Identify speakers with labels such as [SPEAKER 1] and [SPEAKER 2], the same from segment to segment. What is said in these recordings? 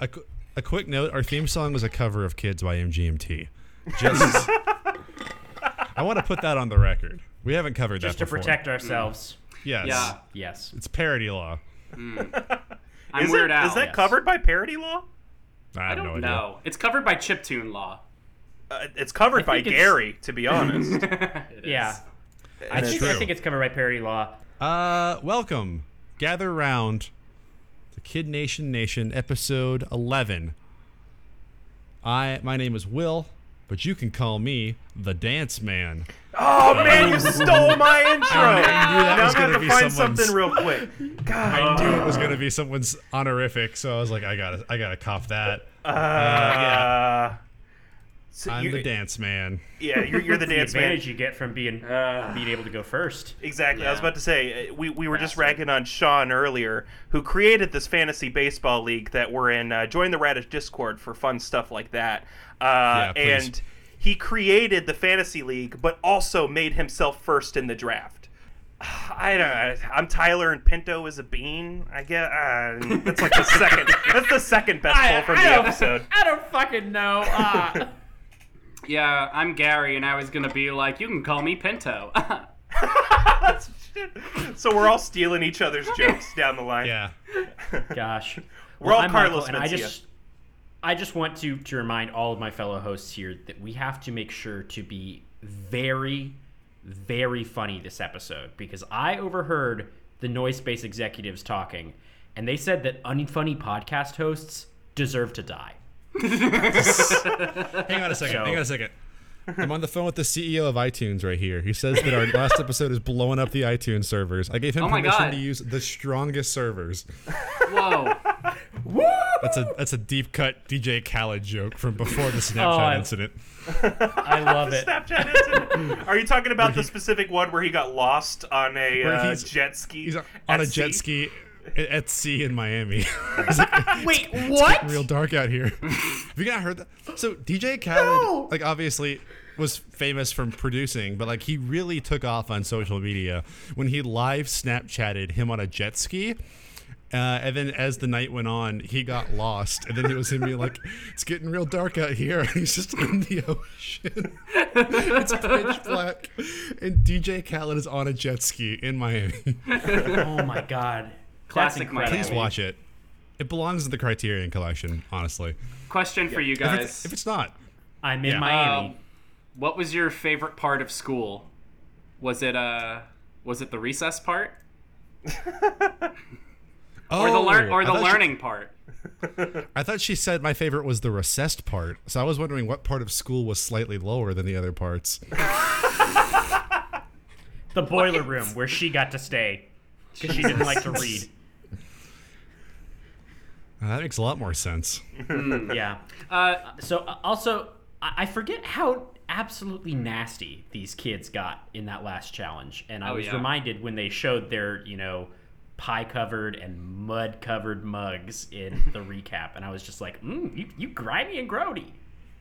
[SPEAKER 1] a, qu- a quick note: our theme song was a cover of "Kids" by MGMT. Just, I want to put that on the record. We haven't covered
[SPEAKER 2] just
[SPEAKER 1] that
[SPEAKER 2] to
[SPEAKER 1] before. Mm.
[SPEAKER 2] protect ourselves.
[SPEAKER 1] Yes.
[SPEAKER 3] Yeah.
[SPEAKER 2] Yes.
[SPEAKER 1] It's parody law.
[SPEAKER 3] I'm
[SPEAKER 4] is
[SPEAKER 3] Weird
[SPEAKER 4] it,
[SPEAKER 3] Al.
[SPEAKER 4] Is that
[SPEAKER 2] Yes.
[SPEAKER 4] covered by parody law?
[SPEAKER 1] I have
[SPEAKER 3] I don't
[SPEAKER 1] no idea.
[SPEAKER 3] know. It's covered by chiptune law.
[SPEAKER 4] Uh, it's covered by
[SPEAKER 2] think it's-
[SPEAKER 4] Gary, to be honest.
[SPEAKER 3] It
[SPEAKER 2] Yeah.
[SPEAKER 3] is.
[SPEAKER 2] I think, I
[SPEAKER 1] true.
[SPEAKER 2] think it's covered by parody law.
[SPEAKER 1] Uh, welcome. Gather round. The Kid Nation Nation, episode 11. I my name is Will, but you can call me the Dance Man.
[SPEAKER 4] oh man, you stole
[SPEAKER 3] Oh,
[SPEAKER 4] my intro.
[SPEAKER 1] that
[SPEAKER 4] now
[SPEAKER 1] was
[SPEAKER 4] I'm
[SPEAKER 1] gonna
[SPEAKER 4] gonna have
[SPEAKER 1] be
[SPEAKER 4] to find
[SPEAKER 1] someone's-
[SPEAKER 4] something real quick. God,
[SPEAKER 1] I knew it was gonna be someone's honorific, so I was like, I gotta, I gotta cop that.
[SPEAKER 4] Uh, so
[SPEAKER 1] I'm
[SPEAKER 4] you,
[SPEAKER 1] the Dance Man.
[SPEAKER 4] Yeah, you're, you're the
[SPEAKER 2] The
[SPEAKER 4] dance man.
[SPEAKER 2] advantage you get from being
[SPEAKER 3] Uh,
[SPEAKER 2] being able to go first.
[SPEAKER 4] Exactly. I was
[SPEAKER 3] Yeah.
[SPEAKER 4] about to say uh, we, we were just
[SPEAKER 3] Bastard.
[SPEAKER 4] ragging on Sean earlier, who created this fantasy baseball league that we're in. Uh, join the Radish Discord for fun stuff like that. Uh,
[SPEAKER 1] Yeah, please.
[SPEAKER 4] and he created the fantasy league, but also made himself first in the draft. I don't. know. I'm Tyler, and Pinto is a bean. I guess uh, that's like the second. That's the second best poll from the
[SPEAKER 2] don't,
[SPEAKER 4] episode.
[SPEAKER 2] I don't fucking know. Uh,
[SPEAKER 3] yeah, I'm Gary, and I was gonna be like, you can call me Pinto.
[SPEAKER 4] So we're all stealing each other's jokes down the line.
[SPEAKER 1] Yeah.
[SPEAKER 2] gosh,
[SPEAKER 4] We're all
[SPEAKER 2] I'm
[SPEAKER 4] Carlos
[SPEAKER 2] and I
[SPEAKER 4] Mencia.
[SPEAKER 2] just, I just want to to remind all of my fellow hosts here that we have to make sure to be very, very funny this episode because I overheard the Noise Space executives talking, and they said that unfunny podcast hosts deserve to die.
[SPEAKER 1] Hang on a second.
[SPEAKER 2] So-
[SPEAKER 1] Hang on a second. I'm on the phone with the CEO of iTunes right here. He says that our last episode is blowing up the iTunes servers. I gave him
[SPEAKER 3] Oh my
[SPEAKER 1] permission
[SPEAKER 3] God.
[SPEAKER 1] to use the strongest servers.
[SPEAKER 3] Whoa.
[SPEAKER 1] That's a that's a deep cut DJ Khaled joke from before the Snapchat
[SPEAKER 2] I-
[SPEAKER 1] incident.
[SPEAKER 2] I love it.
[SPEAKER 4] Snapchat incident. Are you talking about the specific one where he got lost on a
[SPEAKER 1] Where
[SPEAKER 4] uh,
[SPEAKER 1] he's-
[SPEAKER 4] jet ski?
[SPEAKER 1] He's on
[SPEAKER 4] at
[SPEAKER 1] a
[SPEAKER 4] sea?
[SPEAKER 1] jet ski at sea in Miami.
[SPEAKER 2] Wait, what?
[SPEAKER 1] real dark out here. Have you not heard that? So DJ Khaled,
[SPEAKER 2] No.
[SPEAKER 1] like obviously, was famous from producing, but like he really took off on social media when he live Snapchatted him on a jet ski. Uh, and then as the night went on, he got lost. And then it was him being like, it's getting real dark out here. He's just in the ocean. it's pitch black. And DJ Khaled is on a jet ski in Miami.
[SPEAKER 2] Oh my god.
[SPEAKER 3] Classic
[SPEAKER 2] That's
[SPEAKER 3] Miami.
[SPEAKER 2] incredible.
[SPEAKER 1] Please watch it. It belongs in the Criterion Collection, honestly.
[SPEAKER 3] Question for you
[SPEAKER 1] If
[SPEAKER 3] guys.
[SPEAKER 1] it's, if it's not,
[SPEAKER 2] I'm in
[SPEAKER 1] Yeah.
[SPEAKER 2] Miami.
[SPEAKER 3] Um, what was your favorite part of school? Was it uh was it the recess part or the learn
[SPEAKER 1] Oh,
[SPEAKER 3] or
[SPEAKER 1] I
[SPEAKER 3] the
[SPEAKER 1] thought she-
[SPEAKER 3] learning part?
[SPEAKER 1] I thought she said my favorite was the recessed part, so I was wondering what part of school was slightly lower than the other parts. Uh,
[SPEAKER 2] the boiler room where she got to stay because she didn't like to read.
[SPEAKER 1] Uh, that makes a lot more sense.
[SPEAKER 2] Yeah.
[SPEAKER 3] Uh,
[SPEAKER 2] So uh, also, I I forget how absolutely nasty these kids got in that last challenge, and I
[SPEAKER 3] Oh,
[SPEAKER 2] was
[SPEAKER 3] yeah.
[SPEAKER 2] reminded when they showed their you know pie covered and mud covered mugs in the recap, and I was just like, mm, you you grimy and grody.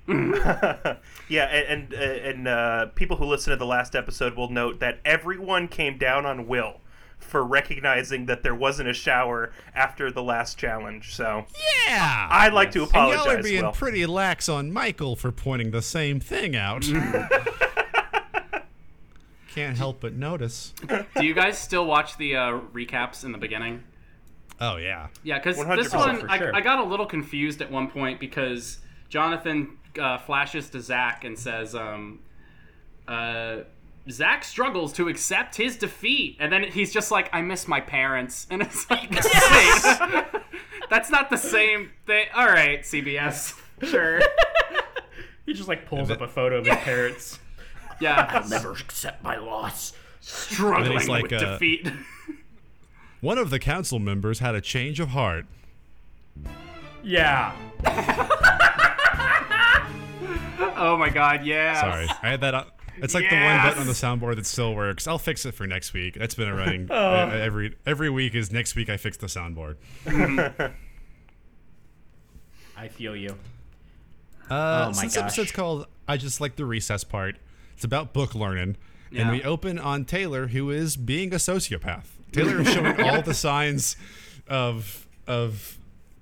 [SPEAKER 4] yeah, and and, uh, and uh, people who listen to the last episode will note that everyone came down on Will for recognizing that there wasn't a shower after the last challenge. So
[SPEAKER 1] Yeah,
[SPEAKER 4] I'd like to
[SPEAKER 1] and y'all are
[SPEAKER 4] apologize,
[SPEAKER 1] being
[SPEAKER 4] Will.
[SPEAKER 1] pretty lax on Michael for pointing the same thing out. Can't help but notice.
[SPEAKER 3] Do you guys still watch the uh, recaps in the beginning?
[SPEAKER 1] Oh yeah,
[SPEAKER 3] Yeah, because this
[SPEAKER 4] 100%.
[SPEAKER 3] one
[SPEAKER 2] Oh, for
[SPEAKER 3] I,
[SPEAKER 2] sure.
[SPEAKER 3] I got a little confused at one point because Jonathan uh, flashes to Zach and says, um, uh, "Zach struggles to accept his defeat," and then he's just like, "I miss my parents," and it's like, "Wait, "That's not the same thing." All right, CBS, sure,
[SPEAKER 2] He just like pulls up a photo of his parents.
[SPEAKER 3] yeah,
[SPEAKER 2] Never accept my loss.
[SPEAKER 3] struggling
[SPEAKER 1] It's like,
[SPEAKER 3] with
[SPEAKER 1] uh,
[SPEAKER 3] defeat.
[SPEAKER 1] one of the council members had a change of heart.
[SPEAKER 2] Yeah.
[SPEAKER 3] oh my god, yeah.
[SPEAKER 1] Sorry, I had that. On, it's like the one
[SPEAKER 3] Yes.
[SPEAKER 1] bit on the soundboard that still works. I'll fix it for next week. That's been a running
[SPEAKER 2] Oh.
[SPEAKER 1] uh, every every week is next week. I fix the soundboard.
[SPEAKER 2] I feel you.
[SPEAKER 1] Uh,
[SPEAKER 2] Oh
[SPEAKER 1] so
[SPEAKER 2] my
[SPEAKER 1] this
[SPEAKER 2] gosh.
[SPEAKER 1] episode's called "I Just Like the Recess Part." It's about book learning, and
[SPEAKER 3] Yeah.
[SPEAKER 1] we open on Taylor, who is being a sociopath. Taylor is showing all the signs of of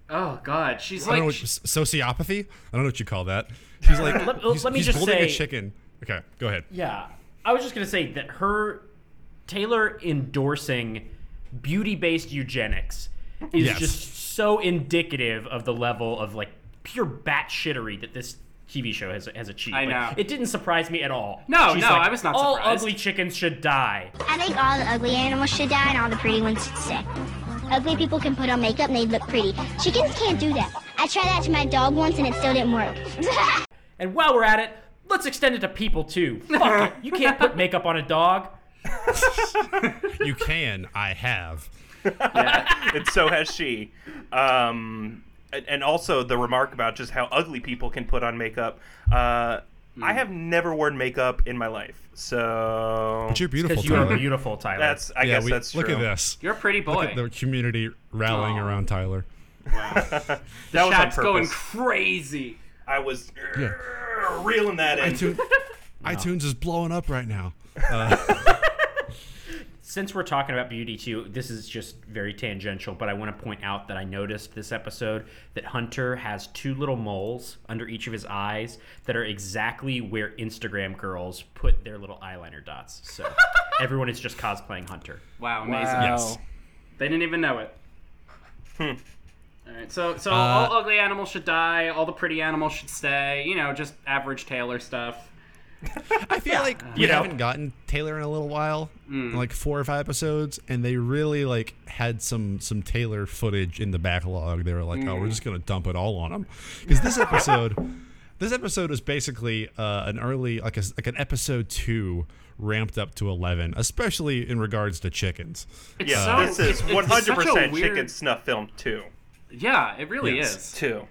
[SPEAKER 3] Oh God, she's
[SPEAKER 1] I don't
[SPEAKER 3] like
[SPEAKER 1] know what, sociopathy. I don't know what you call that. He's like,
[SPEAKER 2] Let-
[SPEAKER 1] he's,
[SPEAKER 2] let me
[SPEAKER 1] he's
[SPEAKER 2] just
[SPEAKER 1] holding a
[SPEAKER 2] say-
[SPEAKER 1] chicken. Okay, go ahead.
[SPEAKER 2] Yeah. I was just going to say that her Taylor endorsing beauty-based eugenics is
[SPEAKER 1] Yes.
[SPEAKER 2] just so indicative of the level of like pure batshittery that this TV show has has achieved.
[SPEAKER 3] I
[SPEAKER 2] Like,
[SPEAKER 3] know.
[SPEAKER 2] it didn't surprise me at all.
[SPEAKER 3] No,
[SPEAKER 2] She's
[SPEAKER 3] no,
[SPEAKER 2] like,
[SPEAKER 3] I was not
[SPEAKER 2] All
[SPEAKER 3] surprised."
[SPEAKER 2] ugly chickens should die.
[SPEAKER 5] I think all the ugly animals should die and all the pretty ones should stay. Ugly people can put on makeup and they look pretty. Chickens can't do that. I tried that to my dog once and it still didn't work.
[SPEAKER 2] And while we're at it, let's extend it to people too. Fuck it. You can't put makeup on a dog.
[SPEAKER 1] You can. I have.
[SPEAKER 4] and so has she. Um, and, and also the remark about just how ugly people can put on makeup. Uh, I have never worn makeup in my life, so
[SPEAKER 1] But you're beautiful,
[SPEAKER 2] Because you are
[SPEAKER 1] Tyler.
[SPEAKER 2] beautiful, Tyler.
[SPEAKER 4] that's I
[SPEAKER 1] yeah,
[SPEAKER 4] guess
[SPEAKER 1] we,
[SPEAKER 4] that's true.
[SPEAKER 1] look at this.
[SPEAKER 3] you're a pretty
[SPEAKER 1] Look
[SPEAKER 3] boy.
[SPEAKER 1] at the community rallying
[SPEAKER 3] Aw.
[SPEAKER 1] around Tyler.
[SPEAKER 4] That was on
[SPEAKER 3] Chat's
[SPEAKER 4] purpose.
[SPEAKER 3] going crazy.
[SPEAKER 4] I was reeling that in.
[SPEAKER 1] iTunes, iTunes is blowing up right now.
[SPEAKER 2] since we're talking about beauty too, this is just very tangential, but I want to point out that I noticed this episode that Hunter has two little moles under each of his eyes that are exactly where Instagram girls put their little eyeliner dots. So everyone is just cosplaying Hunter.
[SPEAKER 3] Wow, amazing.
[SPEAKER 1] Yes.
[SPEAKER 3] They didn't even know it. All right, so
[SPEAKER 4] Uh,
[SPEAKER 3] so all ugly animals should die. All the pretty animals should stay. You know, just average Taylor stuff.
[SPEAKER 1] I feel like we
[SPEAKER 2] You know.
[SPEAKER 1] haven't gotten Taylor in a little while, like four or five episodes, and they really like had some some Taylor footage in the backlog. They were like, "Oh, we're just gonna dump it all on him," because this episode, this episode is basically uh, an early like a, s- like an episode two ramped up to eleven, especially in regards to chickens.
[SPEAKER 3] It's
[SPEAKER 4] Yeah,
[SPEAKER 3] so
[SPEAKER 4] this is
[SPEAKER 3] it's-
[SPEAKER 4] one
[SPEAKER 3] it's such a
[SPEAKER 4] hundred percent
[SPEAKER 3] weird-
[SPEAKER 4] chicken snuff film too.
[SPEAKER 3] Yeah, it really
[SPEAKER 1] Yes.
[SPEAKER 3] is.
[SPEAKER 4] Too.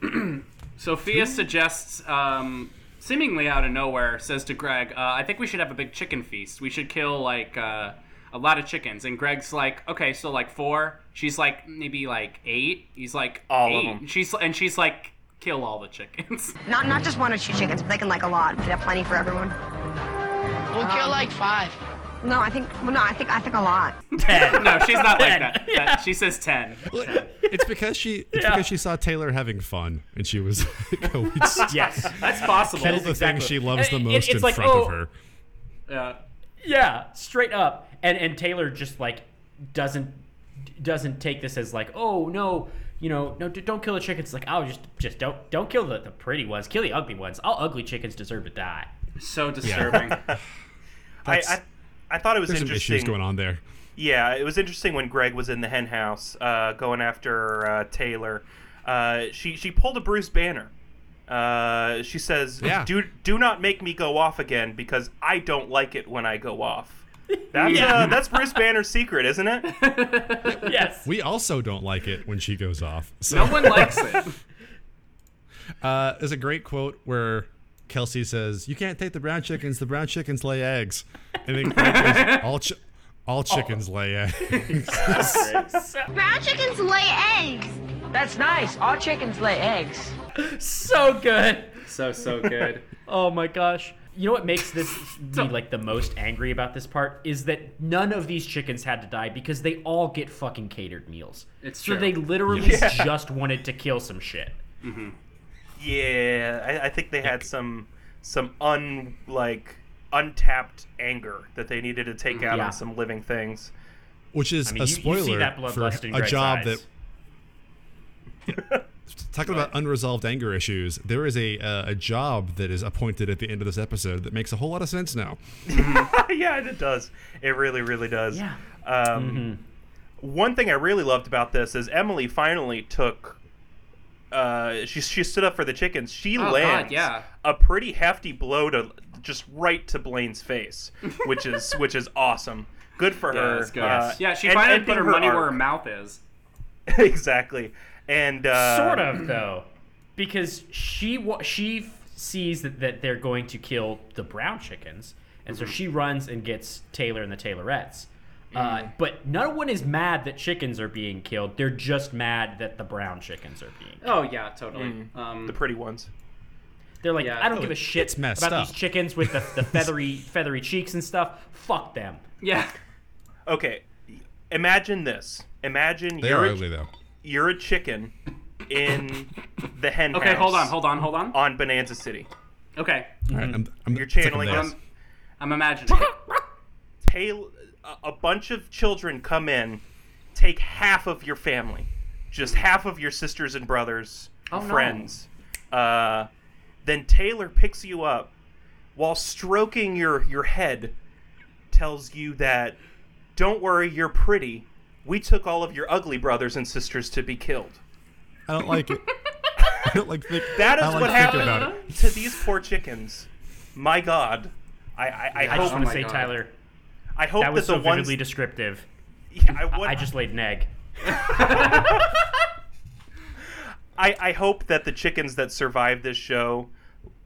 [SPEAKER 3] Two. Sophia suggests, um, seemingly out of nowhere, says to Greg, uh, I think we should have a big chicken feast. We should kill, like, uh, a lot of chickens. And Greg's like, okay, so, like, four? She's like, maybe, like, eight? He's like,
[SPEAKER 4] All of
[SPEAKER 3] eight.
[SPEAKER 4] them.
[SPEAKER 3] She's, and she's like, kill all the chickens.
[SPEAKER 6] Not not just one or two chickens, but they can like a lot. They have plenty for everyone.
[SPEAKER 7] We'll kill like five.
[SPEAKER 6] No, I think well, no, I think I think a lot.
[SPEAKER 2] Ten.
[SPEAKER 3] no, she's not like
[SPEAKER 2] Ten.
[SPEAKER 3] that.
[SPEAKER 2] Yeah.
[SPEAKER 3] That- She says ten.
[SPEAKER 1] It's because she it's
[SPEAKER 2] Yeah.
[SPEAKER 1] because she saw Taylor having fun, and she was like, "Oh, we just
[SPEAKER 2] Yes.
[SPEAKER 3] That's possible.
[SPEAKER 1] kill the thing
[SPEAKER 2] exactly-
[SPEAKER 1] she loves the
[SPEAKER 2] It-
[SPEAKER 1] most
[SPEAKER 2] it's
[SPEAKER 1] in
[SPEAKER 2] like,
[SPEAKER 1] front
[SPEAKER 2] oh,
[SPEAKER 1] of her."
[SPEAKER 3] Yeah.
[SPEAKER 2] Yeah, straight up. And and Taylor just like doesn't doesn't take this as like, oh no, you know, no, d- don't kill the chickens. Like, oh, just just don't don't kill the, the pretty ones. Kill the ugly ones. All ugly chickens deserve to die.
[SPEAKER 3] So disturbing.
[SPEAKER 4] I,
[SPEAKER 1] That's-
[SPEAKER 4] I I thought it was
[SPEAKER 1] There's some
[SPEAKER 4] interesting.
[SPEAKER 1] issues going on there.
[SPEAKER 4] Yeah, it was interesting when Greg was in the hen house uh, going after uh, Taylor. Uh, she she pulled a Bruce Banner. Uh, she says,
[SPEAKER 1] Yeah.
[SPEAKER 4] "Do do not make me go off again because I don't like it when I go off." That's uh, that's Bruce Banner's secret, isn't it?
[SPEAKER 2] Yes.
[SPEAKER 1] We also don't like it when she goes off. So
[SPEAKER 3] No one likes it.
[SPEAKER 1] uh, there's a great quote where Kelsey says, "You can't take the brown chickens. The brown chickens lay eggs." And then Greg goes, all chi- all chickens lay eggs.
[SPEAKER 5] Brown chickens lay eggs.
[SPEAKER 7] That's nice. All chickens lay eggs.
[SPEAKER 2] so good.
[SPEAKER 3] So, so good.
[SPEAKER 2] Oh my gosh. You know what makes this me like the most angry about this part is that none of these chickens had to die because they all get fucking catered meals.
[SPEAKER 3] It's
[SPEAKER 2] so
[SPEAKER 3] true.
[SPEAKER 2] they literally just wanted to kill some shit.
[SPEAKER 4] yeah, I, I think they had some some un like untapped anger that they needed to
[SPEAKER 3] Mm-hmm.
[SPEAKER 4] take out
[SPEAKER 2] Yeah.
[SPEAKER 4] on some living things.
[SPEAKER 1] Which is
[SPEAKER 2] I mean,
[SPEAKER 1] a
[SPEAKER 2] you-
[SPEAKER 1] spoiler
[SPEAKER 2] you, see that
[SPEAKER 1] for
[SPEAKER 2] bloodlust in
[SPEAKER 1] a
[SPEAKER 2] Greg's
[SPEAKER 1] job
[SPEAKER 2] eyes.
[SPEAKER 1] that talking about unresolved anger issues. There is a uh, a job that is appointed at the end of this episode that makes a whole lot of sense now.
[SPEAKER 4] yeah, it does. It really, really does.
[SPEAKER 2] Yeah.
[SPEAKER 4] Um,
[SPEAKER 3] Mm-hmm.
[SPEAKER 4] One thing I really loved about this is Emily finally took. Uh, she she stood up for the chickens. She
[SPEAKER 3] Oh, God,
[SPEAKER 4] lands
[SPEAKER 3] yeah.
[SPEAKER 4] a pretty hefty blow to just right to Blaine's face, which is which is awesome. Good for
[SPEAKER 3] Yeah,
[SPEAKER 4] her.
[SPEAKER 3] that's good.
[SPEAKER 4] Uh,
[SPEAKER 3] yeah, she
[SPEAKER 4] and
[SPEAKER 3] finally
[SPEAKER 4] ending
[SPEAKER 3] put her money where her
[SPEAKER 4] arc.
[SPEAKER 3] mouth is.
[SPEAKER 4] exactly. And uh,
[SPEAKER 2] sort of though because she wa- she f- sees that, that they're going to kill the brown chickens and
[SPEAKER 4] Mm-hmm.
[SPEAKER 2] so she runs and gets taylor and the taylorettes
[SPEAKER 4] Mm-hmm.
[SPEAKER 2] uh, but no one is mad that chickens are being killed they're just mad that the brown chickens are being killed.
[SPEAKER 3] Oh yeah, totally.
[SPEAKER 2] Uh,
[SPEAKER 3] Um,
[SPEAKER 4] the pretty ones.
[SPEAKER 2] they're like
[SPEAKER 3] Yeah.
[SPEAKER 2] i don't give a shit
[SPEAKER 1] It's messed
[SPEAKER 2] about
[SPEAKER 1] up.
[SPEAKER 2] these chickens with the, the feathery feathery cheeks and stuff fuck them
[SPEAKER 3] yeah,
[SPEAKER 4] Okay, imagine this. Imagine
[SPEAKER 1] They
[SPEAKER 4] you're
[SPEAKER 1] are
[SPEAKER 4] a-
[SPEAKER 1] ugly though.
[SPEAKER 4] you're a chicken in the hen
[SPEAKER 3] Okay,
[SPEAKER 4] house
[SPEAKER 3] hold on, hold on, hold on.
[SPEAKER 4] on Bonanza City.
[SPEAKER 3] Okay,
[SPEAKER 2] Mm-hmm.
[SPEAKER 1] right, I'm, I'm
[SPEAKER 4] You're
[SPEAKER 1] sick of
[SPEAKER 4] channeling
[SPEAKER 1] this.
[SPEAKER 4] them.
[SPEAKER 3] Um, I'm imagining.
[SPEAKER 4] Tail, a- a bunch of children come in, take half of your family, just half of your sisters and brothers,
[SPEAKER 2] Oh,
[SPEAKER 3] no.
[SPEAKER 4] friends. Uh, then Taylor picks you up while stroking your, your head, tells you that, don't worry, you're pretty. We took all of your ugly brothers and sisters to be killed.
[SPEAKER 1] I don't like it. I don't like think,
[SPEAKER 4] That is
[SPEAKER 1] I don't like
[SPEAKER 4] what
[SPEAKER 1] to think
[SPEAKER 4] happened
[SPEAKER 1] about it.
[SPEAKER 4] to these poor chickens. My God, I I, I
[SPEAKER 2] I just
[SPEAKER 4] Oh hope
[SPEAKER 2] want
[SPEAKER 3] my
[SPEAKER 2] to say,
[SPEAKER 3] God.
[SPEAKER 2] Tyler,
[SPEAKER 4] I hope
[SPEAKER 2] that
[SPEAKER 4] that,
[SPEAKER 2] was so
[SPEAKER 4] the ones
[SPEAKER 2] vividly descriptive.
[SPEAKER 4] yeah, I, want-
[SPEAKER 2] I just laid an egg.
[SPEAKER 4] I, I hope that the chickens that survived this show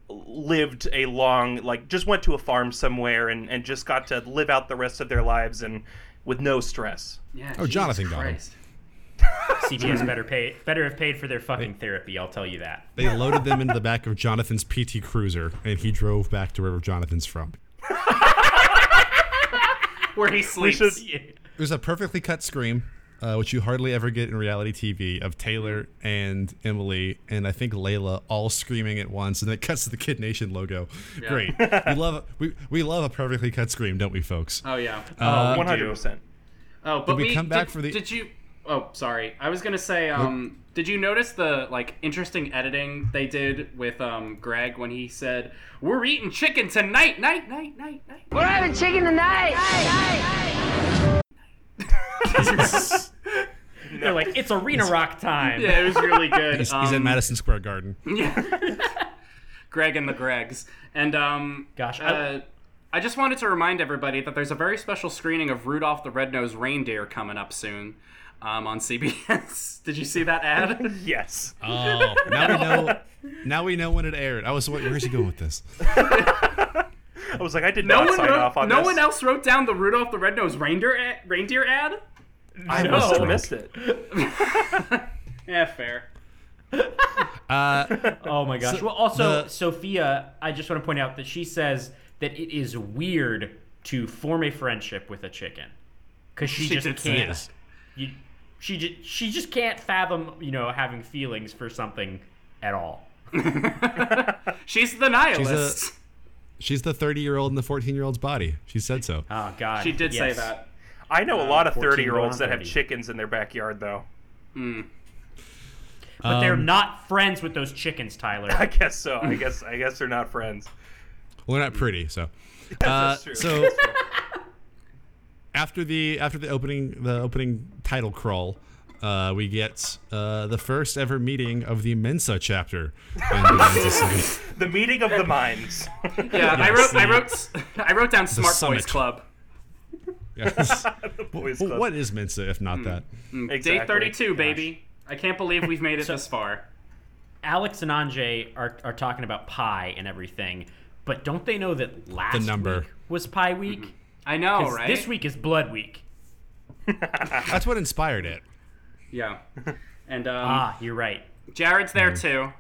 [SPEAKER 4] lived a long like just went to a farm somewhere and and just got to live out the rest of their lives and with no stress.
[SPEAKER 3] Yeah,
[SPEAKER 1] Oh,
[SPEAKER 3] Jesus
[SPEAKER 1] Jonathan got him.
[SPEAKER 3] Christ.
[SPEAKER 2] CBS better pay better have paid for their fucking therapy. I'll tell you that.
[SPEAKER 1] They loaded them into the back of Jonathan's PT Cruiser, and he drove back to wherever Jonathan's from.
[SPEAKER 3] Where he sleeps.
[SPEAKER 4] should-
[SPEAKER 1] It was a perfectly cut scream, uh, which you hardly ever get in reality TV, of Taylor and Emily and I think Layla all screaming at once, and it cuts to the Kid Nation logo. Great. we love we, we love a perfectly cut scream, don't we, folks?
[SPEAKER 3] Oh yeah.
[SPEAKER 4] Uh, One hundred percent.
[SPEAKER 3] Oh, but
[SPEAKER 1] we
[SPEAKER 3] we
[SPEAKER 1] come back
[SPEAKER 3] did,
[SPEAKER 1] for the-
[SPEAKER 3] Did you? Oh, sorry. I was gonna say. Um, did you notice the like interesting editing they did with um Greg when he said, "We're eating chicken tonight, night, night, night, night."
[SPEAKER 7] We're having chicken tonight.
[SPEAKER 2] They're like, it's arena rock time.
[SPEAKER 3] Yeah, it was really good.
[SPEAKER 1] He's, he's in
[SPEAKER 3] Um,
[SPEAKER 1] Madison Square Garden.
[SPEAKER 3] Greg and the Gregs. And um,
[SPEAKER 2] Gosh, I-
[SPEAKER 3] uh, I just wanted to remind everybody that there's a very special screening of Rudolph the Red-Nosed Reindeer coming up soon. Um, on CBS. Did you see that ad?
[SPEAKER 4] Yes.
[SPEAKER 1] Oh,
[SPEAKER 3] Uh,
[SPEAKER 1] now we know. Now we know when it aired. I was like, where's he going with this?
[SPEAKER 4] I was like, I did
[SPEAKER 3] No
[SPEAKER 4] not
[SPEAKER 3] one,
[SPEAKER 4] sign
[SPEAKER 3] wrote,
[SPEAKER 4] off on
[SPEAKER 3] no
[SPEAKER 4] this.
[SPEAKER 3] one else wrote down the Rudolph the Red-Nosed Reindeer ad, reindeer ad.
[SPEAKER 1] I
[SPEAKER 4] No,
[SPEAKER 1] was drunk.
[SPEAKER 4] missed it.
[SPEAKER 3] Yeah, fair.
[SPEAKER 2] Oh my gosh. well, also
[SPEAKER 1] the-
[SPEAKER 2] Sophia, I just want to point out that she says that it is weird to form a friendship with a chicken because she,
[SPEAKER 3] She
[SPEAKER 2] just
[SPEAKER 3] did say
[SPEAKER 2] can't.
[SPEAKER 1] that.
[SPEAKER 2] You, she just she just can't fathom you know having feelings for something at all.
[SPEAKER 3] She's the nihilist.
[SPEAKER 1] She's She's the 30 year old in the 14 year old's body. She said so.
[SPEAKER 2] Oh god.
[SPEAKER 3] she did say
[SPEAKER 2] yes.
[SPEAKER 3] that.
[SPEAKER 4] I know
[SPEAKER 3] Uh,
[SPEAKER 4] a lot of
[SPEAKER 2] 14
[SPEAKER 4] thirty year olds that have
[SPEAKER 2] Blondie.
[SPEAKER 4] chickens in their backyard though.
[SPEAKER 2] But they're not friends with those chickens,
[SPEAKER 4] I
[SPEAKER 2] Tyler.
[SPEAKER 4] guess so. I guess I guess they're not friends.
[SPEAKER 1] Well, they're not pretty, so.
[SPEAKER 4] That's
[SPEAKER 1] Uh,
[SPEAKER 4] true.
[SPEAKER 1] so after the after the opening the opening title crawl, uh, we get uh, the first ever meeting of the Mensa chapter. in Bonanza City.
[SPEAKER 4] the meeting of the minds.
[SPEAKER 3] Yeah, I wrote, I wrote, I wrote down Smart Boys
[SPEAKER 1] summit.
[SPEAKER 3] Club.
[SPEAKER 1] Yes.
[SPEAKER 4] Boys
[SPEAKER 1] Well,
[SPEAKER 4] Club.
[SPEAKER 1] what is Mensa if not that?
[SPEAKER 4] Exactly.
[SPEAKER 3] Day 32, baby. I can't believe we've made it this far.
[SPEAKER 2] Alex and Anjay are are talking about pie and everything, but don't they know that last
[SPEAKER 1] number.
[SPEAKER 2] week was pie week?
[SPEAKER 3] I know,
[SPEAKER 2] 'Cause
[SPEAKER 3] Mm-hmm. right?
[SPEAKER 2] This week is blood week.
[SPEAKER 1] That's what inspired it.
[SPEAKER 3] Yeah. And um,
[SPEAKER 2] Ah, you're right.
[SPEAKER 3] Jared's there too.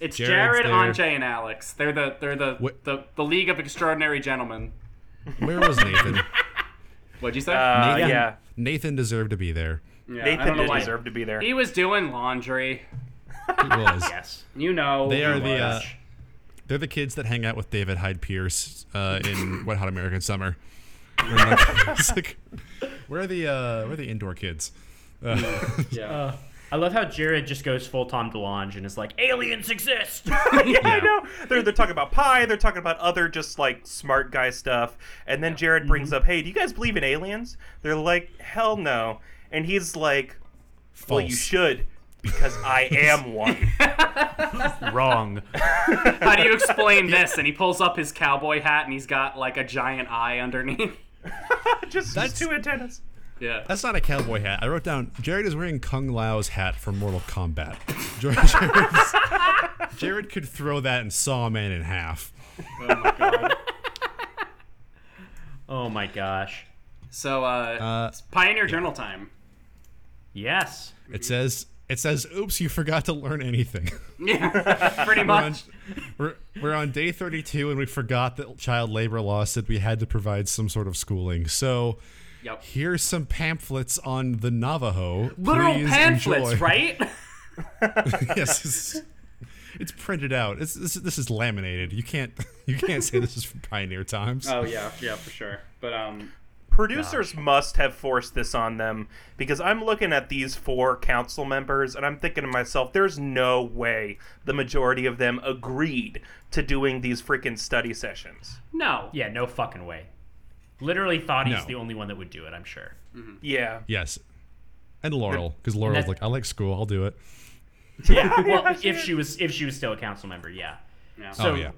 [SPEAKER 3] It's
[SPEAKER 1] Mm. Jared's
[SPEAKER 3] Jared,
[SPEAKER 1] there.
[SPEAKER 3] Anjay, and Alex. They're the they're the,
[SPEAKER 1] What-
[SPEAKER 3] the the League of Extraordinary Gentlemen.
[SPEAKER 1] Where was Nathan?
[SPEAKER 3] What'd you say?
[SPEAKER 4] Uh,
[SPEAKER 1] Nathan-
[SPEAKER 4] yeah.
[SPEAKER 1] Nathan deserved to be there.
[SPEAKER 3] Yeah, I
[SPEAKER 4] Nathan
[SPEAKER 3] don't know
[SPEAKER 4] did
[SPEAKER 3] why.
[SPEAKER 4] deserve to be there.
[SPEAKER 3] He was doing laundry.
[SPEAKER 1] He was.
[SPEAKER 2] Yes.
[SPEAKER 3] You know.
[SPEAKER 1] They are
[SPEAKER 3] he
[SPEAKER 1] the uh,
[SPEAKER 3] was.
[SPEAKER 1] they're the kids that hang out with David Hyde Pierce uh, in Wet Hot American Summer. And, like, it's like, where are the uh, where are the indoor kids? Uh,
[SPEAKER 3] Yeah.
[SPEAKER 2] I love how Jared just goes full Tom DeLonge and is like, aliens exist!
[SPEAKER 4] yeah, I know. They're they're talking about pie. They're talking about other just like smart guy stuff. And then Jared
[SPEAKER 1] Mm-hmm.
[SPEAKER 4] brings up, "Hey, do you guys believe in aliens?" They're like, "Hell no." And he's like,
[SPEAKER 1] false.
[SPEAKER 4] "Well, you should." Because I am one.
[SPEAKER 2] Wrong.
[SPEAKER 3] How do you explain this? And he pulls up his cowboy hat and he's got like a giant eye underneath.
[SPEAKER 4] just,
[SPEAKER 1] That's-
[SPEAKER 4] just two antennas.
[SPEAKER 3] Yeah.
[SPEAKER 1] That's not a cowboy hat. I wrote down Jared is wearing Kung Lao's hat from Mortal Kombat. Jared, Jared could throw that and saw a man in half.
[SPEAKER 2] Oh my gosh.
[SPEAKER 3] So uh,
[SPEAKER 1] Uh,
[SPEAKER 3] Pioneer Journal time.
[SPEAKER 2] Yes.
[SPEAKER 1] it says it says, "Oops, you forgot to learn anything."
[SPEAKER 3] Yeah. Pretty
[SPEAKER 1] we're, on,
[SPEAKER 3] much.
[SPEAKER 1] we're, we're on day 32 and we forgot that child labor law said we had to provide some sort of schooling so
[SPEAKER 3] Yep.
[SPEAKER 1] Here's some pamphlets on the Navajo.
[SPEAKER 3] Literal
[SPEAKER 1] Please
[SPEAKER 3] pamphlets,
[SPEAKER 1] enjoy."
[SPEAKER 3] right?
[SPEAKER 1] yes. It's, it's printed out. It's, this, this is laminated. You can't you can't say this is from pioneer times.
[SPEAKER 3] oh yeah, yeah, for sure. But um,
[SPEAKER 4] Producers must have forced this on them because I'm looking at these four council members and I'm thinking to myself, there's no way the majority of them agreed to doing these freaking study sessions.
[SPEAKER 3] no.
[SPEAKER 2] Yeah, no fucking way. Literally thought he's
[SPEAKER 1] No.
[SPEAKER 2] the only one that would do it. I'm sure.
[SPEAKER 4] Yeah.
[SPEAKER 1] Yes. And Laurel, because Laurel's
[SPEAKER 2] that's-
[SPEAKER 1] like, I like school. I'll do it.
[SPEAKER 2] Yeah. well, if she was if she was still a council member, yeah.
[SPEAKER 3] Yeah.
[SPEAKER 2] So
[SPEAKER 1] oh yeah.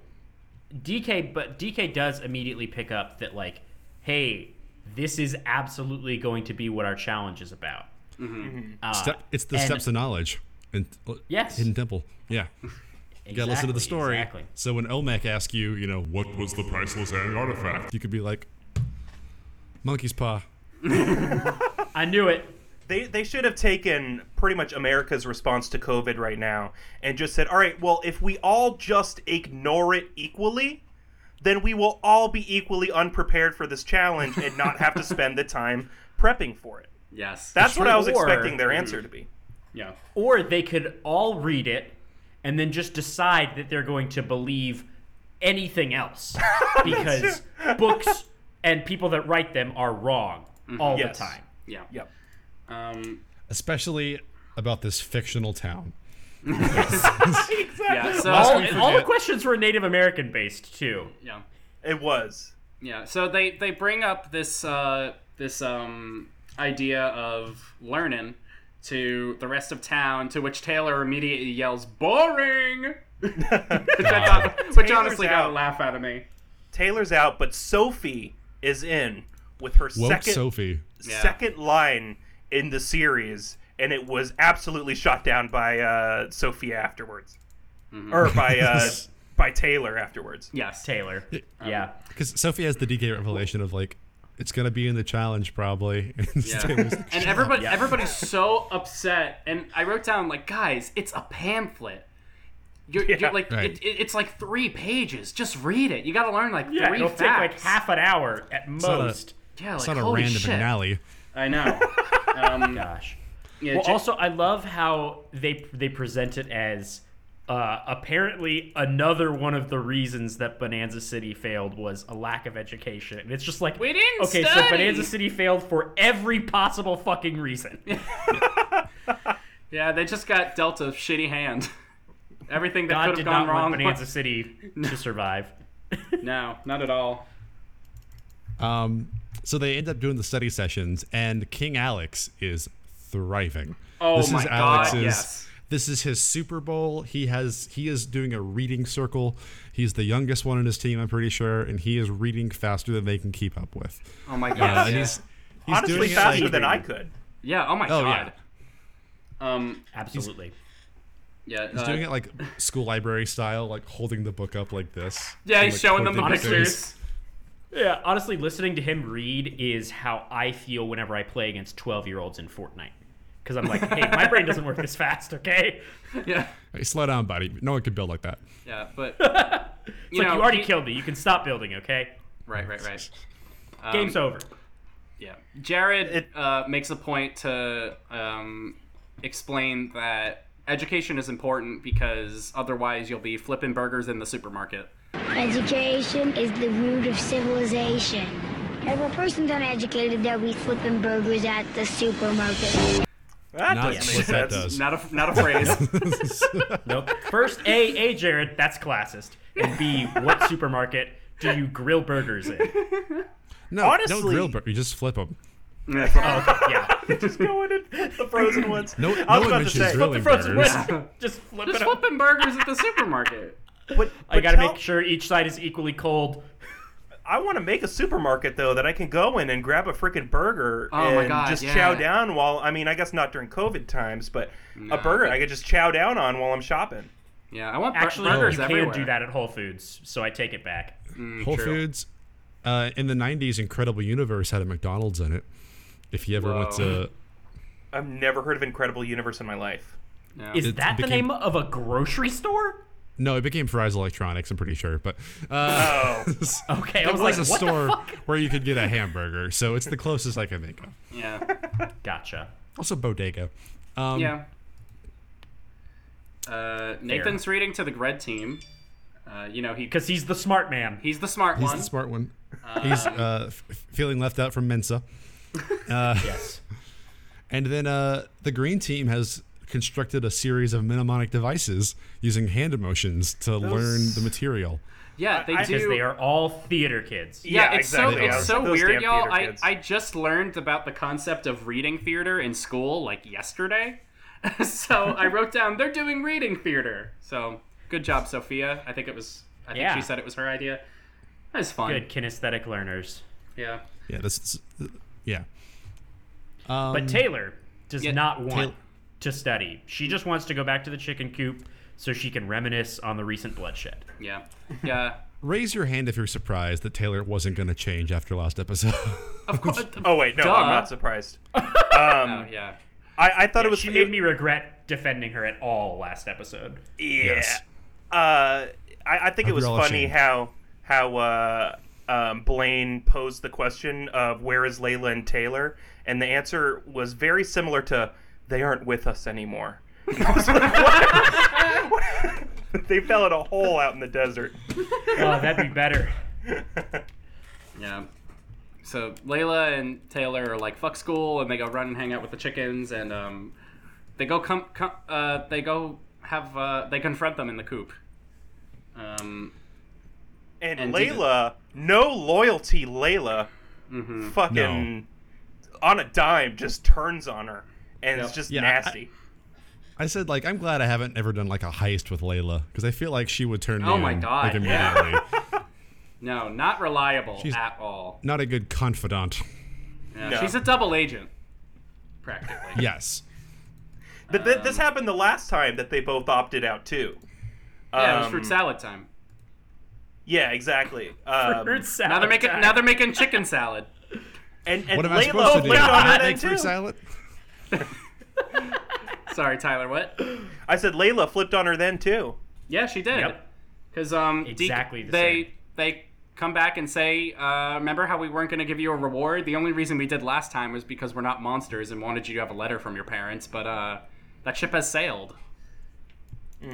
[SPEAKER 2] DK, but DK does immediately pick up that like, hey, this is absolutely going to be what our challenge is about. Uh,
[SPEAKER 1] Step, it's the
[SPEAKER 2] and-
[SPEAKER 1] steps of knowledge. And
[SPEAKER 2] Yes.
[SPEAKER 1] Hidden temple. Yeah. You gotta listen to the
[SPEAKER 2] Exactly,
[SPEAKER 1] story.
[SPEAKER 2] Exactly.
[SPEAKER 1] So when Olmec asks you, you know, what was the priceless Aang artifact? You could be like, monkey's paw.
[SPEAKER 2] I knew it.
[SPEAKER 4] They, they should have taken pretty much America's response to COVID right now and just said, all right, well, if we all just ignore it equally, then we will all be equally unprepared for this challenge and not have to spend the time prepping for it.
[SPEAKER 3] Yes.
[SPEAKER 4] That's what I was
[SPEAKER 2] Or-
[SPEAKER 4] expecting their answer to be.
[SPEAKER 3] yeah.
[SPEAKER 2] Or they could all read it and then just decide that they're going to believe anything else because books and people that write them are wrong all
[SPEAKER 4] Yes.
[SPEAKER 2] the time.
[SPEAKER 3] Yeah.
[SPEAKER 4] Yep.
[SPEAKER 3] Um.
[SPEAKER 1] Especially about this fictional town.
[SPEAKER 3] Yeah. So
[SPEAKER 2] All,
[SPEAKER 3] Yeah.
[SPEAKER 2] all the questions were Native American based too.
[SPEAKER 3] yeah.
[SPEAKER 4] It was.
[SPEAKER 3] Yeah. So they they bring up this uh this um idea of learning to the rest of town, to which Taylor immediately yells "boring," which, I thought, which honestly got
[SPEAKER 4] out.
[SPEAKER 3] a laugh out of me.
[SPEAKER 4] Taylor's out, but Sophie is in with her
[SPEAKER 1] Woke
[SPEAKER 4] second
[SPEAKER 1] Sophie.
[SPEAKER 3] Yeah.
[SPEAKER 4] second line in the series, and it was absolutely shot down by uh, Sophie afterwards,
[SPEAKER 3] Mm-hmm.
[SPEAKER 4] or by uh, by Taylor afterwards.
[SPEAKER 3] Yes. Um,
[SPEAKER 2] Taylor. yeah.
[SPEAKER 1] Because Sophie has the DK revelation of like, it's gonna be in the challenge probably. And
[SPEAKER 3] Yeah.
[SPEAKER 1] Taylor's like,
[SPEAKER 3] and
[SPEAKER 1] "Shut
[SPEAKER 3] everybody
[SPEAKER 1] up."
[SPEAKER 3] everybody's so upset and i wrote down like guys it's a pamphlet you're,
[SPEAKER 4] Yeah.
[SPEAKER 3] you're like
[SPEAKER 1] Right.
[SPEAKER 3] it, it- it's like three pages just read it you gotta learn like
[SPEAKER 2] Yeah,
[SPEAKER 3] 3
[SPEAKER 2] it'll
[SPEAKER 3] facts
[SPEAKER 2] take like half an hour at
[SPEAKER 1] not a-
[SPEAKER 2] most.
[SPEAKER 3] yeah,
[SPEAKER 1] It's
[SPEAKER 3] like,
[SPEAKER 1] not a
[SPEAKER 3] holy
[SPEAKER 1] random
[SPEAKER 3] shit.
[SPEAKER 1] finale.
[SPEAKER 3] i know um,
[SPEAKER 2] Gosh.
[SPEAKER 3] yeah,
[SPEAKER 2] Well,
[SPEAKER 3] ju-
[SPEAKER 2] also, I love how they they present it as uh, apparently another one of the reasons that Bonanza City failed was a lack of education. And it's just like
[SPEAKER 3] We didn't
[SPEAKER 2] Okay, so
[SPEAKER 3] study.
[SPEAKER 2] Bonanza City failed for every possible fucking reason.
[SPEAKER 3] yeah they just got dealt a shitty hand everything that
[SPEAKER 2] God
[SPEAKER 3] could
[SPEAKER 2] did not
[SPEAKER 3] have gone wrong
[SPEAKER 2] want Bonanza City to survive.
[SPEAKER 3] no not at all
[SPEAKER 1] Um, so they end up doing the study sessions, and King Alex is thriving.
[SPEAKER 3] Oh
[SPEAKER 1] this
[SPEAKER 3] my
[SPEAKER 1] is
[SPEAKER 3] God,
[SPEAKER 1] Alex's,
[SPEAKER 3] yes.
[SPEAKER 1] This is his Super Bowl. He has he is doing a reading circle. He's the youngest one in his team, I'm pretty sure, and he is reading faster than they can keep up with.
[SPEAKER 3] oh my
[SPEAKER 1] Uh,
[SPEAKER 3] god
[SPEAKER 1] and
[SPEAKER 3] yeah.
[SPEAKER 1] he's, he's
[SPEAKER 4] Honestly,
[SPEAKER 1] doing it
[SPEAKER 4] faster
[SPEAKER 1] like-
[SPEAKER 4] than I could.
[SPEAKER 3] yeah oh my
[SPEAKER 1] Oh, yeah.
[SPEAKER 3] god um
[SPEAKER 2] Absolutely.
[SPEAKER 3] yeah
[SPEAKER 1] He's
[SPEAKER 3] uh,
[SPEAKER 1] doing it like school library style, like holding the book up like this.
[SPEAKER 3] yeah
[SPEAKER 1] and,
[SPEAKER 3] he's
[SPEAKER 1] like,
[SPEAKER 3] showing them the
[SPEAKER 1] pointing at things.
[SPEAKER 3] pictures
[SPEAKER 2] Yeah, honestly, listening to him read is how I feel whenever I play against 12 year olds in Fortnite. Because I'm like, hey, my brain doesn't work this fast, okay?
[SPEAKER 3] yeah
[SPEAKER 1] Hey, slow down, buddy. No one can build like that.
[SPEAKER 3] yeah but
[SPEAKER 2] It's like,
[SPEAKER 3] know,
[SPEAKER 2] you already
[SPEAKER 3] he-
[SPEAKER 2] killed me. You can stop building, okay?
[SPEAKER 3] right right right Um,
[SPEAKER 2] Game's over.
[SPEAKER 3] Yeah, Jared uh, makes a point to um, explain that education is important because otherwise you'll be flipping burgers in the supermarket.
[SPEAKER 5] Education is the root of civilization. If a person's uneducated, they'll be flipping burgers at the supermarket.
[SPEAKER 1] Not
[SPEAKER 4] That doesn't make
[SPEAKER 1] what that
[SPEAKER 4] sense.
[SPEAKER 1] does.
[SPEAKER 3] Not a not a phrase.
[SPEAKER 2] Oh, Nope. First, A, A, Jared, that's classist. And B, what supermarket do you grill burgers in?
[SPEAKER 1] No, no
[SPEAKER 4] Honestly-
[SPEAKER 1] grill, but you just flip them.
[SPEAKER 2] Yeah.
[SPEAKER 4] Just going in the frozen ones.
[SPEAKER 1] No,
[SPEAKER 4] I was
[SPEAKER 1] no
[SPEAKER 4] about
[SPEAKER 1] one
[SPEAKER 4] to
[SPEAKER 1] mentions
[SPEAKER 4] say,
[SPEAKER 1] grilling
[SPEAKER 2] Frozen
[SPEAKER 1] burgers.
[SPEAKER 2] West, Just flip
[SPEAKER 3] Just
[SPEAKER 2] it up.
[SPEAKER 3] flipping burgers at the supermarket.
[SPEAKER 4] but,
[SPEAKER 2] I
[SPEAKER 4] but
[SPEAKER 2] gotta
[SPEAKER 4] tell-
[SPEAKER 2] make sure each side is equally cold.
[SPEAKER 4] I want to make a supermarket though that I can go in and grab a freaking burger
[SPEAKER 3] Oh
[SPEAKER 4] and
[SPEAKER 3] my God,
[SPEAKER 4] just
[SPEAKER 3] yeah.
[SPEAKER 4] chow down while I mean I guess not during COVID times, but a burger I could just chow down on while I'm shopping.
[SPEAKER 3] Yeah, I want bur-
[SPEAKER 2] Actually,
[SPEAKER 3] burgers
[SPEAKER 2] you can
[SPEAKER 3] everywhere.
[SPEAKER 2] do that at Whole Foods, so I take it back.
[SPEAKER 1] Whole
[SPEAKER 3] True.
[SPEAKER 1] Foods uh, in the '90s, Incredible Universe had a McDonald's in it. If you ever want
[SPEAKER 3] Whoa.
[SPEAKER 1] to,
[SPEAKER 4] I've never heard of Incredible Universe in my life.
[SPEAKER 2] Is
[SPEAKER 1] It
[SPEAKER 2] that the
[SPEAKER 1] became-
[SPEAKER 2] name of a grocery store?
[SPEAKER 1] No, it became Fry's Electronics. I'm pretty sure, but uh,
[SPEAKER 4] Oh,
[SPEAKER 2] Okay, I
[SPEAKER 1] it
[SPEAKER 2] was,
[SPEAKER 1] was
[SPEAKER 2] like,
[SPEAKER 1] a
[SPEAKER 2] what
[SPEAKER 1] store
[SPEAKER 2] the fuck?
[SPEAKER 1] where you could get a hamburger, so it's the closest I can think of.
[SPEAKER 3] Yeah.
[SPEAKER 2] Gotcha.
[SPEAKER 1] Also, Bodega. Um,
[SPEAKER 3] Yeah. Uh, Nathan's reading to the Gred team. Uh, you know he
[SPEAKER 2] Because he's the smart man.
[SPEAKER 3] he's the smart
[SPEAKER 1] He's
[SPEAKER 3] one.
[SPEAKER 1] the smart one. He's uh, f- feeling left out from Mensa.
[SPEAKER 2] yes.
[SPEAKER 1] And then uh, the green team has constructed a series of mnemonic devices using hand emotions to learn the material.
[SPEAKER 3] yeah, they
[SPEAKER 4] I-
[SPEAKER 3] do.
[SPEAKER 2] Because they are all theater kids.
[SPEAKER 3] yeah,
[SPEAKER 4] Yeah,
[SPEAKER 3] it's
[SPEAKER 4] exactly.
[SPEAKER 3] so
[SPEAKER 1] Those-
[SPEAKER 3] it's so
[SPEAKER 4] those
[SPEAKER 3] weird,
[SPEAKER 4] damn
[SPEAKER 3] y'all.
[SPEAKER 4] theater
[SPEAKER 3] I,
[SPEAKER 4] kids.
[SPEAKER 3] I just learned about the concept of reading theater in school like yesterday. so I wrote down they're doing reading theater. So good job, Sophia. I think it was. I think
[SPEAKER 2] Yeah.
[SPEAKER 3] she said it was her idea. That was fun.
[SPEAKER 2] Good kinesthetic learners.
[SPEAKER 3] Yeah.
[SPEAKER 1] Yeah, this. is- yeah.
[SPEAKER 2] But Taylor does
[SPEAKER 3] Mm. yeah,
[SPEAKER 2] not want
[SPEAKER 1] Taylor-
[SPEAKER 2] to study. She just wants to go back to the chicken coop so she can reminisce on the recent bloodshed.
[SPEAKER 3] Yeah. Yeah.
[SPEAKER 1] Raise your hand if you're surprised that Taylor wasn't going to change after last episode.
[SPEAKER 3] of course.
[SPEAKER 4] oh wait, no,
[SPEAKER 3] Duh.
[SPEAKER 4] I'm not surprised. Um,
[SPEAKER 3] Oh, yeah.
[SPEAKER 4] I, I thought it was
[SPEAKER 2] She made me regret defending her at all last episode.
[SPEAKER 4] Yeah.
[SPEAKER 1] Yes.
[SPEAKER 4] Uh, I, I think it
[SPEAKER 1] Hope
[SPEAKER 4] was
[SPEAKER 1] you're all
[SPEAKER 4] funny
[SPEAKER 1] ashamed.
[SPEAKER 4] how how uh, um, Blaine posed the question of where is Layla and Taylor, and the answer was very similar to they aren't with us anymore. And I was like, "What?" What? they fell in a hole out in the desert.
[SPEAKER 2] Oh, that'd be better.
[SPEAKER 3] Yeah. So Layla and Taylor are like fuck school, and they go run and hang out with the chickens, and um, they go come, com uh, they go have uh, they confront them in the coop. Um,
[SPEAKER 4] And,
[SPEAKER 3] And did it-
[SPEAKER 4] Layla, no loyalty, Layla,
[SPEAKER 3] Mm-hmm.
[SPEAKER 4] fucking on a dime just turns on her, and it's
[SPEAKER 3] Yep.
[SPEAKER 4] just
[SPEAKER 1] Yeah, I-
[SPEAKER 4] nasty.
[SPEAKER 1] I said, like, I'm glad I haven't ever done like a heist with Layla because I feel like she would turn me
[SPEAKER 3] Oh my
[SPEAKER 1] in,
[SPEAKER 3] God,
[SPEAKER 1] like,
[SPEAKER 3] yeah.
[SPEAKER 1] immediately.
[SPEAKER 3] no, not reliable
[SPEAKER 1] She's-
[SPEAKER 3] at all.
[SPEAKER 1] Not a good confidant.
[SPEAKER 3] Yeah,
[SPEAKER 4] No.
[SPEAKER 3] She's a double agent, practically.
[SPEAKER 1] Yes.
[SPEAKER 4] But th-
[SPEAKER 3] Um,
[SPEAKER 4] this happened the last time that they both opted out too.
[SPEAKER 3] Yeah, it was
[SPEAKER 4] Um,
[SPEAKER 3] fruit salad time.
[SPEAKER 4] Yeah, exactly. Um,
[SPEAKER 2] Fruit salad
[SPEAKER 3] Now they're making
[SPEAKER 2] time.
[SPEAKER 3] now they're making chicken salad.
[SPEAKER 4] and and
[SPEAKER 1] What am I
[SPEAKER 4] Layla
[SPEAKER 1] supposed to do?
[SPEAKER 4] went on
[SPEAKER 1] Not
[SPEAKER 4] that
[SPEAKER 1] make
[SPEAKER 4] end,
[SPEAKER 1] fruit
[SPEAKER 4] too.
[SPEAKER 1] salad?
[SPEAKER 3] Sorry, Tyler. What?
[SPEAKER 4] I said Layla flipped on her then too.
[SPEAKER 3] Yeah, she did.
[SPEAKER 2] Yep.
[SPEAKER 3] Because um, Deke-
[SPEAKER 2] Exactly the
[SPEAKER 3] they
[SPEAKER 2] same.
[SPEAKER 3] they come back and say, uh, "Remember how we weren't going to give you a reward? The only reason we did last time was because we're not monsters and wanted you to have a letter from your parents. But uh, that ship has sailed.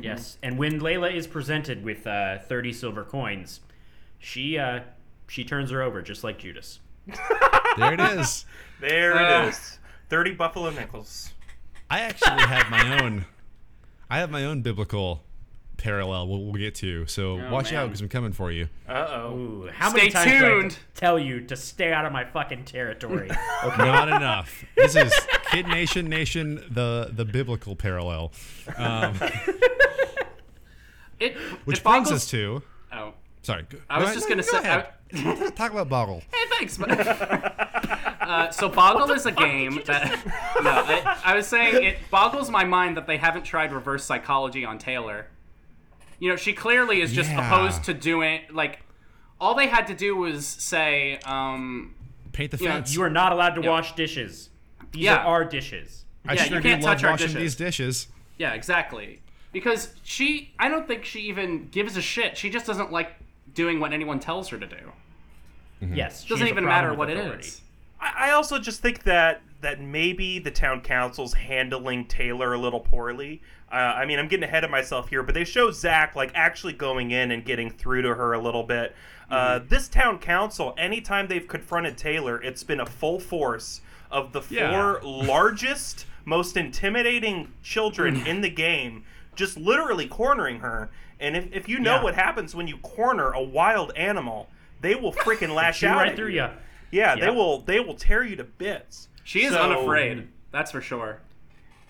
[SPEAKER 2] Yes, and when Layla is presented with uh, thirty silver coins, she uh, she turns her over just like Judas.
[SPEAKER 1] There it is.
[SPEAKER 4] There
[SPEAKER 3] Uh.
[SPEAKER 4] it is. Thirty buffalo nickels.
[SPEAKER 1] I actually have my own. I have my own biblical parallel. We'll, we'll get to. So
[SPEAKER 4] Oh,
[SPEAKER 1] watch out
[SPEAKER 3] man.
[SPEAKER 1] because I'm coming for you.
[SPEAKER 4] Uh oh.
[SPEAKER 2] Ooh, how
[SPEAKER 3] Stay
[SPEAKER 2] many times do I have to
[SPEAKER 3] tuned.
[SPEAKER 2] tell you to stay out of my fucking territory?
[SPEAKER 1] Not enough. This is Kid Nation Nation. The the biblical parallel, um,
[SPEAKER 3] It
[SPEAKER 1] which
[SPEAKER 3] it
[SPEAKER 1] brings
[SPEAKER 3] boggles-
[SPEAKER 1] us to.
[SPEAKER 3] Oh,
[SPEAKER 1] Sorry. go-
[SPEAKER 3] I was
[SPEAKER 1] go ahead.
[SPEAKER 3] just going to say.
[SPEAKER 1] Go ahead.
[SPEAKER 3] I-
[SPEAKER 1] Talk about Boggle.
[SPEAKER 3] Hey, thanks. but- uh, so Boggle is a game that. No, I, I was saying it boggles my mind that they haven't tried reverse psychology on Taylor. You know, she clearly is just
[SPEAKER 1] Yeah.
[SPEAKER 3] opposed to doing like. All they had to do was say, um,
[SPEAKER 1] Paint the
[SPEAKER 3] Yeah,
[SPEAKER 1] fence.
[SPEAKER 2] you are not allowed to wash dishes. These
[SPEAKER 3] Yeah.
[SPEAKER 2] are our dishes.
[SPEAKER 1] I
[SPEAKER 3] yeah,
[SPEAKER 1] sure
[SPEAKER 3] you
[SPEAKER 1] do
[SPEAKER 3] can't
[SPEAKER 1] love
[SPEAKER 3] touch our
[SPEAKER 1] washing
[SPEAKER 3] dishes.
[SPEAKER 1] these dishes.
[SPEAKER 3] "Yeah, exactly," because she. I don't think she even gives a shit. She just doesn't like doing what anyone tells her to do.
[SPEAKER 2] Yes, she
[SPEAKER 3] Mm-hmm. Doesn't
[SPEAKER 2] has a problem
[SPEAKER 3] even matter
[SPEAKER 2] with
[SPEAKER 3] what it
[SPEAKER 2] authority.
[SPEAKER 3] is.
[SPEAKER 4] I, I also just think that that maybe the town council's handling Taylor a little poorly. Uh, I mean, I'm getting ahead of myself here, but they show Zach like actually going in and getting through to her a little bit. Uh,
[SPEAKER 2] Mm-hmm.
[SPEAKER 4] this town council, anytime they've confronted Taylor, it's been a full force of the
[SPEAKER 1] Yeah.
[SPEAKER 4] four largest, most intimidating
[SPEAKER 2] Mm.
[SPEAKER 4] children in the game, just literally cornering her. And if, if you know
[SPEAKER 2] Yeah.
[SPEAKER 4] what happens when you corner a wild animal, they will freaking lash
[SPEAKER 2] Shoot
[SPEAKER 4] out
[SPEAKER 2] right
[SPEAKER 4] at
[SPEAKER 2] through
[SPEAKER 4] you.
[SPEAKER 2] you.
[SPEAKER 4] Yeah, they
[SPEAKER 2] Yep.
[SPEAKER 4] will. They will tear you to bits.
[SPEAKER 3] She is
[SPEAKER 4] So,
[SPEAKER 3] unafraid. That's for sure.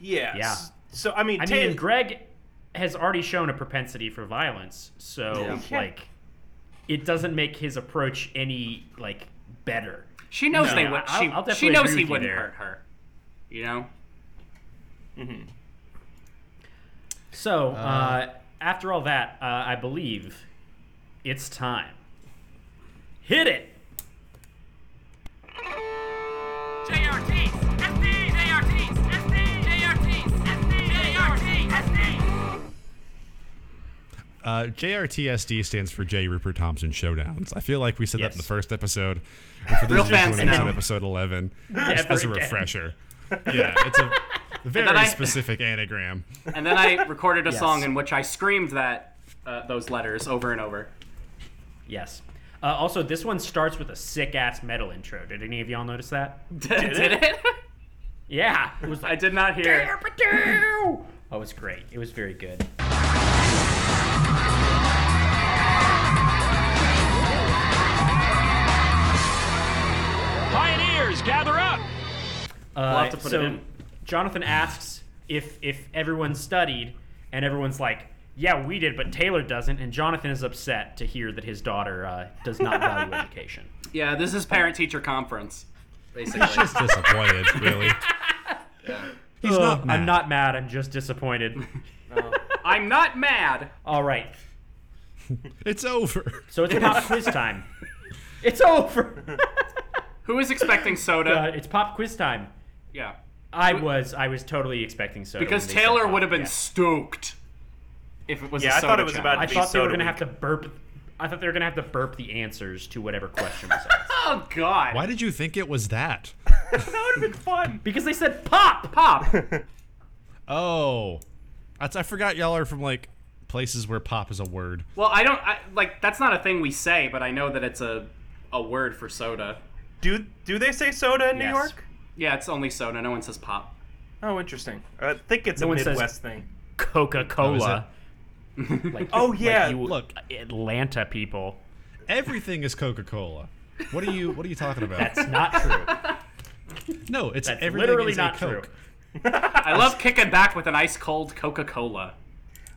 [SPEAKER 4] Yes.
[SPEAKER 2] Yeah.
[SPEAKER 4] So I mean,
[SPEAKER 2] I
[SPEAKER 4] ta-
[SPEAKER 2] mean, Greg has already shown a propensity for violence, so
[SPEAKER 4] Yeah.
[SPEAKER 2] like, it doesn't make his approach any like better.
[SPEAKER 3] She knows they would.
[SPEAKER 2] I'll-
[SPEAKER 3] She,
[SPEAKER 2] I'll
[SPEAKER 3] she
[SPEAKER 2] definitely
[SPEAKER 3] knows
[SPEAKER 2] agree
[SPEAKER 3] he
[SPEAKER 2] with you
[SPEAKER 3] wouldn't
[SPEAKER 2] there.
[SPEAKER 3] hurt her. You know.
[SPEAKER 2] So uh, after all that, uh, I believe it's time. Hit it.
[SPEAKER 8] JRTs, SD, JRTs, SD, JRTs, SD, JRTs, SD.
[SPEAKER 1] Uh, Uh, JRTSD stands for J. Rupert Thompson Showdowns. I feel like we said that
[SPEAKER 2] Yes.
[SPEAKER 1] in the first episode. And for
[SPEAKER 3] Real
[SPEAKER 1] those of you
[SPEAKER 3] fans
[SPEAKER 1] joining us
[SPEAKER 3] know.
[SPEAKER 1] on episode 11, just as a
[SPEAKER 2] Never again.
[SPEAKER 1] refresher. Yeah, it's a very
[SPEAKER 3] then I-
[SPEAKER 1] specific anagram.
[SPEAKER 3] And then I recorded a
[SPEAKER 2] Yes.
[SPEAKER 3] song in which I screamed that uh, those letters over and over.
[SPEAKER 2] Yes. Uh, also, this one starts with a sick ass metal intro. Did any of y'all notice that?
[SPEAKER 3] Did, it?
[SPEAKER 2] Yeah, it was
[SPEAKER 3] I
[SPEAKER 2] like.
[SPEAKER 3] did not hear.
[SPEAKER 2] Oh, it was great. It was very good.
[SPEAKER 8] Pioneers, gather up!
[SPEAKER 2] Uh,
[SPEAKER 3] have to put
[SPEAKER 2] so
[SPEAKER 3] it in.
[SPEAKER 2] Jonathan asks if if everyone studied, and everyone's like, "Yeah, we did, but Taylor doesn't." And Jonathan is upset to hear that his daughter uh, does not value education.
[SPEAKER 3] Yeah, this is parent teacher conference, basically.
[SPEAKER 1] Just disappointed, really. He's
[SPEAKER 8] Oh,
[SPEAKER 1] not mad.
[SPEAKER 2] Oh, I'm not mad. I'm just disappointed.
[SPEAKER 3] I'm not mad.
[SPEAKER 2] All right,
[SPEAKER 1] It's over.
[SPEAKER 2] so it's pop quiz time. It's over.
[SPEAKER 3] Who is expecting soda?
[SPEAKER 2] Uh, it's pop quiz time.
[SPEAKER 3] Yeah,
[SPEAKER 2] I was I was totally expecting soda
[SPEAKER 3] because
[SPEAKER 2] when they said
[SPEAKER 3] Taylor
[SPEAKER 2] pop,
[SPEAKER 3] would have been
[SPEAKER 2] yeah.
[SPEAKER 3] stoked if it was.
[SPEAKER 4] Yeah,
[SPEAKER 3] I
[SPEAKER 4] I thought it was about-
[SPEAKER 2] I
[SPEAKER 4] be
[SPEAKER 2] thought they were
[SPEAKER 4] soda
[SPEAKER 2] gonna
[SPEAKER 4] week.
[SPEAKER 2] have to burp. I thought they were gonna have to burp the answers to whatever question was asked
[SPEAKER 3] Oh God!
[SPEAKER 1] Why did you think it was that?
[SPEAKER 4] that would have been fun.
[SPEAKER 2] because they said pop.
[SPEAKER 3] Pop.
[SPEAKER 1] Oh, that's I forgot y'all are from like places where pop is a word.
[SPEAKER 3] Well, I don't I, like. That's not a thing we say, but I know that it's a a word for soda.
[SPEAKER 4] Do do they say soda in New
[SPEAKER 2] Yes.
[SPEAKER 4] York?
[SPEAKER 3] Yeah, it's only soda. No one says pop.
[SPEAKER 4] Oh, interesting. I think it's
[SPEAKER 2] No
[SPEAKER 4] a
[SPEAKER 2] one says-
[SPEAKER 4] Midwest thing.
[SPEAKER 2] Coca Cola. like,
[SPEAKER 4] Oh yeah,
[SPEAKER 2] like you,
[SPEAKER 1] Look.
[SPEAKER 2] Atlanta people.
[SPEAKER 1] Everything is Coca Cola. What are you What are you talking about?
[SPEAKER 2] That's not true.
[SPEAKER 1] no, it's
[SPEAKER 2] That's
[SPEAKER 1] everything
[SPEAKER 2] literally
[SPEAKER 1] is
[SPEAKER 2] not
[SPEAKER 1] a Coke.
[SPEAKER 2] true.
[SPEAKER 3] I love kicking back with an ice cold Coca Cola.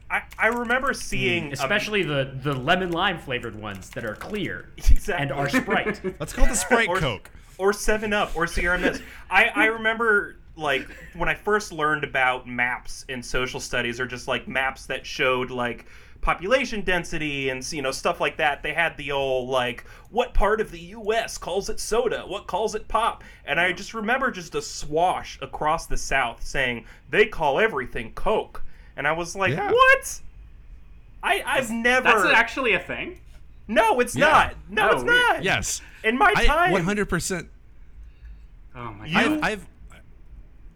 [SPEAKER 4] I, I remember seeing a-
[SPEAKER 2] Hmm. Especially the the lemon lime flavored ones that are clear
[SPEAKER 4] Exactly.
[SPEAKER 2] and are Sprite.
[SPEAKER 1] Let's call it the Sprite Coke.
[SPEAKER 4] or Seven Up or Sierra Mist. I I remember like when I first learned about maps in social studies, or just like maps that showed like population density and you know stuff like that. They had the old like what part of the U.S. calls it soda, what calls it pop, and I just remember just a swash across the South saying they call everything Coke, and I was like,
[SPEAKER 1] Yeah.
[SPEAKER 4] what? I, I've never.
[SPEAKER 3] That's actually a thing.
[SPEAKER 4] no, it's
[SPEAKER 1] Yeah.
[SPEAKER 4] not. No,
[SPEAKER 3] Oh,
[SPEAKER 4] it's
[SPEAKER 3] weird.
[SPEAKER 4] not.
[SPEAKER 1] Yes.
[SPEAKER 4] In my
[SPEAKER 1] I
[SPEAKER 4] time,
[SPEAKER 1] 100. percent
[SPEAKER 3] Oh my god!
[SPEAKER 1] I've, I've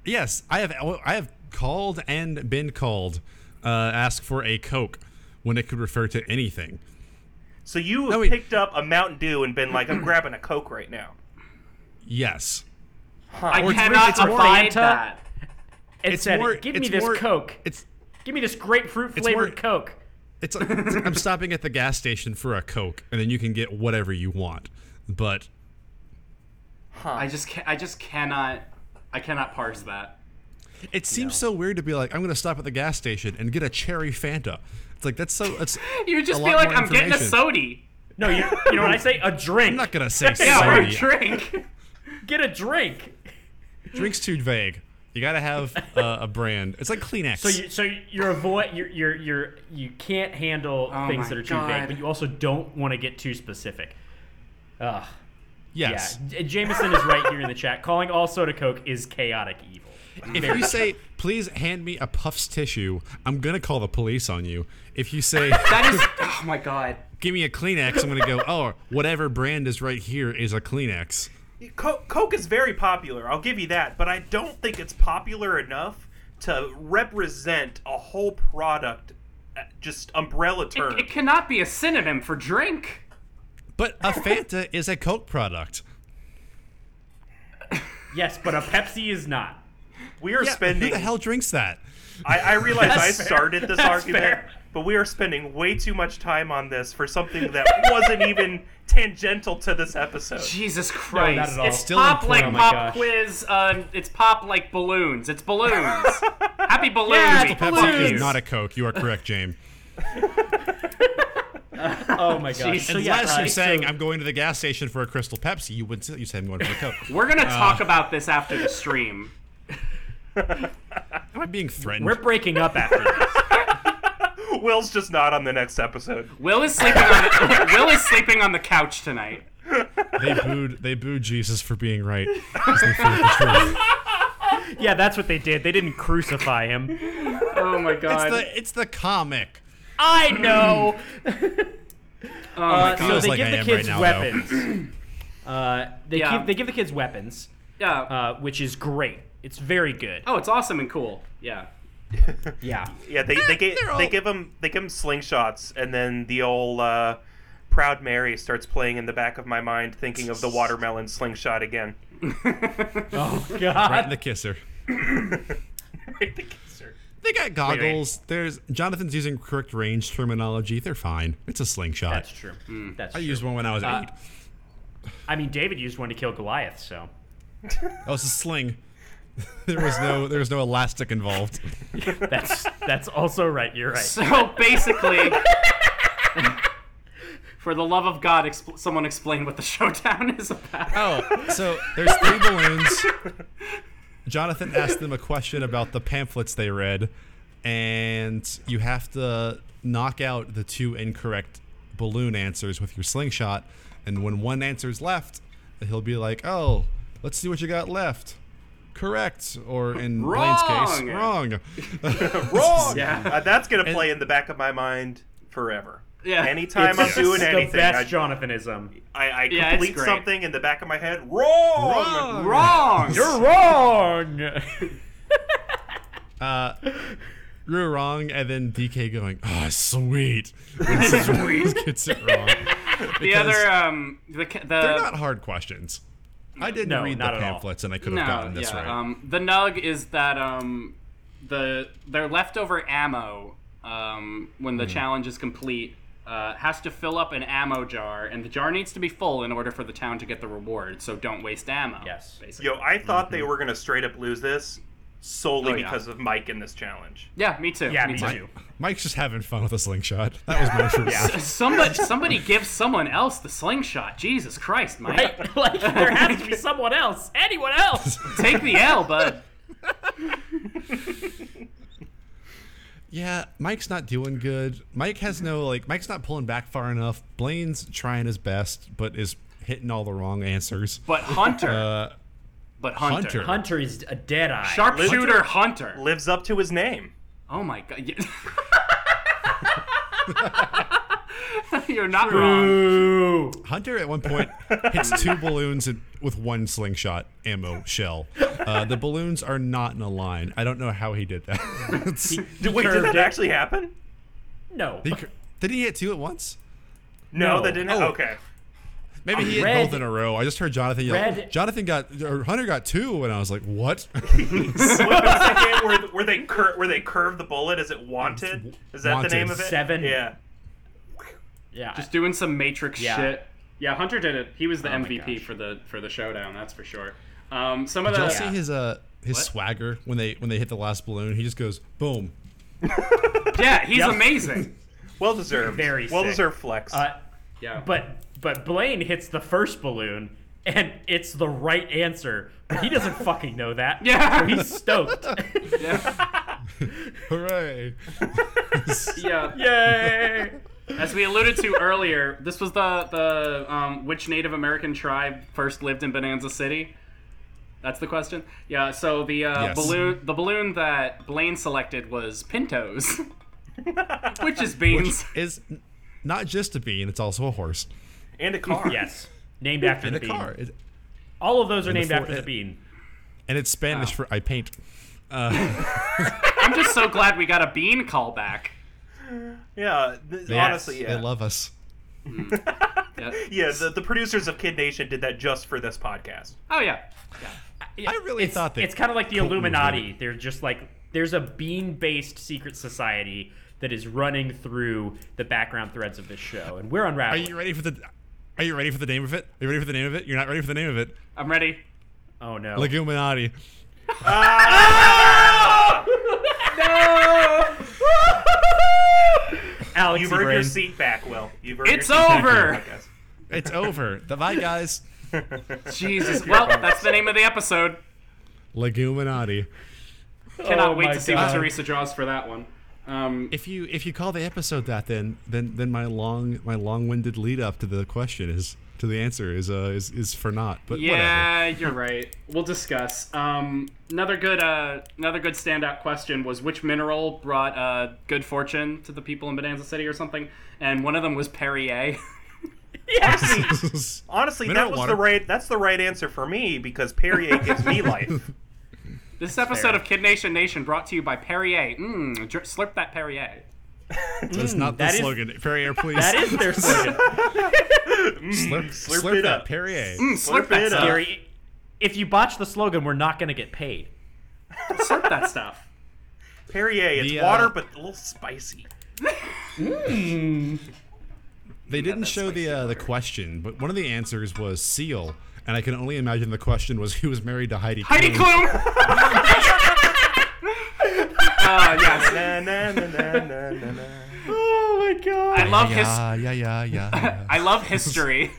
[SPEAKER 1] yes, I have I have called and been called uh, ask for a Coke when it could refer to anything.
[SPEAKER 4] So you
[SPEAKER 1] No,
[SPEAKER 4] have
[SPEAKER 1] wait.
[SPEAKER 4] picked up a Mountain Dew and been like, I'm grabbing a Coke right now.
[SPEAKER 1] Yes.
[SPEAKER 3] I
[SPEAKER 1] it's weird,
[SPEAKER 3] cannot
[SPEAKER 1] it's more
[SPEAKER 3] abide
[SPEAKER 2] Fanta.
[SPEAKER 3] that.
[SPEAKER 2] It
[SPEAKER 1] It's
[SPEAKER 2] said,
[SPEAKER 1] more-
[SPEAKER 2] "Give me
[SPEAKER 1] it's
[SPEAKER 2] this
[SPEAKER 1] more-
[SPEAKER 2] Coke.
[SPEAKER 1] It's
[SPEAKER 2] Give me this grapefruit flavored
[SPEAKER 1] more-
[SPEAKER 2] Coke."
[SPEAKER 1] It's, it's I'm stopping at the gas station for a Coke, and then you can get whatever you want. But
[SPEAKER 3] I just ca- I just cannot I cannot parse that.
[SPEAKER 1] it seems so weird to be like, I'm going to stop at the gas station and get a cherry Fanta. It's like that's so. It's
[SPEAKER 3] You just
[SPEAKER 1] a
[SPEAKER 3] feel
[SPEAKER 1] lot
[SPEAKER 3] like
[SPEAKER 1] more
[SPEAKER 3] I'm getting a
[SPEAKER 1] information.
[SPEAKER 3] sody.
[SPEAKER 2] No, you you know what I say? A drink.
[SPEAKER 1] I'm not going to say
[SPEAKER 3] Yeah, or a
[SPEAKER 1] soda.
[SPEAKER 3] drink.
[SPEAKER 2] Get a drink.
[SPEAKER 1] Drinks too vague. You got to have uh, a brand. It's like Kleenex.
[SPEAKER 2] So you so you're avoid you're you're you're you can't handle
[SPEAKER 3] Oh
[SPEAKER 2] things
[SPEAKER 3] my
[SPEAKER 2] that are too vague,
[SPEAKER 3] God.
[SPEAKER 2] but you also don't want to get too specific. Ugh.
[SPEAKER 1] yes.
[SPEAKER 2] Yeah, J- Jameson is right here in the chat. Calling all soda coke is chaotic evil.
[SPEAKER 1] If you say, please hand me a Puffs tissue, I'm going to call the police on you. If you say,
[SPEAKER 3] That is. Oh my god.
[SPEAKER 1] give me a Kleenex, I'm going to go, oh, whatever brand is right here is a Kleenex.
[SPEAKER 4] Co- Coke is very popular, I'll give you that, but I don't think it's popular enough to represent a whole product, uh, just umbrella term.
[SPEAKER 3] It cannot be a synonym for drink.
[SPEAKER 1] But a Fanta is a Coke product.
[SPEAKER 2] Yes, but a Pepsi is not.
[SPEAKER 4] we are spending.
[SPEAKER 1] Who the hell drinks that?
[SPEAKER 4] I, I realize I started this argument,
[SPEAKER 2] fair.
[SPEAKER 4] but we are spending way too much time on this for something that wasn't even tangential to this episode.
[SPEAKER 3] Jesus Christ.
[SPEAKER 2] not at all.
[SPEAKER 3] It's
[SPEAKER 1] Still
[SPEAKER 3] pop
[SPEAKER 1] important.
[SPEAKER 3] like
[SPEAKER 1] Oh my
[SPEAKER 3] pop
[SPEAKER 2] gosh.
[SPEAKER 3] quiz. Um, it's pop like balloons. It's balloons. Happy balloons.
[SPEAKER 2] Yeah,
[SPEAKER 3] week.
[SPEAKER 2] it's
[SPEAKER 1] Pepsi
[SPEAKER 2] Please.
[SPEAKER 1] is not a Coke. You are correct, James.
[SPEAKER 2] Oh my gosh.
[SPEAKER 3] Jesus.
[SPEAKER 2] So yeah,
[SPEAKER 1] Unless
[SPEAKER 2] uh,
[SPEAKER 1] you're saying
[SPEAKER 2] so-
[SPEAKER 1] I'm going to the gas station for a Crystal Pepsi, you would you say I'm going for a Coke.
[SPEAKER 3] We're gonna talk about this after the stream.
[SPEAKER 1] Am I being threatened?
[SPEAKER 2] we're breaking up after this.
[SPEAKER 4] Will's just not on the next episode.
[SPEAKER 3] Will is sleeping on the, Will is sleeping on the couch tonight.
[SPEAKER 1] they booed they booed Jesus for being right. 'cause they feared the truth.
[SPEAKER 2] Yeah, that's what they did. They didn't crucify him.
[SPEAKER 3] Oh my
[SPEAKER 1] It's
[SPEAKER 3] god.
[SPEAKER 1] the it's the comic.
[SPEAKER 2] I know.
[SPEAKER 3] Oh my
[SPEAKER 2] Uh,
[SPEAKER 3] god.
[SPEAKER 2] so
[SPEAKER 1] Feels
[SPEAKER 2] they
[SPEAKER 1] like
[SPEAKER 2] give
[SPEAKER 1] I
[SPEAKER 2] the
[SPEAKER 1] am
[SPEAKER 2] kids
[SPEAKER 1] right now,
[SPEAKER 2] weapons. uh, they
[SPEAKER 3] Yeah.
[SPEAKER 2] give, they give the kids weapons,
[SPEAKER 3] yeah.
[SPEAKER 2] uh, which is great. It's very good.
[SPEAKER 3] oh, it's awesome and cool. Yeah.
[SPEAKER 2] Yeah.
[SPEAKER 4] Yeah, they they get they give them they give them slingshots, and then the old uh, Proud Mary starts playing in the back of my mind, thinking of the watermelon slingshot again.
[SPEAKER 2] Oh God.
[SPEAKER 1] Right in the kisser. They got goggles. There's Jonathan's using correct range terminology. They're fine. It's a slingshot.
[SPEAKER 2] That's true. That's
[SPEAKER 1] I
[SPEAKER 2] true.
[SPEAKER 1] used one when I was
[SPEAKER 2] Uh,
[SPEAKER 1] eight.
[SPEAKER 2] I mean, David used one to kill Goliath, so.
[SPEAKER 1] That was a sling. there was no there was no elastic involved.
[SPEAKER 2] That's that's also right. You're right.
[SPEAKER 3] So basically, for the love of God, expl- someone explain what the showdown is about.
[SPEAKER 1] Oh, so there's three balloons. Jonathan asked them a question about the pamphlets they read, and you have to knock out the two incorrect balloon answers with your slingshot. And when one answer's left, he'll be like, "Oh, let's see what you got left." Correct, or in Blaine's case,
[SPEAKER 3] Wrong.
[SPEAKER 1] wrong.
[SPEAKER 4] Wrong.
[SPEAKER 3] Yeah.
[SPEAKER 4] Uh, that's gonna play in the back of my mind forever.
[SPEAKER 3] Yeah.
[SPEAKER 4] Anytime I'm
[SPEAKER 2] It's
[SPEAKER 4] doing
[SPEAKER 2] the
[SPEAKER 4] anything,
[SPEAKER 2] best
[SPEAKER 4] I,
[SPEAKER 2] Jonathanism.
[SPEAKER 4] I, I
[SPEAKER 3] Yeah, it's
[SPEAKER 4] complete
[SPEAKER 3] great.
[SPEAKER 4] something in the back of my head. Wrong.
[SPEAKER 1] Wrong.
[SPEAKER 3] Wrong.
[SPEAKER 2] You're wrong.
[SPEAKER 1] Grew wrong, and then DK going, "Ah, sweet." sweet. Gets it wrong.
[SPEAKER 3] the other um the ca- the
[SPEAKER 1] They're not hard questions. I didn't
[SPEAKER 2] No,
[SPEAKER 1] read the
[SPEAKER 2] not at all.
[SPEAKER 1] pamphlets, and I could have
[SPEAKER 3] no
[SPEAKER 1] gotten this
[SPEAKER 3] yeah
[SPEAKER 1] right.
[SPEAKER 3] um the nug is that um the their leftover ammo um when
[SPEAKER 1] Hmm.
[SPEAKER 3] the challenge is complete uh, has to fill up an ammo jar, and the jar needs to be full in order for the town to get the reward. So don't waste ammo.
[SPEAKER 2] Yes.
[SPEAKER 3] basically.
[SPEAKER 4] Yo, I thought
[SPEAKER 2] Mm-hmm.
[SPEAKER 4] they were gonna straight up lose this solely
[SPEAKER 3] Oh, yeah.
[SPEAKER 4] because of Mike in this challenge.
[SPEAKER 3] Yeah, me too.
[SPEAKER 2] Yeah,
[SPEAKER 3] me,
[SPEAKER 2] me
[SPEAKER 3] too.
[SPEAKER 2] too.
[SPEAKER 1] Mike's just having fun with a slingshot. That was my truth.
[SPEAKER 3] Somebody, somebody give someone else the slingshot. Jesus Christ, Mike.
[SPEAKER 2] Right? Like there has to be someone else. Anyone else?
[SPEAKER 3] Take the L, bud.
[SPEAKER 1] Yeah, Mike's not doing good. Mike has no like. Mike's not pulling back far enough. Blaine's trying his best, but is hitting all the wrong answers.
[SPEAKER 3] But Hunter. but Uh, Hunter.
[SPEAKER 1] Hunter.
[SPEAKER 2] Hunter is a dead eye.
[SPEAKER 3] Sharpshooter Hunter.
[SPEAKER 4] Lives up to his name.
[SPEAKER 3] Oh my god. yeah. You're not wrong.
[SPEAKER 1] Hunter at one point hits two balloons in, with one slingshot ammo shell. Uh, the balloons are not in a line. I don't know how he did that. It's-
[SPEAKER 4] Did, wait, did
[SPEAKER 2] curved
[SPEAKER 4] that
[SPEAKER 2] it.
[SPEAKER 4] actually happen?
[SPEAKER 2] No.
[SPEAKER 1] he cr- did he hit two at once?
[SPEAKER 4] No,
[SPEAKER 2] No.
[SPEAKER 4] that didn't.
[SPEAKER 1] Oh.
[SPEAKER 4] Okay.
[SPEAKER 1] Maybe he hit
[SPEAKER 2] Red-
[SPEAKER 1] both in a row. I just heard Jonathan yell.
[SPEAKER 2] Red-
[SPEAKER 1] Jonathan got or Hunter got two, and I was like, "What?"
[SPEAKER 4] What was that game where, where they cur- where they curve the bullet? Is it wanted? Is that
[SPEAKER 1] Wanted.
[SPEAKER 4] the name of it?
[SPEAKER 2] Seven.
[SPEAKER 4] Yeah.
[SPEAKER 2] Yeah.
[SPEAKER 3] Just doing some Matrix
[SPEAKER 2] Yeah.
[SPEAKER 3] shit. Oh Yeah, Hunter did it. He was the MVP
[SPEAKER 2] gosh.
[SPEAKER 3] for the for the showdown. That's for sure. Um, some of
[SPEAKER 1] Did
[SPEAKER 3] the
[SPEAKER 1] y'all see his uh his swagger when they when they hit the last balloon? He just goes boom.
[SPEAKER 3] yeah, he's
[SPEAKER 2] Yeah.
[SPEAKER 3] amazing.
[SPEAKER 4] Well deserved.
[SPEAKER 2] Very
[SPEAKER 4] well
[SPEAKER 2] sick.
[SPEAKER 4] deserved flex.
[SPEAKER 2] uh,
[SPEAKER 3] Yeah,
[SPEAKER 2] but but Blaine hits the first balloon and it's the right answer. But he doesn't fucking know that.
[SPEAKER 3] Yeah.
[SPEAKER 2] So he's stoked.
[SPEAKER 1] Hooray!
[SPEAKER 3] yeah.
[SPEAKER 2] Yay.
[SPEAKER 3] As we alluded to earlier, this was the the um, which Native American tribe first lived in Bonanza City. That's the question. Yeah. So the uh,
[SPEAKER 1] Yes.
[SPEAKER 3] balloon the balloon that Blaine selected was Pintos, which is beans.
[SPEAKER 1] Is n- not just a bean; it's also a horse
[SPEAKER 4] and a car.
[SPEAKER 2] Yes. Named after
[SPEAKER 1] and
[SPEAKER 2] the
[SPEAKER 1] a
[SPEAKER 2] bean.
[SPEAKER 1] car, It-
[SPEAKER 2] All of those are
[SPEAKER 1] the
[SPEAKER 2] named
[SPEAKER 1] four-
[SPEAKER 2] after the bean.
[SPEAKER 1] and it's Spanish for I paint.
[SPEAKER 3] I'm just so glad we got a bean callback.
[SPEAKER 4] Yeah. th-
[SPEAKER 2] Yes,
[SPEAKER 4] honestly, yeah.
[SPEAKER 1] They love us.
[SPEAKER 3] Yeah.
[SPEAKER 4] yeah. The, the producers of Kid Nation did that just for this podcast.
[SPEAKER 3] Oh yeah.
[SPEAKER 1] I really
[SPEAKER 2] it's,
[SPEAKER 1] thought that
[SPEAKER 2] it's kind of like the
[SPEAKER 1] Colton was
[SPEAKER 2] Illuminati.
[SPEAKER 1] gonna
[SPEAKER 2] They're just like there's a bean-based secret society that is running through the background threads of this show, and we're
[SPEAKER 1] Are
[SPEAKER 2] unraveling.
[SPEAKER 1] you ready for the? Are you ready for the name of it? Are you ready for the name of it? You're not ready for the name of it.
[SPEAKER 3] I'm ready.
[SPEAKER 2] oh no!
[SPEAKER 1] Leguminati.
[SPEAKER 2] Alex,
[SPEAKER 4] You've
[SPEAKER 2] you
[SPEAKER 4] earned your
[SPEAKER 2] brain.
[SPEAKER 4] seat back, Will. You've earned
[SPEAKER 3] It's
[SPEAKER 4] your seat back
[SPEAKER 3] over!
[SPEAKER 4] in the podcast.
[SPEAKER 1] It's over. The bye guys.
[SPEAKER 3] Jesus. Well, that's the name of the episode.
[SPEAKER 1] Leguminati.
[SPEAKER 3] Cannot
[SPEAKER 2] Oh
[SPEAKER 3] wait
[SPEAKER 2] my
[SPEAKER 3] to see what
[SPEAKER 2] God.
[SPEAKER 3] Teresa draws for that one. Um,
[SPEAKER 1] If you if you call the episode that, then then then my long my long winded lead up to the question is to the answer is uh, is is for naught. But whatever.
[SPEAKER 3] Yeah, you're right. We'll discuss. Um, another good, uh, another good standout question was which mineral brought uh, good fortune to the people in Bonanza City or something, and one of them was Perrier.
[SPEAKER 4] Honestly,
[SPEAKER 1] Mineral
[SPEAKER 4] that was
[SPEAKER 1] water.
[SPEAKER 4] the right. That's the right answer for me because Perrier gives me life.
[SPEAKER 3] this episode of Kid Nation Nation brought to you by Perrier. Mmm, dr- slurp that Perrier.
[SPEAKER 1] That's not the
[SPEAKER 2] that is-
[SPEAKER 1] slogan. Perrier, please.
[SPEAKER 2] That is their slogan.
[SPEAKER 1] slurp,
[SPEAKER 4] slurp
[SPEAKER 1] slurp
[SPEAKER 4] it
[SPEAKER 1] that
[SPEAKER 4] up.
[SPEAKER 1] Perrier.
[SPEAKER 3] Mm, slurp,
[SPEAKER 4] Slurp
[SPEAKER 3] that
[SPEAKER 4] it up.
[SPEAKER 3] stuff.
[SPEAKER 2] Gary, if you botch the slogan, we're not going to get paid.
[SPEAKER 3] Slurp that stuff.
[SPEAKER 4] Perrier, it's
[SPEAKER 1] The, uh,
[SPEAKER 4] water but a little spicy.
[SPEAKER 1] They didn't show the uh, the question, but one of the answers was seal, and I can only imagine the question was who was married to Heidi.
[SPEAKER 3] Heidi
[SPEAKER 1] Klum?
[SPEAKER 3] Klum. uh, yes.
[SPEAKER 4] Na, na, na, na, na, na, na.
[SPEAKER 2] Oh my god.
[SPEAKER 3] I love his.
[SPEAKER 1] Yeah, yeah, yeah, yeah. yeah.
[SPEAKER 3] I love history.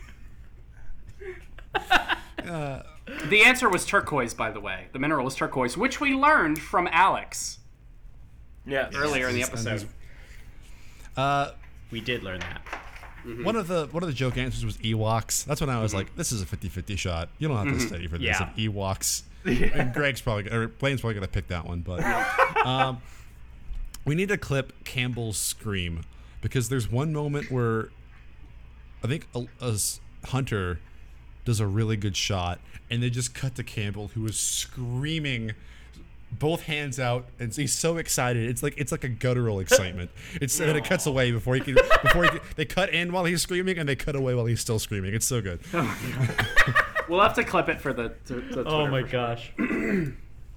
[SPEAKER 3] the answer was turquoise, by the way. The mineral was turquoise, which we learned from Alex
[SPEAKER 4] Yes.
[SPEAKER 3] earlier in the
[SPEAKER 1] Yes, it's
[SPEAKER 3] episode.
[SPEAKER 1] Uh,
[SPEAKER 2] We did learn that.
[SPEAKER 1] one of the one of the joke answers was Ewoks. That's when I was like, this is a 50-50 shot. You don't have to study for this.
[SPEAKER 2] Yeah.
[SPEAKER 1] If Ewoks. And Greg's probably or Blaine's probably gonna pick that one, but um, we need to clip Campbell's scream because there's one moment where I think a, a s- hunter does a really good shot, and they just cut to Campbell who is screaming. Both hands out, and he's so excited. It's like it's like a guttural excitement. It's and it cuts away before he can. Before he can, they cut in while he's screaming, and they cut away while he's still screaming. It's so good.
[SPEAKER 3] We'll have to clip it for the. To, to
[SPEAKER 2] Oh
[SPEAKER 3] Twitter.
[SPEAKER 2] my gosh.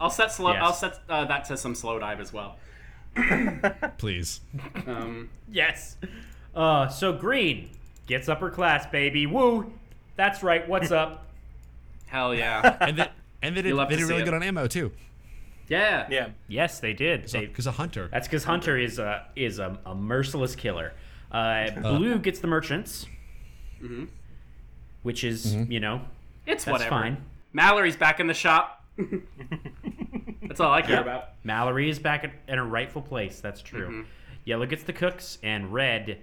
[SPEAKER 3] I'll set slow.
[SPEAKER 2] Yes.
[SPEAKER 3] I'll set uh, that to some slow dive as well.
[SPEAKER 1] Please,
[SPEAKER 3] Um,
[SPEAKER 2] Yes. Uh, so Green gets upper class, baby. Woo. That's right. What's up?
[SPEAKER 3] hell yeah.
[SPEAKER 1] and then and they did,
[SPEAKER 3] You'll have
[SPEAKER 1] they
[SPEAKER 3] to
[SPEAKER 1] did
[SPEAKER 3] see
[SPEAKER 1] really
[SPEAKER 3] it.
[SPEAKER 1] good on ammo too,
[SPEAKER 3] Yeah.
[SPEAKER 4] Yeah.
[SPEAKER 2] Yes, they did. They,
[SPEAKER 1] because a hunter.
[SPEAKER 2] that's because Hunter is a is a, a merciless killer. Uh, Blue gets the merchants, which is you know
[SPEAKER 3] It's
[SPEAKER 2] that's
[SPEAKER 3] whatever.
[SPEAKER 2] fine.
[SPEAKER 3] Mallory's back in the shop. That's all I care
[SPEAKER 2] Yep.
[SPEAKER 3] about.
[SPEAKER 2] Mallory is back at, in her rightful place. That's true.
[SPEAKER 3] Mm-hmm.
[SPEAKER 2] Yellow gets the cooks, and red,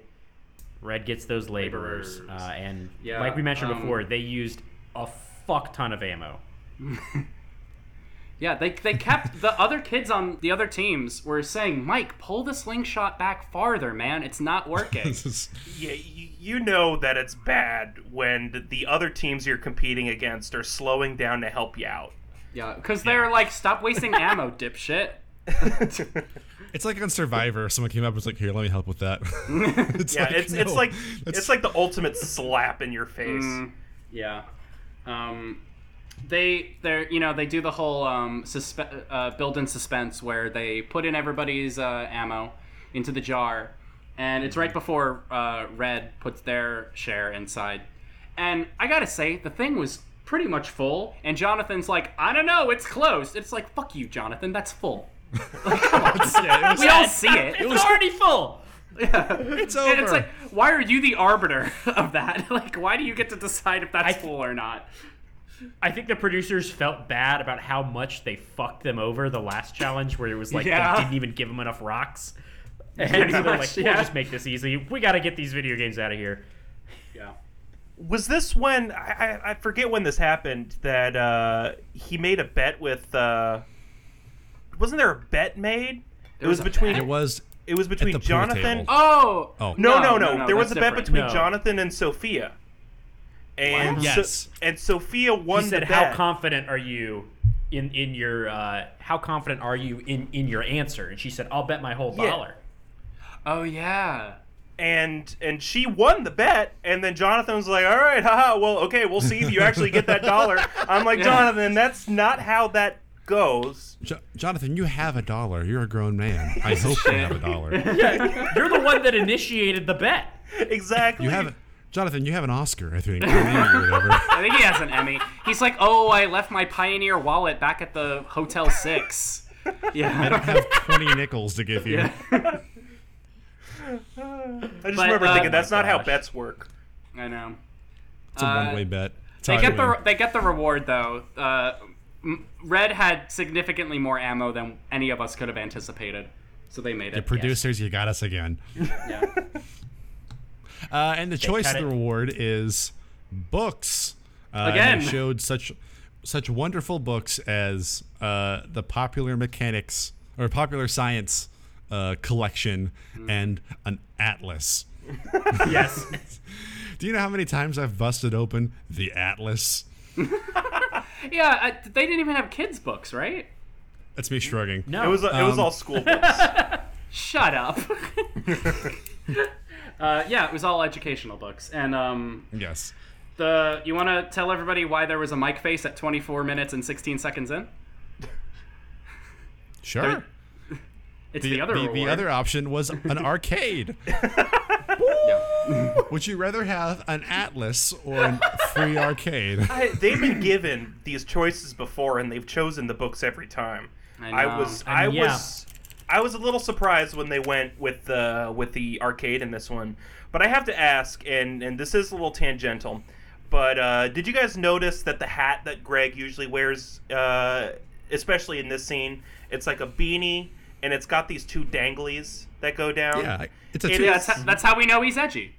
[SPEAKER 2] red gets those laborers.
[SPEAKER 3] Laborers.
[SPEAKER 2] Uh, and
[SPEAKER 3] Yeah,
[SPEAKER 2] like we mentioned
[SPEAKER 3] um,
[SPEAKER 2] before, they used a fuck ton of ammo.
[SPEAKER 3] Yeah, they, they kept the other kids on the other teams were saying, Mike, pull the slingshot back farther, man. It's not working.
[SPEAKER 4] Yeah, you, you know that it's bad when th- the other teams you're competing against are slowing down to help you out.
[SPEAKER 3] Yeah, because they're like, stop wasting ammo, dipshit.
[SPEAKER 1] It's like on Survivor, someone came up and was like, "Here, let me help with that." it's
[SPEAKER 4] Yeah, it's it's
[SPEAKER 1] no,
[SPEAKER 4] like
[SPEAKER 1] that's-
[SPEAKER 4] it's like the ultimate slap in your face.
[SPEAKER 3] Yeah. Um, they they're you know they do the whole um, suspe- uh, build in suspense where they put in everybody's uh, ammo into the jar, and it's right before uh, Red puts their share inside. And I gotta say, the thing was pretty much full. And Jonathan's like, I don't know, it's closed. It's like, fuck you, Jonathan, that's full. Like, come on. we all see it.
[SPEAKER 2] It's already full.
[SPEAKER 1] it's over.
[SPEAKER 3] And it's like, why are you the arbiter of that? Like, why do you get to decide if that's
[SPEAKER 2] I-
[SPEAKER 3] full or not?
[SPEAKER 2] I think the producers felt bad about how much they fucked them over the last challenge, where it was like
[SPEAKER 3] Yeah.
[SPEAKER 2] they didn't even give them enough rocks. And so they're like, we'll
[SPEAKER 3] yeah.
[SPEAKER 2] just make this easy. We got to get these video games out of here.
[SPEAKER 3] Yeah.
[SPEAKER 4] Was this when I, I, I forget when this happened that uh, he made a bet with? Uh, wasn't there a bet made? it was
[SPEAKER 3] was a
[SPEAKER 4] between
[SPEAKER 1] it was
[SPEAKER 4] it was between
[SPEAKER 1] the pool
[SPEAKER 4] Jonathan.
[SPEAKER 1] table.
[SPEAKER 3] Oh.
[SPEAKER 1] Oh.
[SPEAKER 4] No, no, no. there was a
[SPEAKER 3] that's
[SPEAKER 4] bet
[SPEAKER 3] different.
[SPEAKER 4] between
[SPEAKER 2] No.
[SPEAKER 4] Jonathan and Sophia. And
[SPEAKER 1] Wow.
[SPEAKER 4] so-
[SPEAKER 1] Yes.
[SPEAKER 4] and Sophia won
[SPEAKER 2] He said,
[SPEAKER 4] the
[SPEAKER 2] "How
[SPEAKER 4] bet.
[SPEAKER 2] confident are you in in your uh, how confident are you in in your answer?" And she said, "I'll bet my whole
[SPEAKER 4] Yeah.
[SPEAKER 2] dollar."
[SPEAKER 3] Oh yeah.
[SPEAKER 4] and and she won the bet and then jonathan was like all right haha well okay we'll see if you actually get that dollar i'm like jonathan that's not how that goes
[SPEAKER 1] Jo- Jonathan. You have a dollar. You're a grown man. I hope you have a dollar.
[SPEAKER 2] You're the one that initiated the bet.
[SPEAKER 4] exactly
[SPEAKER 1] You have, Jonathan. You have an Oscar, I think, or an Emmy or whatever.
[SPEAKER 3] I think he has an Emmy. He's like, oh, I left my Pioneer wallet back at the Hotel Six.
[SPEAKER 1] I
[SPEAKER 3] Yeah.
[SPEAKER 1] don't have twenty nickels to give you.
[SPEAKER 3] Yeah.
[SPEAKER 4] i just
[SPEAKER 3] but,
[SPEAKER 4] remember
[SPEAKER 3] uh,
[SPEAKER 4] thinking that's
[SPEAKER 2] oh my
[SPEAKER 4] not how
[SPEAKER 2] gosh.
[SPEAKER 4] bets work
[SPEAKER 3] I know.
[SPEAKER 1] It's a one-way bet. It's
[SPEAKER 3] Uh,
[SPEAKER 1] how
[SPEAKER 3] They
[SPEAKER 1] I
[SPEAKER 3] get the
[SPEAKER 1] win.
[SPEAKER 3] they get the reward though. Uh, M- Red had significantly more ammo than any of us could have anticipated, so they made it.
[SPEAKER 1] producers. You got us again.
[SPEAKER 3] Yeah.
[SPEAKER 1] Uh, and the choice
[SPEAKER 2] cut
[SPEAKER 1] of the
[SPEAKER 2] it.
[SPEAKER 1] reward is books. Uh, and they
[SPEAKER 3] Again.
[SPEAKER 1] showed such such wonderful books as uh, the Popular Mechanics or Popular Science uh, collection
[SPEAKER 3] Hmm.
[SPEAKER 1] and an atlas.
[SPEAKER 3] Yes.
[SPEAKER 1] Do you know how many times I've busted open the atlas?
[SPEAKER 3] yeah, I, they didn't even have kids' books, right?
[SPEAKER 1] That's me shrugging.
[SPEAKER 2] No,
[SPEAKER 4] It was it was
[SPEAKER 1] Um,
[SPEAKER 4] all school books.
[SPEAKER 3] Shut up. uh, yeah, it was all educational books. And um,
[SPEAKER 1] Yes.
[SPEAKER 3] the you want to tell everybody why there was a mic face at 24 minutes and 16 seconds in?
[SPEAKER 1] Sure.
[SPEAKER 3] It's the, other
[SPEAKER 1] the,
[SPEAKER 3] reward.
[SPEAKER 1] other option was an arcade. Would you rather have an atlas or a free arcade?
[SPEAKER 4] I, they've been given these choices before, and they've chosen the books every time.
[SPEAKER 3] I
[SPEAKER 4] I,
[SPEAKER 3] know.
[SPEAKER 4] was, I,
[SPEAKER 2] I mean, yeah.
[SPEAKER 4] was, I was a little surprised when they went with the with the arcade in this one. But I have to ask, and and this is a little tangential, but uh, did you guys notice that the hat that Greg usually wears, uh, especially in this scene, it's like a beanie, and it's got these two danglies that go down.
[SPEAKER 1] Yeah, it's a
[SPEAKER 4] It
[SPEAKER 1] two-
[SPEAKER 3] Yeah,
[SPEAKER 4] is-
[SPEAKER 3] that's, that's how we know he's edgy.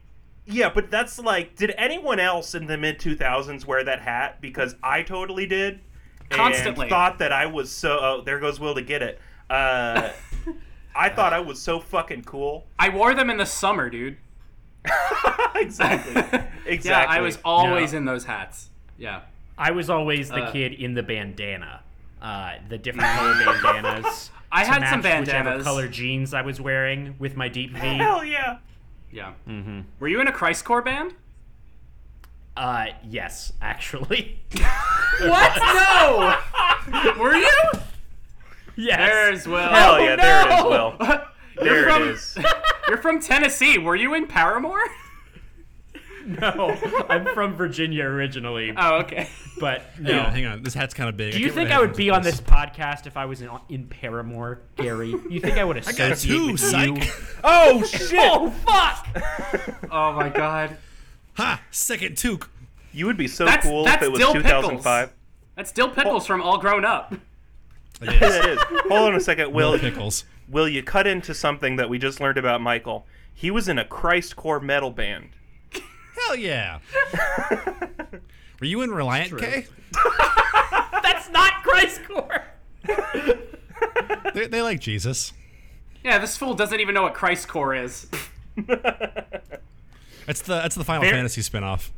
[SPEAKER 4] yeah, but that's like, did anyone else in the mid two thousands wear that hat? Because I totally did. and
[SPEAKER 3] Constantly.
[SPEAKER 4] thought that I was so. Oh, there goes Will to get it. Uh, I thought I was so fucking cool.
[SPEAKER 3] I wore them in the summer, dude.
[SPEAKER 4] exactly. Exactly.
[SPEAKER 3] Yeah, I was always
[SPEAKER 2] Yeah.
[SPEAKER 3] in those hats. Yeah.
[SPEAKER 2] I was always the
[SPEAKER 3] Uh,
[SPEAKER 2] kid in the bandana. Uh, the different color bandanas.
[SPEAKER 3] I
[SPEAKER 2] to
[SPEAKER 3] had some
[SPEAKER 2] match Whichever
[SPEAKER 3] bandanas.
[SPEAKER 2] color jeans I was wearing with my deep V.
[SPEAKER 4] Hell yeah.
[SPEAKER 3] Yeah.
[SPEAKER 4] Mm-hmm.
[SPEAKER 3] Were you in a Christ Core band?
[SPEAKER 2] Uh, yes, actually.
[SPEAKER 3] What? No! Were you?
[SPEAKER 2] yes.
[SPEAKER 3] There's Will.
[SPEAKER 4] Hell yeah. There it is,
[SPEAKER 2] no!
[SPEAKER 4] Will.
[SPEAKER 3] You're
[SPEAKER 4] There
[SPEAKER 3] from,
[SPEAKER 4] it is.
[SPEAKER 3] You're from Tennessee. Were you in Paramore?
[SPEAKER 2] No, I'm from Virginia originally,
[SPEAKER 3] Oh, okay.
[SPEAKER 2] but no.
[SPEAKER 1] Hang on, hang on. This hat's kind of big.
[SPEAKER 2] Do you think I would be on this podcast if I was in, in Paramore, Gary? You think I would
[SPEAKER 1] Got
[SPEAKER 2] associate
[SPEAKER 1] two,
[SPEAKER 2] with
[SPEAKER 1] psych.
[SPEAKER 2] you?
[SPEAKER 4] Oh shit.
[SPEAKER 2] Oh fuck!
[SPEAKER 3] Oh my God.
[SPEAKER 1] ha! Second toque.
[SPEAKER 4] You would be so
[SPEAKER 3] That's-
[SPEAKER 4] cool
[SPEAKER 3] that's
[SPEAKER 4] if it was
[SPEAKER 3] dill
[SPEAKER 4] two
[SPEAKER 3] pickles.
[SPEAKER 4] thousand five.
[SPEAKER 3] That's still pickles from All Grown Up.
[SPEAKER 1] It is.
[SPEAKER 4] That is. Hold on a second, Will.
[SPEAKER 1] Pickles.
[SPEAKER 4] Will you cut into something that we just learned about Michael? He was in a Christcore metal band.
[SPEAKER 1] Hell yeah. Were you in Reliant K?
[SPEAKER 2] That's not Christ Core.
[SPEAKER 1] They, they like Jesus.
[SPEAKER 3] Yeah, this fool doesn't even know what Christ Core is.
[SPEAKER 1] That's the that's the Final
[SPEAKER 2] Fair-
[SPEAKER 1] Fantasy spinoff.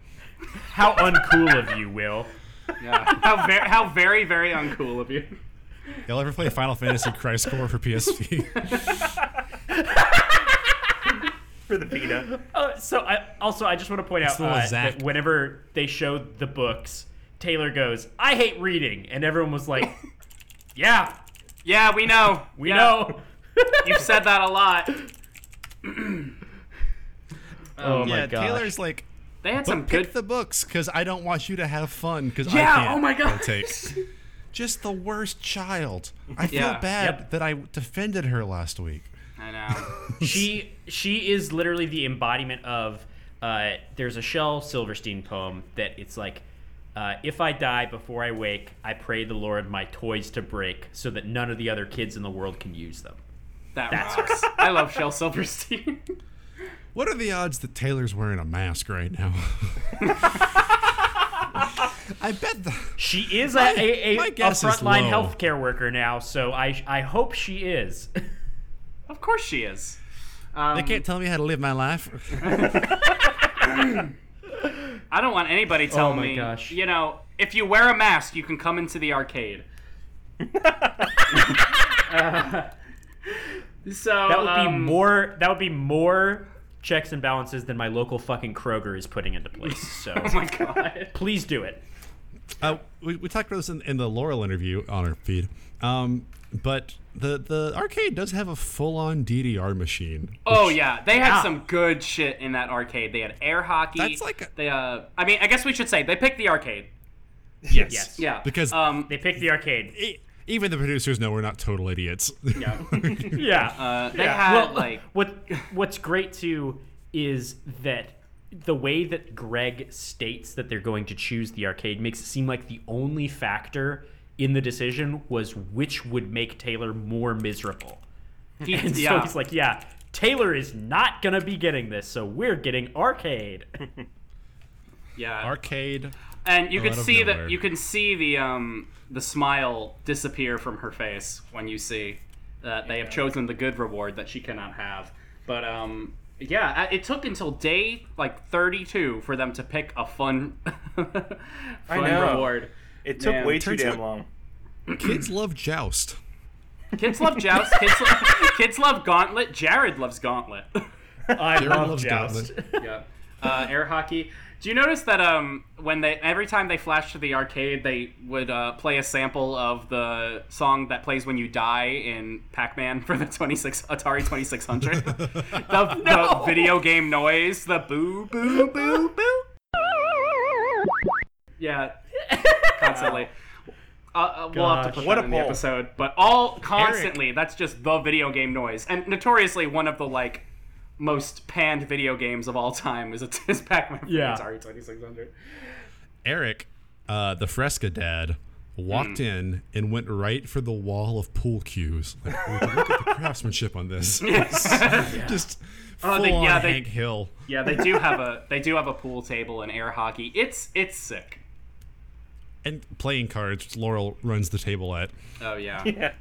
[SPEAKER 2] How uncool of you, Will.
[SPEAKER 3] Yeah. How very, how very, very uncool of you.
[SPEAKER 1] Y'all ever play Final Fantasy Christ Core for PSP?
[SPEAKER 4] For the PETA.
[SPEAKER 2] Uh, so I also I just want to point out
[SPEAKER 1] the little
[SPEAKER 2] uh,
[SPEAKER 1] Zach.
[SPEAKER 2] that whenever they showed the books, Taylor goes, "I hate reading," and everyone was like, "Yeah,
[SPEAKER 3] Yeah, we know.
[SPEAKER 2] we
[SPEAKER 3] Yeah.
[SPEAKER 2] know."
[SPEAKER 3] You've said that a lot.
[SPEAKER 2] oh my
[SPEAKER 1] yeah,
[SPEAKER 2] gosh.
[SPEAKER 1] Taylor's like,
[SPEAKER 3] They had
[SPEAKER 1] but
[SPEAKER 3] some
[SPEAKER 1] pick
[SPEAKER 3] good.
[SPEAKER 1] the books because I don't want you to have fun because I
[SPEAKER 3] Yeah,
[SPEAKER 1] can't.
[SPEAKER 3] oh my gosh.
[SPEAKER 1] partake." Just the worst child. I feel
[SPEAKER 3] Yeah.
[SPEAKER 1] bad
[SPEAKER 2] Yep.
[SPEAKER 1] that I defended her last week.
[SPEAKER 3] I know.
[SPEAKER 2] she she is literally the embodiment of uh, there's a Shel Silverstein poem that it's like uh, if I die before I wake, I pray the Lord my toys to break so that none of the other kids in the world can use them.
[SPEAKER 3] That rocks. I love Shel Silverstein.
[SPEAKER 1] What are the odds that Taylor's wearing a mask right now? I bet the.
[SPEAKER 2] She is a, a, a,
[SPEAKER 1] my
[SPEAKER 2] a
[SPEAKER 1] guess is
[SPEAKER 2] frontline
[SPEAKER 1] low.
[SPEAKER 2] healthcare worker now, so I I hope she is.
[SPEAKER 3] of course she is. Um,
[SPEAKER 1] They can't tell me how to live my life.
[SPEAKER 3] I don't want anybody telling
[SPEAKER 2] Oh my
[SPEAKER 3] me.
[SPEAKER 2] gosh.
[SPEAKER 3] You know, if you wear a mask, you can come into the arcade. Uh, so
[SPEAKER 2] That would be
[SPEAKER 3] um,
[SPEAKER 2] more. That would be more checks and balances than my local fucking Kroger is putting into place. So
[SPEAKER 3] Oh my god.
[SPEAKER 2] please do it.
[SPEAKER 1] Uh, we, we talked about this in, in the Laurel interview on our feed. Um, but the, the arcade does have a full on DDR machine.
[SPEAKER 3] Oh yeah, they had
[SPEAKER 2] Wow.
[SPEAKER 3] some good shit in that arcade. They had air hockey.
[SPEAKER 1] That's like a-
[SPEAKER 3] they. Uh, I mean, I guess we should say they picked the arcade.
[SPEAKER 1] Yes.
[SPEAKER 2] Yes.
[SPEAKER 3] Yeah.
[SPEAKER 1] Because-
[SPEAKER 3] um,
[SPEAKER 2] They picked the arcade.
[SPEAKER 1] E- even the producers know we're not total idiots.
[SPEAKER 3] yeah.
[SPEAKER 2] Yeah.
[SPEAKER 3] Uh, they
[SPEAKER 2] Yeah.
[SPEAKER 3] had
[SPEAKER 2] well,
[SPEAKER 3] like
[SPEAKER 2] what what's great too is that the way that Greg states that they're going to choose the arcade makes it seem like the only factor in the decision was which would make Taylor more miserable.
[SPEAKER 3] he,
[SPEAKER 2] And so
[SPEAKER 3] yeah.
[SPEAKER 2] he's like, yeah, Taylor is not going to be getting this, so we're getting arcade.
[SPEAKER 3] Yeah.
[SPEAKER 1] Arcade.
[SPEAKER 3] and you
[SPEAKER 1] Oh,
[SPEAKER 3] could
[SPEAKER 1] out of
[SPEAKER 3] see
[SPEAKER 1] nowhere.
[SPEAKER 3] that you can see the um the smile disappear from her face when you see that they have chosen the good reward that she cannot have. But um yeah, I- it took until day like 32 for them to pick a fun fun
[SPEAKER 4] know.
[SPEAKER 3] reward.
[SPEAKER 4] It took
[SPEAKER 3] Man,
[SPEAKER 4] way too
[SPEAKER 1] turns
[SPEAKER 4] damn
[SPEAKER 1] out-
[SPEAKER 4] long.
[SPEAKER 1] Kids love Joust.
[SPEAKER 3] Kids love Joust. Kids, lo- kids love Gauntlet. Jared loves Gauntlet.
[SPEAKER 2] I
[SPEAKER 1] Jared
[SPEAKER 2] love
[SPEAKER 1] loves
[SPEAKER 2] Joust.
[SPEAKER 1] Gauntlet.
[SPEAKER 3] yeah. Uh, air hockey. Do you notice that um when they every time they flash to the arcade they would uh, play a sample of the song that plays when you die in Pac-Man for the 26 Atari 2600. the, the video game noise, the boo boo boo boo. Yeah. Constantly. Uh, uh, we'll have to
[SPEAKER 2] Gosh.
[SPEAKER 3] put
[SPEAKER 4] What
[SPEAKER 3] that
[SPEAKER 4] a
[SPEAKER 3] in the
[SPEAKER 4] poll.
[SPEAKER 3] episode, but all constantly. That's just the video game noise, and notoriously one of the like most panned video games of all time is a is Pac-Man. for the
[SPEAKER 2] Yeah.
[SPEAKER 3] Atari 2600.
[SPEAKER 1] Eric, uh, the Fresca dad, walked
[SPEAKER 2] Hmm.
[SPEAKER 1] in and went right for the wall of pool cues. Like, "Ooh, look at the craftsmanship on this. Just full
[SPEAKER 3] Oh, they-
[SPEAKER 1] on
[SPEAKER 3] yeah, they-
[SPEAKER 1] Hank Hill.
[SPEAKER 3] Yeah, they do have a they do have a pool table and air hockey. It's it's sick.
[SPEAKER 1] And playing cards, which Laurel runs the table at.
[SPEAKER 3] Oh yeah.
[SPEAKER 4] Yeah.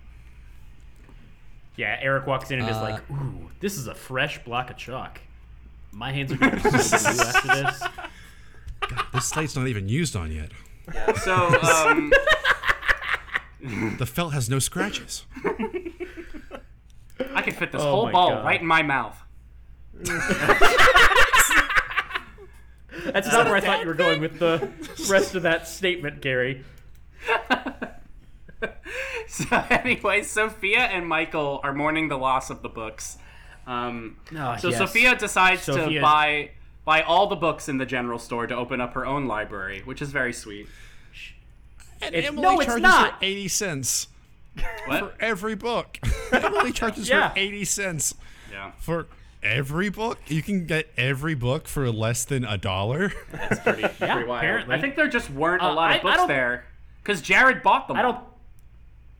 [SPEAKER 2] Yeah, Eric walks in and is like, "Ooh, this is a fresh block of chalk. My hands are going to be so blue after this."
[SPEAKER 1] This slate's not even used on yet.
[SPEAKER 3] So um,
[SPEAKER 1] The felt has no scratches.
[SPEAKER 3] I could fit this
[SPEAKER 2] Oh
[SPEAKER 3] whole
[SPEAKER 2] my
[SPEAKER 3] ball
[SPEAKER 2] God.
[SPEAKER 3] right in my mouth.
[SPEAKER 2] That's not where I thought you were going with the rest of that statement, Gary.
[SPEAKER 3] So anyway, Sophia and Michael are mourning the loss of the books. Um,
[SPEAKER 2] Ah,
[SPEAKER 3] so
[SPEAKER 2] yes.
[SPEAKER 3] Sophia decides
[SPEAKER 2] Sophia-
[SPEAKER 3] to buy buy all the books in the general store to open up her own library, which is very sweet.
[SPEAKER 1] And
[SPEAKER 2] It's-
[SPEAKER 1] Emily
[SPEAKER 2] no, it's
[SPEAKER 1] charges
[SPEAKER 2] not.
[SPEAKER 1] her 80 cents
[SPEAKER 3] What?
[SPEAKER 1] every book. Emily charges
[SPEAKER 2] Yeah.
[SPEAKER 1] her 80 cents
[SPEAKER 3] Yeah,
[SPEAKER 1] for every book. You can get every book for less than a dollar.
[SPEAKER 3] that's pretty, pretty wild.
[SPEAKER 2] apparently.
[SPEAKER 3] I think there just weren't a
[SPEAKER 2] Uh,
[SPEAKER 3] lot
[SPEAKER 2] I-
[SPEAKER 3] of
[SPEAKER 2] I
[SPEAKER 3] books
[SPEAKER 2] don't-
[SPEAKER 3] there because Jared bought them.
[SPEAKER 2] I don't.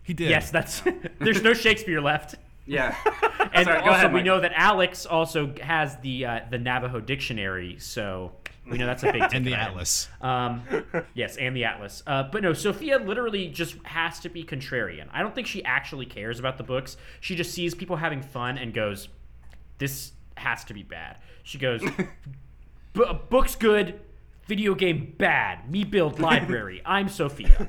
[SPEAKER 1] He did.
[SPEAKER 2] Yes, that's. there's no Shakespeare left.
[SPEAKER 3] Yeah.
[SPEAKER 2] And
[SPEAKER 3] Sorry, go
[SPEAKER 2] also,
[SPEAKER 3] ahead,
[SPEAKER 2] we
[SPEAKER 3] Michael.
[SPEAKER 2] know that Alex also has the uh, the Navajo dictionary, so we know that's a big.
[SPEAKER 1] And the
[SPEAKER 2] ticket item.
[SPEAKER 1] Atlas.
[SPEAKER 2] Um, yes, and the Atlas. Uh, but no, Sophia literally just has to be contrarian. I don't think she actually cares about the books. She just sees people having fun and goes, "This has to be bad." She goes, B- "Books good, video game bad. Me build library. I'm Sophia."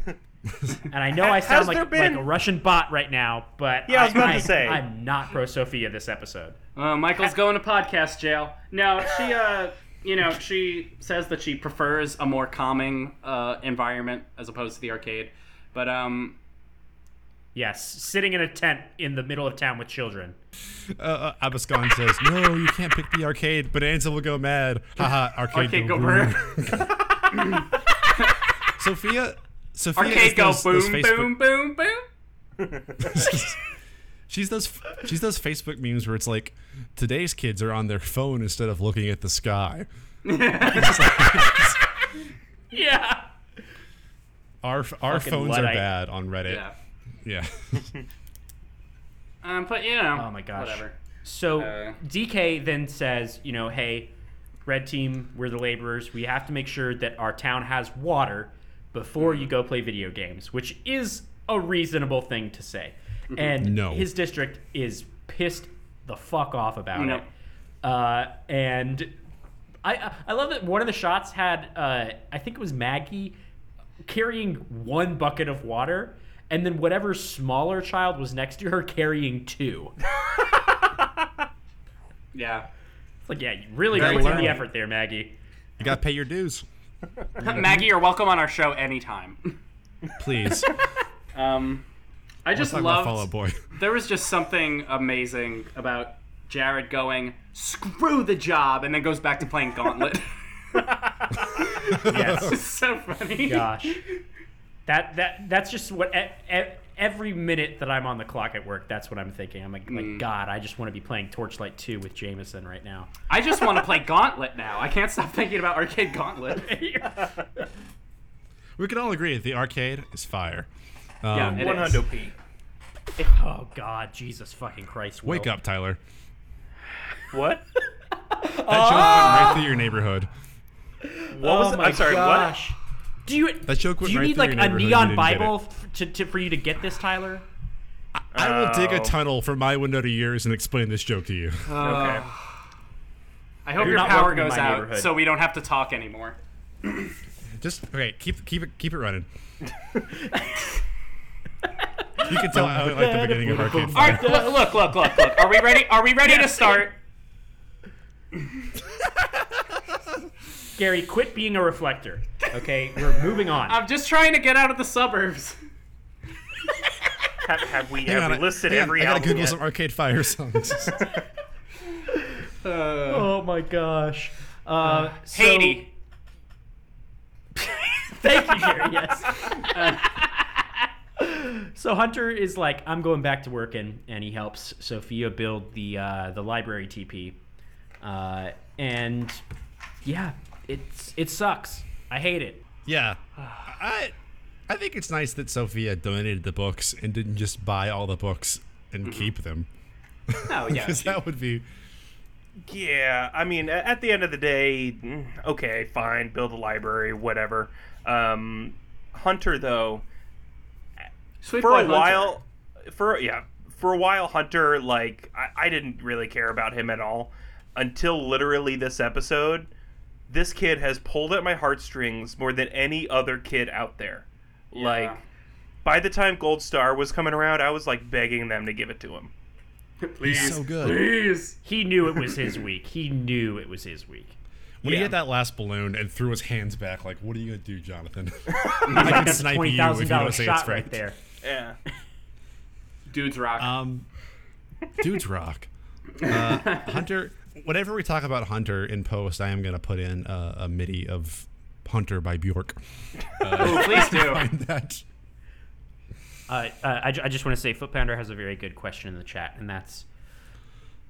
[SPEAKER 2] And I know I sound
[SPEAKER 4] Has there
[SPEAKER 2] like,
[SPEAKER 4] been-
[SPEAKER 2] like a Russian bot right now, but
[SPEAKER 4] Yeah, I was about to
[SPEAKER 2] I-
[SPEAKER 4] say.
[SPEAKER 2] I'm not pro Sophia this episode.
[SPEAKER 3] Uh, Michael's going to podcast jail. No, she, uh, you know, she says that she prefers a more calming uh, environment as opposed to the arcade. But um,
[SPEAKER 2] Yes, sitting in a tent in the middle of town with children.
[SPEAKER 1] Uh, uh, Abascon says, "No, you can't pick the arcade, but Ansel will go mad." Haha, arcade,
[SPEAKER 3] arcade
[SPEAKER 1] go,
[SPEAKER 3] go
[SPEAKER 1] boom.
[SPEAKER 3] boom,
[SPEAKER 1] Sophia, Sophia is
[SPEAKER 3] arcade go
[SPEAKER 1] those, those
[SPEAKER 3] boom,
[SPEAKER 1] Facebook,
[SPEAKER 3] boom, boom, boom.
[SPEAKER 1] She's those she's those Facebook memes where it's like today's kids are on their phone instead of looking at the sky.
[SPEAKER 2] Yeah.
[SPEAKER 1] Our our
[SPEAKER 2] Fucking
[SPEAKER 1] phones
[SPEAKER 2] Luddite.
[SPEAKER 1] are bad on Reddit.
[SPEAKER 3] Yeah.
[SPEAKER 1] Yeah.
[SPEAKER 3] Um, but you know.
[SPEAKER 2] Oh my gosh.
[SPEAKER 3] Whatever.
[SPEAKER 2] So
[SPEAKER 3] Uh,
[SPEAKER 2] DK then says, you know, hey, red team, we're the laborers. We have to make sure that our town has water before
[SPEAKER 3] Mm-hmm.
[SPEAKER 2] you go play video games, which is a reasonable thing to say.
[SPEAKER 3] Mm-hmm.
[SPEAKER 2] And
[SPEAKER 1] No.
[SPEAKER 2] his district is pissed the fuck off about
[SPEAKER 3] No.
[SPEAKER 2] it. Uh, and I- I I love that one of the shots had uh, I think it was Maggie carrying one bucket of water. And then whatever smaller child was next to her carrying two.
[SPEAKER 3] Yeah.
[SPEAKER 2] Like, yeah, you really
[SPEAKER 3] Very
[SPEAKER 2] put in
[SPEAKER 1] learned.
[SPEAKER 2] the effort there, Maggie.
[SPEAKER 1] You got to pay your dues,
[SPEAKER 3] Maggie, you're welcome on our show anytime.
[SPEAKER 1] please.
[SPEAKER 3] Um, I just
[SPEAKER 1] Talk about
[SPEAKER 3] love.
[SPEAKER 1] Fallout Boy.
[SPEAKER 3] there was just something amazing about Jared going, screw the job, and then goes back to playing Gauntlet.
[SPEAKER 2] Yes,
[SPEAKER 3] it's so funny.
[SPEAKER 2] gosh, that that that's just what e- e- every minute that I'm on the clock at work, that's what I'm thinking. I'm like,
[SPEAKER 4] Mm.
[SPEAKER 2] like God, I just want to be playing Torchlight Two with Jameson right now.
[SPEAKER 3] I just want to play Gauntlet now. I can't stop thinking about Arcade Gauntlet.
[SPEAKER 1] We can all agree that the arcade is fire. Um,
[SPEAKER 3] Yeah, it is.
[SPEAKER 4] 100 P.
[SPEAKER 2] oh God, Jesus fucking Christ! Will.
[SPEAKER 1] wake up, Tyler.
[SPEAKER 4] What?
[SPEAKER 2] Ah!
[SPEAKER 1] That joke went right through your neighborhood.
[SPEAKER 4] What was
[SPEAKER 2] oh
[SPEAKER 4] it?
[SPEAKER 2] my
[SPEAKER 4] I'm sorry, what?
[SPEAKER 2] gosh. Do you
[SPEAKER 1] That joke
[SPEAKER 2] do
[SPEAKER 1] went
[SPEAKER 2] you
[SPEAKER 1] right
[SPEAKER 2] need
[SPEAKER 1] through
[SPEAKER 2] like
[SPEAKER 1] your
[SPEAKER 2] a
[SPEAKER 1] neighborhood, you
[SPEAKER 2] neon
[SPEAKER 1] didn't get
[SPEAKER 2] Bible
[SPEAKER 1] it.
[SPEAKER 2] f- to, to for you to get this, Tyler?
[SPEAKER 1] I will dig a
[SPEAKER 4] Oh.
[SPEAKER 1] tunnel from my window to yours and explain this joke to you.
[SPEAKER 4] Okay.
[SPEAKER 3] I hope
[SPEAKER 2] You're
[SPEAKER 3] your
[SPEAKER 2] not
[SPEAKER 3] power
[SPEAKER 2] welcome in
[SPEAKER 3] goes
[SPEAKER 2] my
[SPEAKER 3] out
[SPEAKER 2] neighborhood.
[SPEAKER 3] so we don't have to talk anymore.
[SPEAKER 1] Just okay. Keep keep it keep it running. you can tell I like the beginning of Arcade
[SPEAKER 3] All
[SPEAKER 1] Fire.
[SPEAKER 3] right, look, look, look, look, look. Are we ready? Are we ready to start?
[SPEAKER 2] Gary, quit being a reflector. Okay, we're moving on.
[SPEAKER 3] I'm just trying to get out of the suburbs.
[SPEAKER 4] Have, have we,
[SPEAKER 1] Hang
[SPEAKER 4] have
[SPEAKER 1] on,
[SPEAKER 4] we listed
[SPEAKER 1] hang on,
[SPEAKER 4] every
[SPEAKER 1] I gotta
[SPEAKER 4] album
[SPEAKER 1] Google
[SPEAKER 4] yet?
[SPEAKER 1] some Arcade Fire songs.
[SPEAKER 3] Uh,
[SPEAKER 2] oh my gosh. Uh, so-
[SPEAKER 3] Haiti.
[SPEAKER 2] Thank you, Gary. Yes. Uh, so Hunter is like, I'm going back to working, and he helps Sophia build the uh, the library TP, uh, and yeah, it's it sucks. I hate it.
[SPEAKER 1] yeah, I I think it's nice that Sophia donated the books and didn't just buy all the books and keep them
[SPEAKER 3] Oh yeah.
[SPEAKER 1] because that would be
[SPEAKER 4] Yeah, I mean, a- at the end of the day, mm, okay, fine, build a library, whatever. Um, Hunter, though,
[SPEAKER 3] Sweet
[SPEAKER 4] for
[SPEAKER 3] boy
[SPEAKER 4] a
[SPEAKER 3] Hunter.
[SPEAKER 4] while, for yeah, for a while, Hunter, like, I, I didn't really care about him at all until literally this episode. This kid has pulled at my heartstrings more than any other kid out there. Like, by the time Gold Star was coming around, I was like begging them to give it to him.
[SPEAKER 3] please,
[SPEAKER 1] so good.
[SPEAKER 3] please.
[SPEAKER 2] He knew it was his week. He knew it was his week.
[SPEAKER 1] When he
[SPEAKER 4] Yeah.
[SPEAKER 1] hit that last balloon and threw his hands back, like, "What are you gonna do, Jonathan?"
[SPEAKER 2] Like,
[SPEAKER 1] could
[SPEAKER 2] that's a
[SPEAKER 1] snipe you
[SPEAKER 2] twenty
[SPEAKER 1] if you
[SPEAKER 2] thousand
[SPEAKER 1] don't
[SPEAKER 2] dollars
[SPEAKER 1] say it's
[SPEAKER 2] shot
[SPEAKER 1] right.
[SPEAKER 2] right there.
[SPEAKER 4] Yeah.
[SPEAKER 3] Dudes rock.
[SPEAKER 1] Um, dudes rock. Uh, Hunter. Whenever we talk about Hunter in post, I am gonna put in uh, a MIDI of Hunter by Bjork.
[SPEAKER 3] oh, please do.
[SPEAKER 1] Find that.
[SPEAKER 2] Uh, uh, I, ju- I just want to say, Foot Pounder has a very good question in the chat, and that's,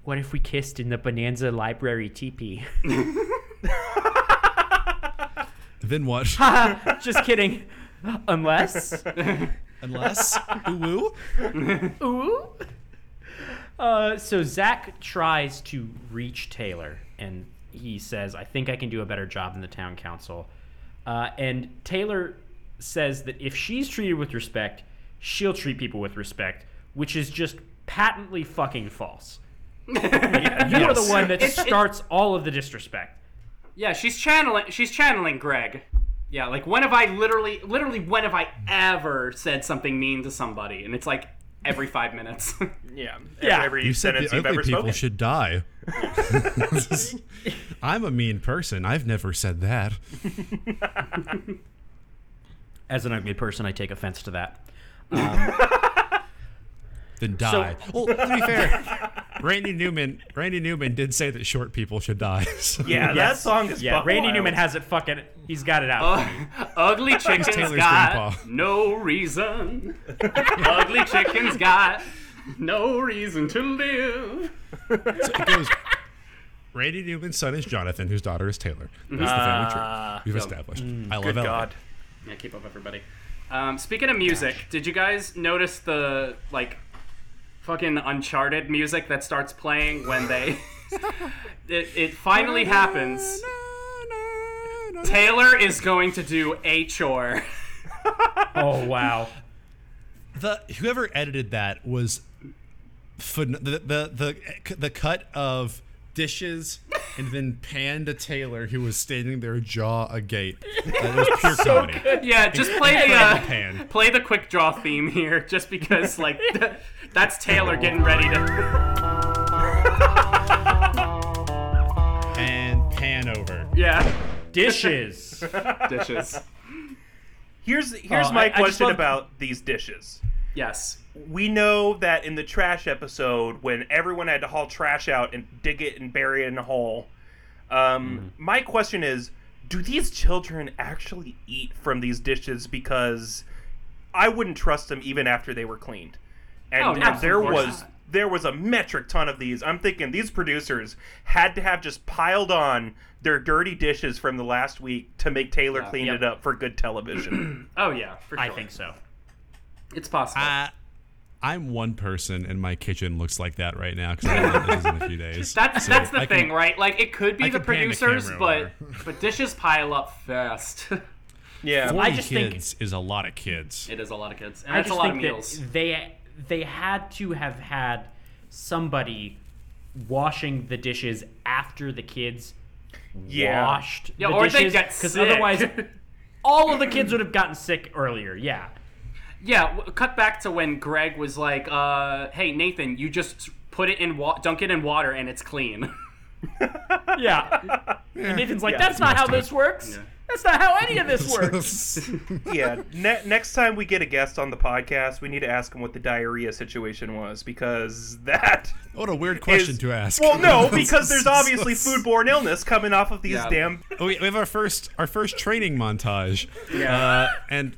[SPEAKER 2] "What if we kissed in the Bonanza Library teepee?"
[SPEAKER 1] Then what?
[SPEAKER 2] just kidding. Unless,
[SPEAKER 1] Unless ooh woo.
[SPEAKER 2] ooh. Uh, so Zach tries to reach Taylor, and he says, "I think I can do a better job than the town council." Uh, and Taylor says that if she's treated with respect, she'll treat people with respect, which is just patently fucking false. You are the one that starts all of the disrespect.
[SPEAKER 3] Yeah, she's channeling. She's channeling Greg. Yeah, like when have I literally, literally when have I ever said something mean to somebody? And it's like every five minutes.
[SPEAKER 4] Yeah.
[SPEAKER 2] Yeah.
[SPEAKER 4] Every
[SPEAKER 1] You said
[SPEAKER 4] sentence
[SPEAKER 1] the
[SPEAKER 4] you've
[SPEAKER 1] ugly
[SPEAKER 4] ever
[SPEAKER 1] people
[SPEAKER 4] spoken.
[SPEAKER 1] should die. I'm a mean person. I've never said that.
[SPEAKER 2] As an ugly person, I take offense to that.
[SPEAKER 1] Then die. well, to be fair, Randy Newman. Randy Newman did say that short people should die. so-
[SPEAKER 4] Yeah, that song is
[SPEAKER 2] Yeah, Randy
[SPEAKER 4] wild.
[SPEAKER 2] Newman has it fucking. He's got it out.
[SPEAKER 3] Oh. Ugly chicken's
[SPEAKER 1] Taylor's
[SPEAKER 3] got
[SPEAKER 1] grandpa.
[SPEAKER 3] no reason. Ugly chicken's got no reason to live.
[SPEAKER 1] So it goes. Randy Newman's son is Jonathan, whose daughter is Taylor. That's the family tree we've established. I love LA.
[SPEAKER 4] God.
[SPEAKER 3] Yeah, keep up, everybody. Um, speaking of music, did you guys notice the like fucking Uncharted music that starts playing when they? it, it finally happens. Taylor is going to do a chore.
[SPEAKER 2] Oh wow.
[SPEAKER 1] The whoever edited that was phen- the, the the the cut of dishes and then pan to Taylor, who was standing there jaw agape. That was pure comedy.
[SPEAKER 3] Yeah, just play the
[SPEAKER 1] Incredible
[SPEAKER 3] uh,
[SPEAKER 1] pan.
[SPEAKER 3] play the quick draw theme here, just because like that's Taylor getting ready to.
[SPEAKER 1] and pan over.
[SPEAKER 3] Yeah,
[SPEAKER 2] Dishes.
[SPEAKER 3] dishes.
[SPEAKER 4] Here's here's
[SPEAKER 2] Oh, I- I
[SPEAKER 4] my
[SPEAKER 2] just
[SPEAKER 4] question
[SPEAKER 2] love-
[SPEAKER 4] about these dishes.
[SPEAKER 3] Yes.
[SPEAKER 4] We know that in the trash episode, when everyone had to haul trash out and dig it and bury it in a hole, um, my question is, do these children actually eat from these dishes? Because I wouldn't trust them even after they were cleaned. And,
[SPEAKER 3] Oh,
[SPEAKER 4] and
[SPEAKER 3] no, of
[SPEAKER 4] there
[SPEAKER 3] course
[SPEAKER 4] was
[SPEAKER 3] not.
[SPEAKER 4] there was a metric ton of these. I'm thinking these producers had to have just piled on their dirty dishes from the last week to make Taylor clean
[SPEAKER 2] Yep.
[SPEAKER 4] it up for good television.
[SPEAKER 3] Oh yeah, for sure.
[SPEAKER 2] I think so.
[SPEAKER 3] it's possible.
[SPEAKER 1] I I'm one person, and my kitchen looks like that right now because I haven't done this in a few days.
[SPEAKER 3] That's
[SPEAKER 1] So
[SPEAKER 3] that's the
[SPEAKER 1] I can-
[SPEAKER 3] thing, right? Like it could be
[SPEAKER 1] I
[SPEAKER 3] the
[SPEAKER 1] can pan the
[SPEAKER 3] producers, but
[SPEAKER 1] camera
[SPEAKER 3] but dishes pile up fast.
[SPEAKER 4] Yeah.
[SPEAKER 1] Forty
[SPEAKER 2] I just think-
[SPEAKER 1] kids is a lot of kids.
[SPEAKER 3] it is a lot of kids, and
[SPEAKER 2] I
[SPEAKER 3] that's
[SPEAKER 2] just
[SPEAKER 3] a lot of
[SPEAKER 2] think
[SPEAKER 3] meals.
[SPEAKER 2] that they they had to have had somebody washing the dishes after the kids
[SPEAKER 4] Yeah.
[SPEAKER 2] washed
[SPEAKER 3] Yeah,
[SPEAKER 2] the
[SPEAKER 3] or they
[SPEAKER 2] dishes
[SPEAKER 3] get
[SPEAKER 2] because
[SPEAKER 3] sick.
[SPEAKER 2] otherwise all of the kids would have gotten sick earlier. Yeah.
[SPEAKER 3] Yeah, w- cut back to when Greg was like, uh, "Hey Nathan, you just put it in wa- dunk it in water and it's clean."
[SPEAKER 2] Yeah. And Nathan's like,
[SPEAKER 4] Yeah,
[SPEAKER 2] that's not how this works. That's not how any of this works.
[SPEAKER 4] yeah. Ne- next time we get a guest on the podcast, we need to ask him what the diarrhea situation was because that
[SPEAKER 1] what a weird question
[SPEAKER 4] is-
[SPEAKER 1] to ask.
[SPEAKER 4] Well, no, because there's obviously foodborne illness coming off of these
[SPEAKER 3] Yeah.
[SPEAKER 4] damn.
[SPEAKER 1] Oh, we we have our first our first training montage.
[SPEAKER 4] Yeah.
[SPEAKER 1] Uh, and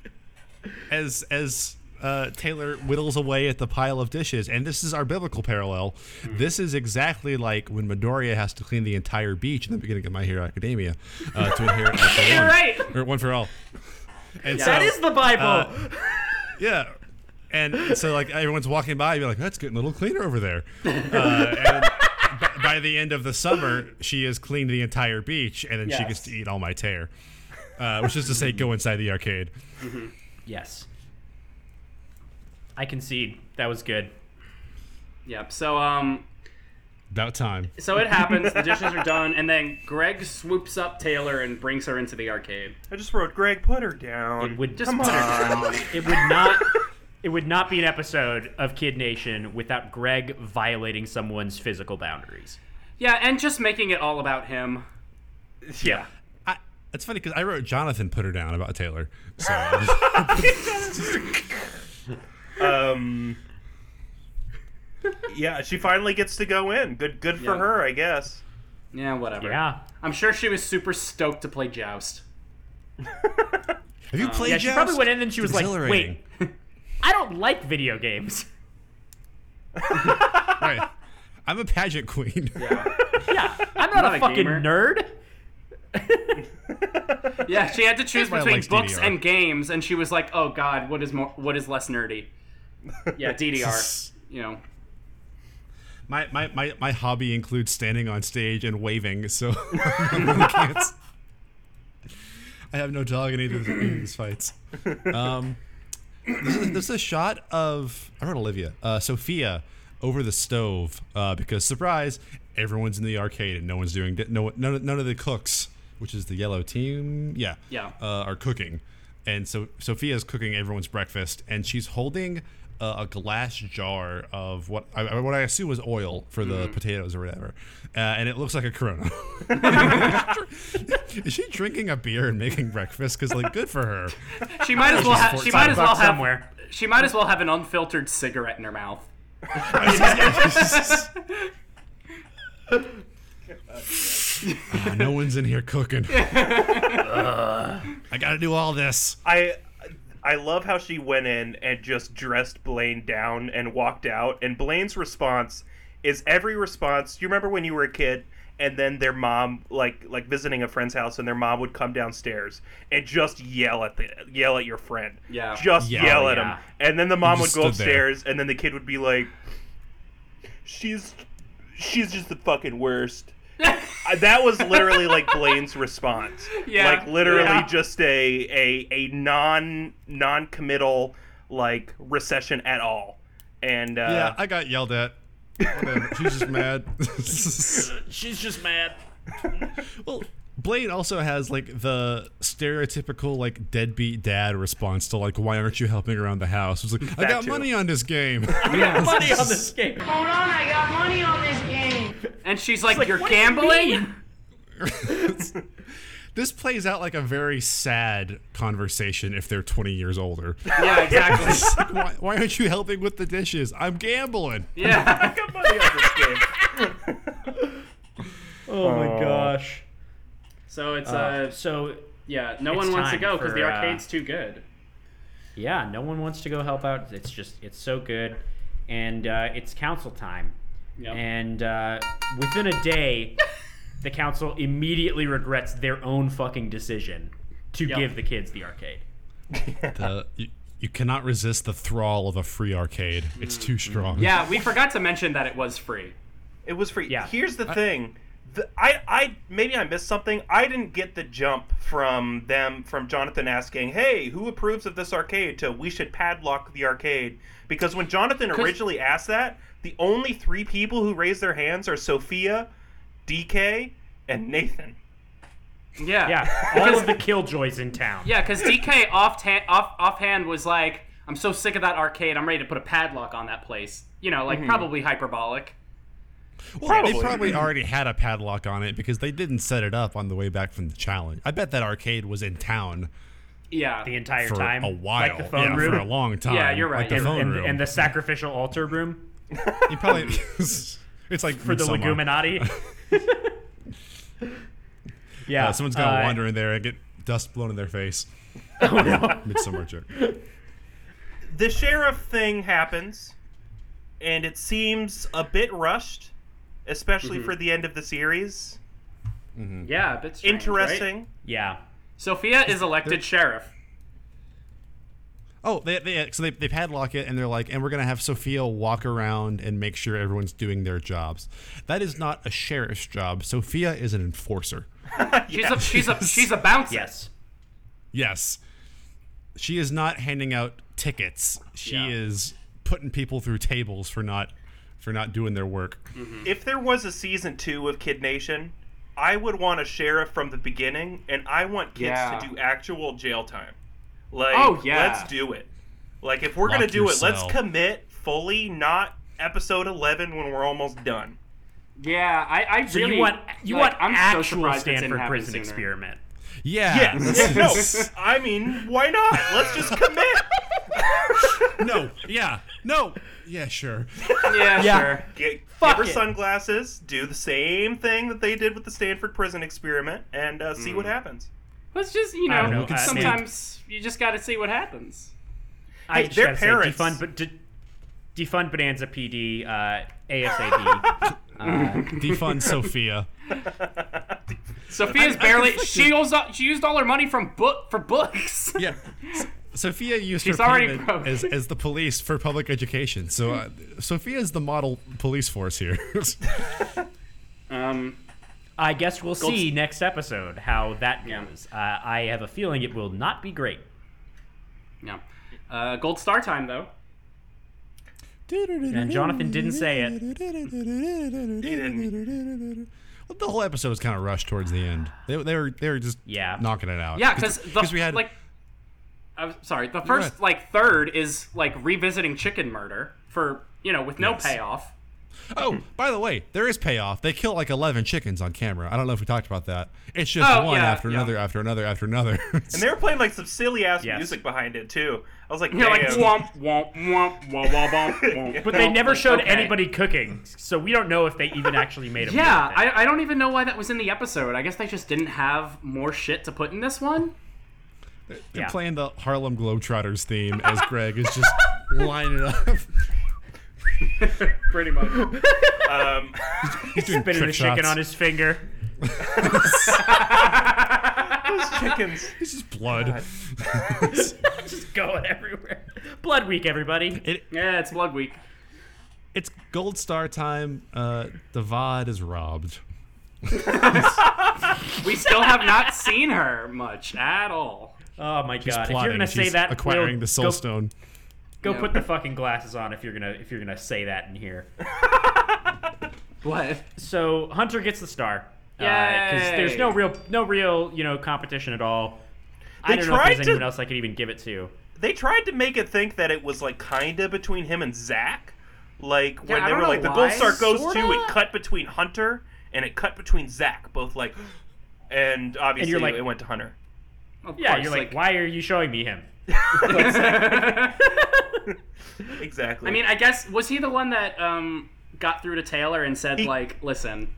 [SPEAKER 1] as as uh, Taylor whittles away at the pile of dishes, and this is our biblical parallel. This is exactly like when Midoriya has to clean the entire beach in the beginning of My Hero Academia uh, to inherit One for
[SPEAKER 3] You're
[SPEAKER 1] One,
[SPEAKER 3] right.
[SPEAKER 1] or One for All. And
[SPEAKER 2] that
[SPEAKER 1] so-
[SPEAKER 2] is the Bible.
[SPEAKER 1] uh, yeah. And so, like, everyone's walking by, you're like, that's getting a little cleaner over there. Uh, and b- by the end of the summer, she has cleaned the entire beach, and then she
[SPEAKER 3] Yes.
[SPEAKER 1] gets to eat all my tear, uh, which is to say, go inside the arcade.
[SPEAKER 2] yes. I concede. That was good.
[SPEAKER 3] yep. So um,
[SPEAKER 1] About time.
[SPEAKER 3] so it happens. The dishes are done, and then Greg swoops up Taylor and brings her into the arcade.
[SPEAKER 4] I just wrote Greg, put her down.
[SPEAKER 2] It would
[SPEAKER 3] Just
[SPEAKER 2] Come
[SPEAKER 3] put her down.
[SPEAKER 2] It would not. It would not be an episode of Kid Nation without Greg violating someone's physical boundaries.
[SPEAKER 3] Yeah, and just making it all about him.
[SPEAKER 4] yeah.
[SPEAKER 1] I, it's funny because I wrote Jonathan put her down about Taylor. So
[SPEAKER 4] Um. yeah, she finally gets to go in. Good, good for
[SPEAKER 3] Yeah.
[SPEAKER 4] her, I guess.
[SPEAKER 3] Yeah, whatever.
[SPEAKER 2] Yeah.
[SPEAKER 3] I'm sure she was super stoked to play Joust.
[SPEAKER 1] have you played
[SPEAKER 2] Yeah, she probably went in and she was like,
[SPEAKER 1] Exhilarating.
[SPEAKER 2] "Wait, I don't like video games."
[SPEAKER 1] Right. I'm a pageant queen.
[SPEAKER 2] Yeah, I'm not,
[SPEAKER 3] Not
[SPEAKER 2] a,
[SPEAKER 3] a
[SPEAKER 2] fucking
[SPEAKER 3] gamer.
[SPEAKER 2] nerd.
[SPEAKER 3] Yeah, she had to choose
[SPEAKER 1] Everyone
[SPEAKER 3] between
[SPEAKER 1] likes
[SPEAKER 3] books
[SPEAKER 1] DDR.
[SPEAKER 3] and games, and she was like, "Oh God, what is more? What is less nerdy?" Yeah, DDR. you know.
[SPEAKER 1] My, my, my, my hobby includes standing on stage and waving, so I really can't. I have no dog in either of these fights. Um, this, is, this is a shot of I wrote Olivia, uh, Sophia over the stove uh, because surprise, everyone's in the arcade and no one's doing di- no none, of- none of the cooks, which is the yellow team, yeah,
[SPEAKER 3] Yeah.
[SPEAKER 1] uh, are cooking, and so Sophia's cooking everyone's breakfast and she's holding. Uh, a glass jar of what I, I- what I assume was oil for the potatoes or whatever, uh, and it looks like a Corona. Is she drinking a beer and making breakfast? Because like, good for her.
[SPEAKER 3] She might as well have. She might as well
[SPEAKER 2] bucks
[SPEAKER 3] have.
[SPEAKER 2] somewhere.
[SPEAKER 3] She might as well have an unfiltered cigarette in her mouth.
[SPEAKER 1] Ah, no one's in here cooking. I gotta do all this.
[SPEAKER 4] I, I love how she went in and just dressed Blaine down and walked out. And Blaine's response is every response. You remember when you were a kid, and then their mom, like, like visiting a friend's house, and their mom would come downstairs and just yell at the yell at your friend.
[SPEAKER 3] Yeah.
[SPEAKER 4] Just
[SPEAKER 1] Yeah.
[SPEAKER 4] yell
[SPEAKER 1] Oh,
[SPEAKER 4] at
[SPEAKER 2] yeah.
[SPEAKER 4] him, and then the mom would
[SPEAKER 1] just
[SPEAKER 4] go
[SPEAKER 1] stood there.
[SPEAKER 4] upstairs, and then the kid would be like, "She's, she's just the fucking worst." I- that was literally like Blaine's response.
[SPEAKER 3] Yeah.
[SPEAKER 4] Like literally
[SPEAKER 3] Yeah.
[SPEAKER 4] just a a a non non committal like recession at all. And uh
[SPEAKER 1] yeah, I got yelled at. Whatever, She's just mad.
[SPEAKER 2] She's just mad.
[SPEAKER 1] well, Blaine also has like the stereotypical like deadbeat dad response to like, why aren't you helping around the house? It's like, I
[SPEAKER 4] That
[SPEAKER 1] got
[SPEAKER 4] too.
[SPEAKER 1] money on this game.
[SPEAKER 2] Money on this game.
[SPEAKER 7] Hold on, I got money on this game.
[SPEAKER 3] And she's like,
[SPEAKER 2] like,
[SPEAKER 3] "You're
[SPEAKER 2] "What do you
[SPEAKER 3] gambling."
[SPEAKER 2] mean?"
[SPEAKER 1] this plays out like a very sad conversation if they're 20 years older.
[SPEAKER 3] yeah, exactly.
[SPEAKER 1] why, why aren't you helping with the dishes? I'm gambling.
[SPEAKER 3] yeah.
[SPEAKER 4] got money on this game.
[SPEAKER 2] Oh my gosh.
[SPEAKER 3] So it's uh,
[SPEAKER 2] So
[SPEAKER 3] yeah. No
[SPEAKER 2] it's
[SPEAKER 3] one wants to
[SPEAKER 2] time
[SPEAKER 3] go because
[SPEAKER 2] for,
[SPEAKER 3] the
[SPEAKER 2] uh,
[SPEAKER 3] arcade's too good.
[SPEAKER 2] yeah, no one wants to go help out. It's just it's so good, and uh, it's council time.
[SPEAKER 3] Yep.
[SPEAKER 2] And uh, within a day, the council immediately regrets their own fucking decision to
[SPEAKER 3] Yep.
[SPEAKER 2] give the kids the arcade.
[SPEAKER 1] The, you, you cannot resist the thrall of a free arcade. It's too strong.
[SPEAKER 3] Yeah, we forgot to mention that it was free.
[SPEAKER 4] It was free.
[SPEAKER 2] Yeah.
[SPEAKER 4] Here's the thing. The, I, I maybe I missed something. I didn't get the jump from them from Jonathan asking, "Hey, who approves of this arcade?" to "We should padlock the arcade." Because when Jonathan originally asked that, the only three people who raised their hands are Sophia, DK, and Nathan.
[SPEAKER 3] Yeah.
[SPEAKER 2] Yeah, all of the killjoys in town.
[SPEAKER 3] Yeah, because DK offhand, off, offhand was like, I'm so sick of that arcade, I'm ready to put a padlock on that place. You know, like
[SPEAKER 2] Mm-hmm.
[SPEAKER 3] probably hyperbolic.
[SPEAKER 1] Well, they probably already had a padlock on it because they didn't set it up on the way back from the challenge. I bet that arcade was in town
[SPEAKER 3] Yeah.
[SPEAKER 2] the entire
[SPEAKER 1] for
[SPEAKER 2] time,
[SPEAKER 1] a while,
[SPEAKER 2] like the phone
[SPEAKER 1] yeah,
[SPEAKER 2] room
[SPEAKER 1] for a long time.
[SPEAKER 3] Yeah, you're right.
[SPEAKER 1] Like the
[SPEAKER 2] and,
[SPEAKER 1] phone
[SPEAKER 2] and,
[SPEAKER 1] room.
[SPEAKER 2] and the sacrificial altar room
[SPEAKER 1] He probably it's like
[SPEAKER 2] for the
[SPEAKER 1] Midsommar.
[SPEAKER 2] Leguminati. yeah,
[SPEAKER 1] Uh, someone's gonna
[SPEAKER 2] uh,
[SPEAKER 1] wander in there and get dust blown in their face. Midsummer joke.
[SPEAKER 4] The sheriff thing happens, and it seems a bit rushed, especially
[SPEAKER 1] Mm-hmm.
[SPEAKER 4] for the end of the series.
[SPEAKER 3] Yeah, a bit strange, right?
[SPEAKER 4] Interesting.
[SPEAKER 2] Yeah,
[SPEAKER 3] Sophia is elected sheriff.
[SPEAKER 1] Oh, they, they so they, they padlock it and they're like, and we're gonna have Sophia walk around and make sure everyone's doing their jobs. That is not a sheriff's job. Sophia is an enforcer.
[SPEAKER 3] She's a she's a she's a bouncer.
[SPEAKER 2] yes,
[SPEAKER 1] Yes, she is not handing out tickets. She
[SPEAKER 3] Yeah.
[SPEAKER 1] is putting people through tables for not for not doing their work.
[SPEAKER 4] if there was a season two of Kid Nation, I would want a sheriff from the beginning, and I want kids
[SPEAKER 3] Yeah.
[SPEAKER 4] to do actual jail time. Like,
[SPEAKER 3] Oh, yeah.
[SPEAKER 4] let's do it. Like, if we're
[SPEAKER 1] Lock
[SPEAKER 4] gonna do
[SPEAKER 1] your
[SPEAKER 4] it,
[SPEAKER 1] cell.
[SPEAKER 4] let's commit fully, not episode eleven when we're almost done.
[SPEAKER 3] Yeah, I, I
[SPEAKER 2] so
[SPEAKER 3] really
[SPEAKER 2] you want you
[SPEAKER 3] like,
[SPEAKER 2] want
[SPEAKER 3] I'm so
[SPEAKER 2] actual
[SPEAKER 3] surprised this didn't
[SPEAKER 2] Stanford
[SPEAKER 3] happen
[SPEAKER 2] prison
[SPEAKER 3] sooner.
[SPEAKER 2] experiment.
[SPEAKER 1] Yeah.
[SPEAKER 4] Yes. no. I mean, why not? Let's just commit.
[SPEAKER 1] no. Yeah. No. Yeah. Sure.
[SPEAKER 3] Yeah,
[SPEAKER 2] Yeah.
[SPEAKER 3] sure.
[SPEAKER 4] Get,
[SPEAKER 2] Fuck
[SPEAKER 4] give her
[SPEAKER 2] it.
[SPEAKER 4] sunglasses. Do the same thing that they did with the Stanford prison experiment, and uh,
[SPEAKER 2] Mm.
[SPEAKER 4] see what happens.
[SPEAKER 3] Let's just you
[SPEAKER 2] I
[SPEAKER 3] know,
[SPEAKER 2] don't know, uh,
[SPEAKER 3] sometimes you just gotta see what happens.
[SPEAKER 2] I
[SPEAKER 4] Hey,
[SPEAKER 2] just
[SPEAKER 4] they're
[SPEAKER 2] gotta say,
[SPEAKER 4] parents.
[SPEAKER 2] defund, but de- defund Bonanza PD uh, ASAP.
[SPEAKER 1] Defund Sophia.
[SPEAKER 3] Sophia's barely she used all, she used all her money from book for books.
[SPEAKER 1] Yeah. S- Sophia used
[SPEAKER 3] She's
[SPEAKER 1] her
[SPEAKER 3] already
[SPEAKER 1] payment
[SPEAKER 3] broke.
[SPEAKER 1] as, as the police for public education. So uh, Sophia is the model police force here.
[SPEAKER 3] Um,
[SPEAKER 2] I guess we'll see next episode how that
[SPEAKER 3] Yeah.
[SPEAKER 2] goes. Uh, I have a feeling it will not be great.
[SPEAKER 3] yeah. Uh, gold star time though.
[SPEAKER 1] and
[SPEAKER 2] Jonathan didn't say it.
[SPEAKER 1] didn't. Well, the whole episode was kind of rushed towards the end. They, they were they were just
[SPEAKER 2] Yeah.
[SPEAKER 1] knocking it out.
[SPEAKER 3] Yeah, because
[SPEAKER 1] we had
[SPEAKER 3] like, I'm sorry. The first
[SPEAKER 1] ahead.
[SPEAKER 3] like third is like revisiting chicken murder for you know with no
[SPEAKER 1] Yes.
[SPEAKER 3] payoff.
[SPEAKER 1] oh by the way there is payoff. They kill like eleven chickens on camera. I don't know if we talked about that. It's just
[SPEAKER 3] Oh,
[SPEAKER 1] one
[SPEAKER 3] yeah,
[SPEAKER 1] after
[SPEAKER 3] yeah.
[SPEAKER 1] another after another after another.
[SPEAKER 4] And they were playing like some silly ass
[SPEAKER 2] Yes.
[SPEAKER 4] music behind it too. I was like,
[SPEAKER 3] You're like
[SPEAKER 4] "Damn."
[SPEAKER 3] womp womp womp womp womp womp.
[SPEAKER 2] But they never showed anybody cooking, so we don't know if they even actually made a meal
[SPEAKER 3] Yeah,
[SPEAKER 2] of it.
[SPEAKER 3] I, I don't even know why that was in the episode. I guess they just didn't have more shit to put in this one.
[SPEAKER 1] They're
[SPEAKER 2] Yeah.
[SPEAKER 1] playing the Harlem Globetrotters theme as Greg is just lining up.
[SPEAKER 3] Pretty much.
[SPEAKER 4] Um,
[SPEAKER 1] He's doing
[SPEAKER 2] spinning the
[SPEAKER 1] trick
[SPEAKER 2] chicken
[SPEAKER 1] shots.
[SPEAKER 2] on his finger.
[SPEAKER 4] those chickens.
[SPEAKER 1] It's just blood.
[SPEAKER 2] Just going everywhere. Blood Week, everybody.
[SPEAKER 1] It,
[SPEAKER 3] Yeah, it's Blood Week.
[SPEAKER 1] it's gold star time. Uh, the VOD is robbed.
[SPEAKER 3] We still have not seen her much at all.
[SPEAKER 2] Oh my god! If
[SPEAKER 1] Plotting,
[SPEAKER 2] you're gonna say
[SPEAKER 1] she's
[SPEAKER 2] that,
[SPEAKER 1] acquiring
[SPEAKER 2] Will,
[SPEAKER 1] the soul
[SPEAKER 2] go,
[SPEAKER 1] stone.
[SPEAKER 2] Go
[SPEAKER 3] Yeah.
[SPEAKER 2] put the fucking glasses on if you're gonna if you're gonna say that in here.
[SPEAKER 3] What?
[SPEAKER 2] So Hunter gets the star. Because
[SPEAKER 3] Yay.
[SPEAKER 2] there's no real no real you know competition at all. I
[SPEAKER 4] They
[SPEAKER 2] don't know if there's
[SPEAKER 4] tried to-
[SPEAKER 2] anyone else I could even give it to.
[SPEAKER 4] They tried to make it think that it was like kinda between him and Zach. Like when
[SPEAKER 3] I
[SPEAKER 4] they
[SPEAKER 3] don't
[SPEAKER 4] were
[SPEAKER 3] know
[SPEAKER 4] like, the
[SPEAKER 3] why,
[SPEAKER 4] gold star goes to,
[SPEAKER 3] sorta.
[SPEAKER 4] it cut between Hunter and it cut between Zach. Both like, and obviously
[SPEAKER 2] you're like-
[SPEAKER 4] it went to Hunter.
[SPEAKER 3] Of
[SPEAKER 2] Yeah,
[SPEAKER 3] course,
[SPEAKER 2] you're like, why are you showing me him?
[SPEAKER 4] Exactly.
[SPEAKER 3] I mean, I guess was he the one that um got through to Taylor and said
[SPEAKER 4] He-
[SPEAKER 3] like, "Listen,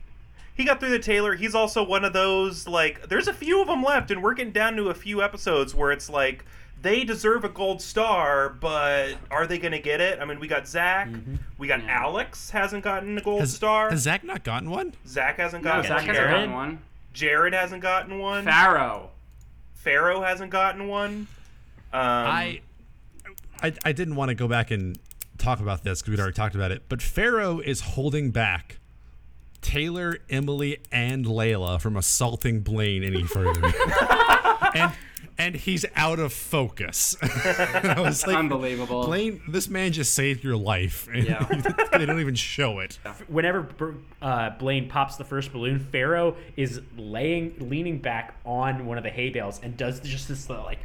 [SPEAKER 4] he got through the Taylor. He's also one of those like there's a few of them left, and we're getting down to a few episodes where it's like they deserve a gold star, but are they gonna get it? I mean, we got Zach, we got Alex hasn't gotten a gold
[SPEAKER 1] Mm-hmm. Has,
[SPEAKER 4] star.
[SPEAKER 1] has Zach not gotten one?
[SPEAKER 4] Zach hasn't
[SPEAKER 3] no,
[SPEAKER 4] gotten
[SPEAKER 3] Zach
[SPEAKER 4] one.
[SPEAKER 3] hasn't
[SPEAKER 4] Jared.
[SPEAKER 3] gotten one.
[SPEAKER 4] Jared hasn't gotten one.
[SPEAKER 3] Pharaoh,
[SPEAKER 4] Pharaoh hasn't gotten one. Um,
[SPEAKER 1] I I, I didn't want to go back and talk about this because we'd already talked about it, but Pharaoh is holding back Taylor, Emily, and Layla from assaulting Blaine any further. and and he's out of focus. And I was like,
[SPEAKER 3] Unbelievable.
[SPEAKER 1] Blaine, this man just saved your life. And
[SPEAKER 3] Yeah.
[SPEAKER 1] they don't even show it.
[SPEAKER 2] whenever Br- uh, Blaine pops the first balloon, Pharaoh is laying leaning back on one of the hay bales and does just this uh, like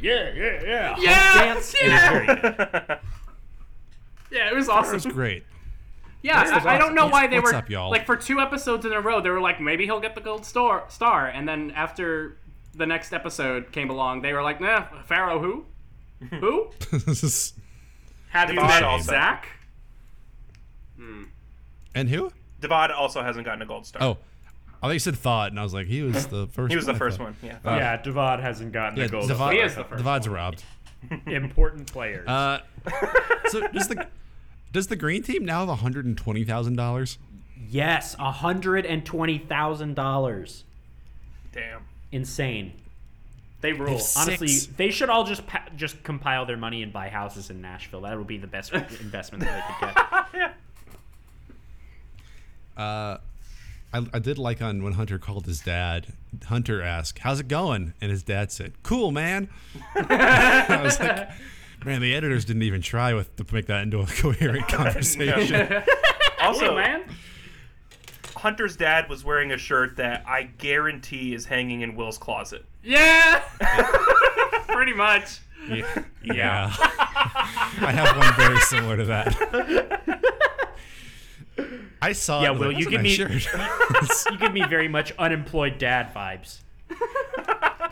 [SPEAKER 2] yeah yeah yeah hump
[SPEAKER 3] Yeah,
[SPEAKER 2] dance. It is
[SPEAKER 3] yeah.
[SPEAKER 2] very good.
[SPEAKER 3] Yeah, it was
[SPEAKER 1] It was
[SPEAKER 3] awesome.
[SPEAKER 1] great.
[SPEAKER 3] Yeah, I, I don't know
[SPEAKER 1] awesome.
[SPEAKER 3] why they
[SPEAKER 1] What's
[SPEAKER 3] were
[SPEAKER 1] up, y'all?
[SPEAKER 3] like for two episodes in a row. They were like, maybe he'll get the gold star, star, and then after the next episode came along, they were like, nah, Pharaoh who, who
[SPEAKER 1] This is-
[SPEAKER 3] have you
[SPEAKER 4] Devon
[SPEAKER 3] met
[SPEAKER 4] also.
[SPEAKER 3] Zach?
[SPEAKER 1] and who?
[SPEAKER 4] Devad also hasn't gotten a gold star.
[SPEAKER 1] Oh, I thought you said Thought, and I was like, he was the first.
[SPEAKER 4] he was the
[SPEAKER 1] I
[SPEAKER 4] first
[SPEAKER 1] thought.
[SPEAKER 4] one. Yeah.
[SPEAKER 2] yeah, Devad hasn't gotten
[SPEAKER 1] Yeah,
[SPEAKER 2] a gold.
[SPEAKER 1] Devon-
[SPEAKER 3] He is the first
[SPEAKER 1] Devon's robbed.
[SPEAKER 2] Important players.
[SPEAKER 1] Uh, so does the does the green team now have one hundred and twenty thousand dollars?
[SPEAKER 2] yes, hundred and twenty thousand dollars.
[SPEAKER 4] Damn.
[SPEAKER 2] Insane.
[SPEAKER 3] They rule.
[SPEAKER 2] Honestly,
[SPEAKER 1] Six.
[SPEAKER 2] they should all just pa- just compile their money and buy houses in Nashville. That would be the best investment that they could get.
[SPEAKER 1] Uh, I, I did like on when Hunter called his dad. Hunter asked, "How's it going?" and his dad said, "Cool, man." I was like, "Man, the editors didn't even try with to make that into a coherent conversation."
[SPEAKER 4] Also,
[SPEAKER 3] Cool, man.
[SPEAKER 4] Hunter's dad was wearing a shirt that I guarantee is hanging in Will's closet.
[SPEAKER 3] Yeah, pretty much.
[SPEAKER 1] Yeah. I have one very similar to that. I saw. it
[SPEAKER 2] Yeah,
[SPEAKER 1] and was
[SPEAKER 2] Will,
[SPEAKER 1] like,
[SPEAKER 2] you
[SPEAKER 1] "That's a
[SPEAKER 2] give
[SPEAKER 1] nice
[SPEAKER 2] me-
[SPEAKER 1] shirt."
[SPEAKER 2] You give me very much unemployed dad vibes.
[SPEAKER 3] Yeah,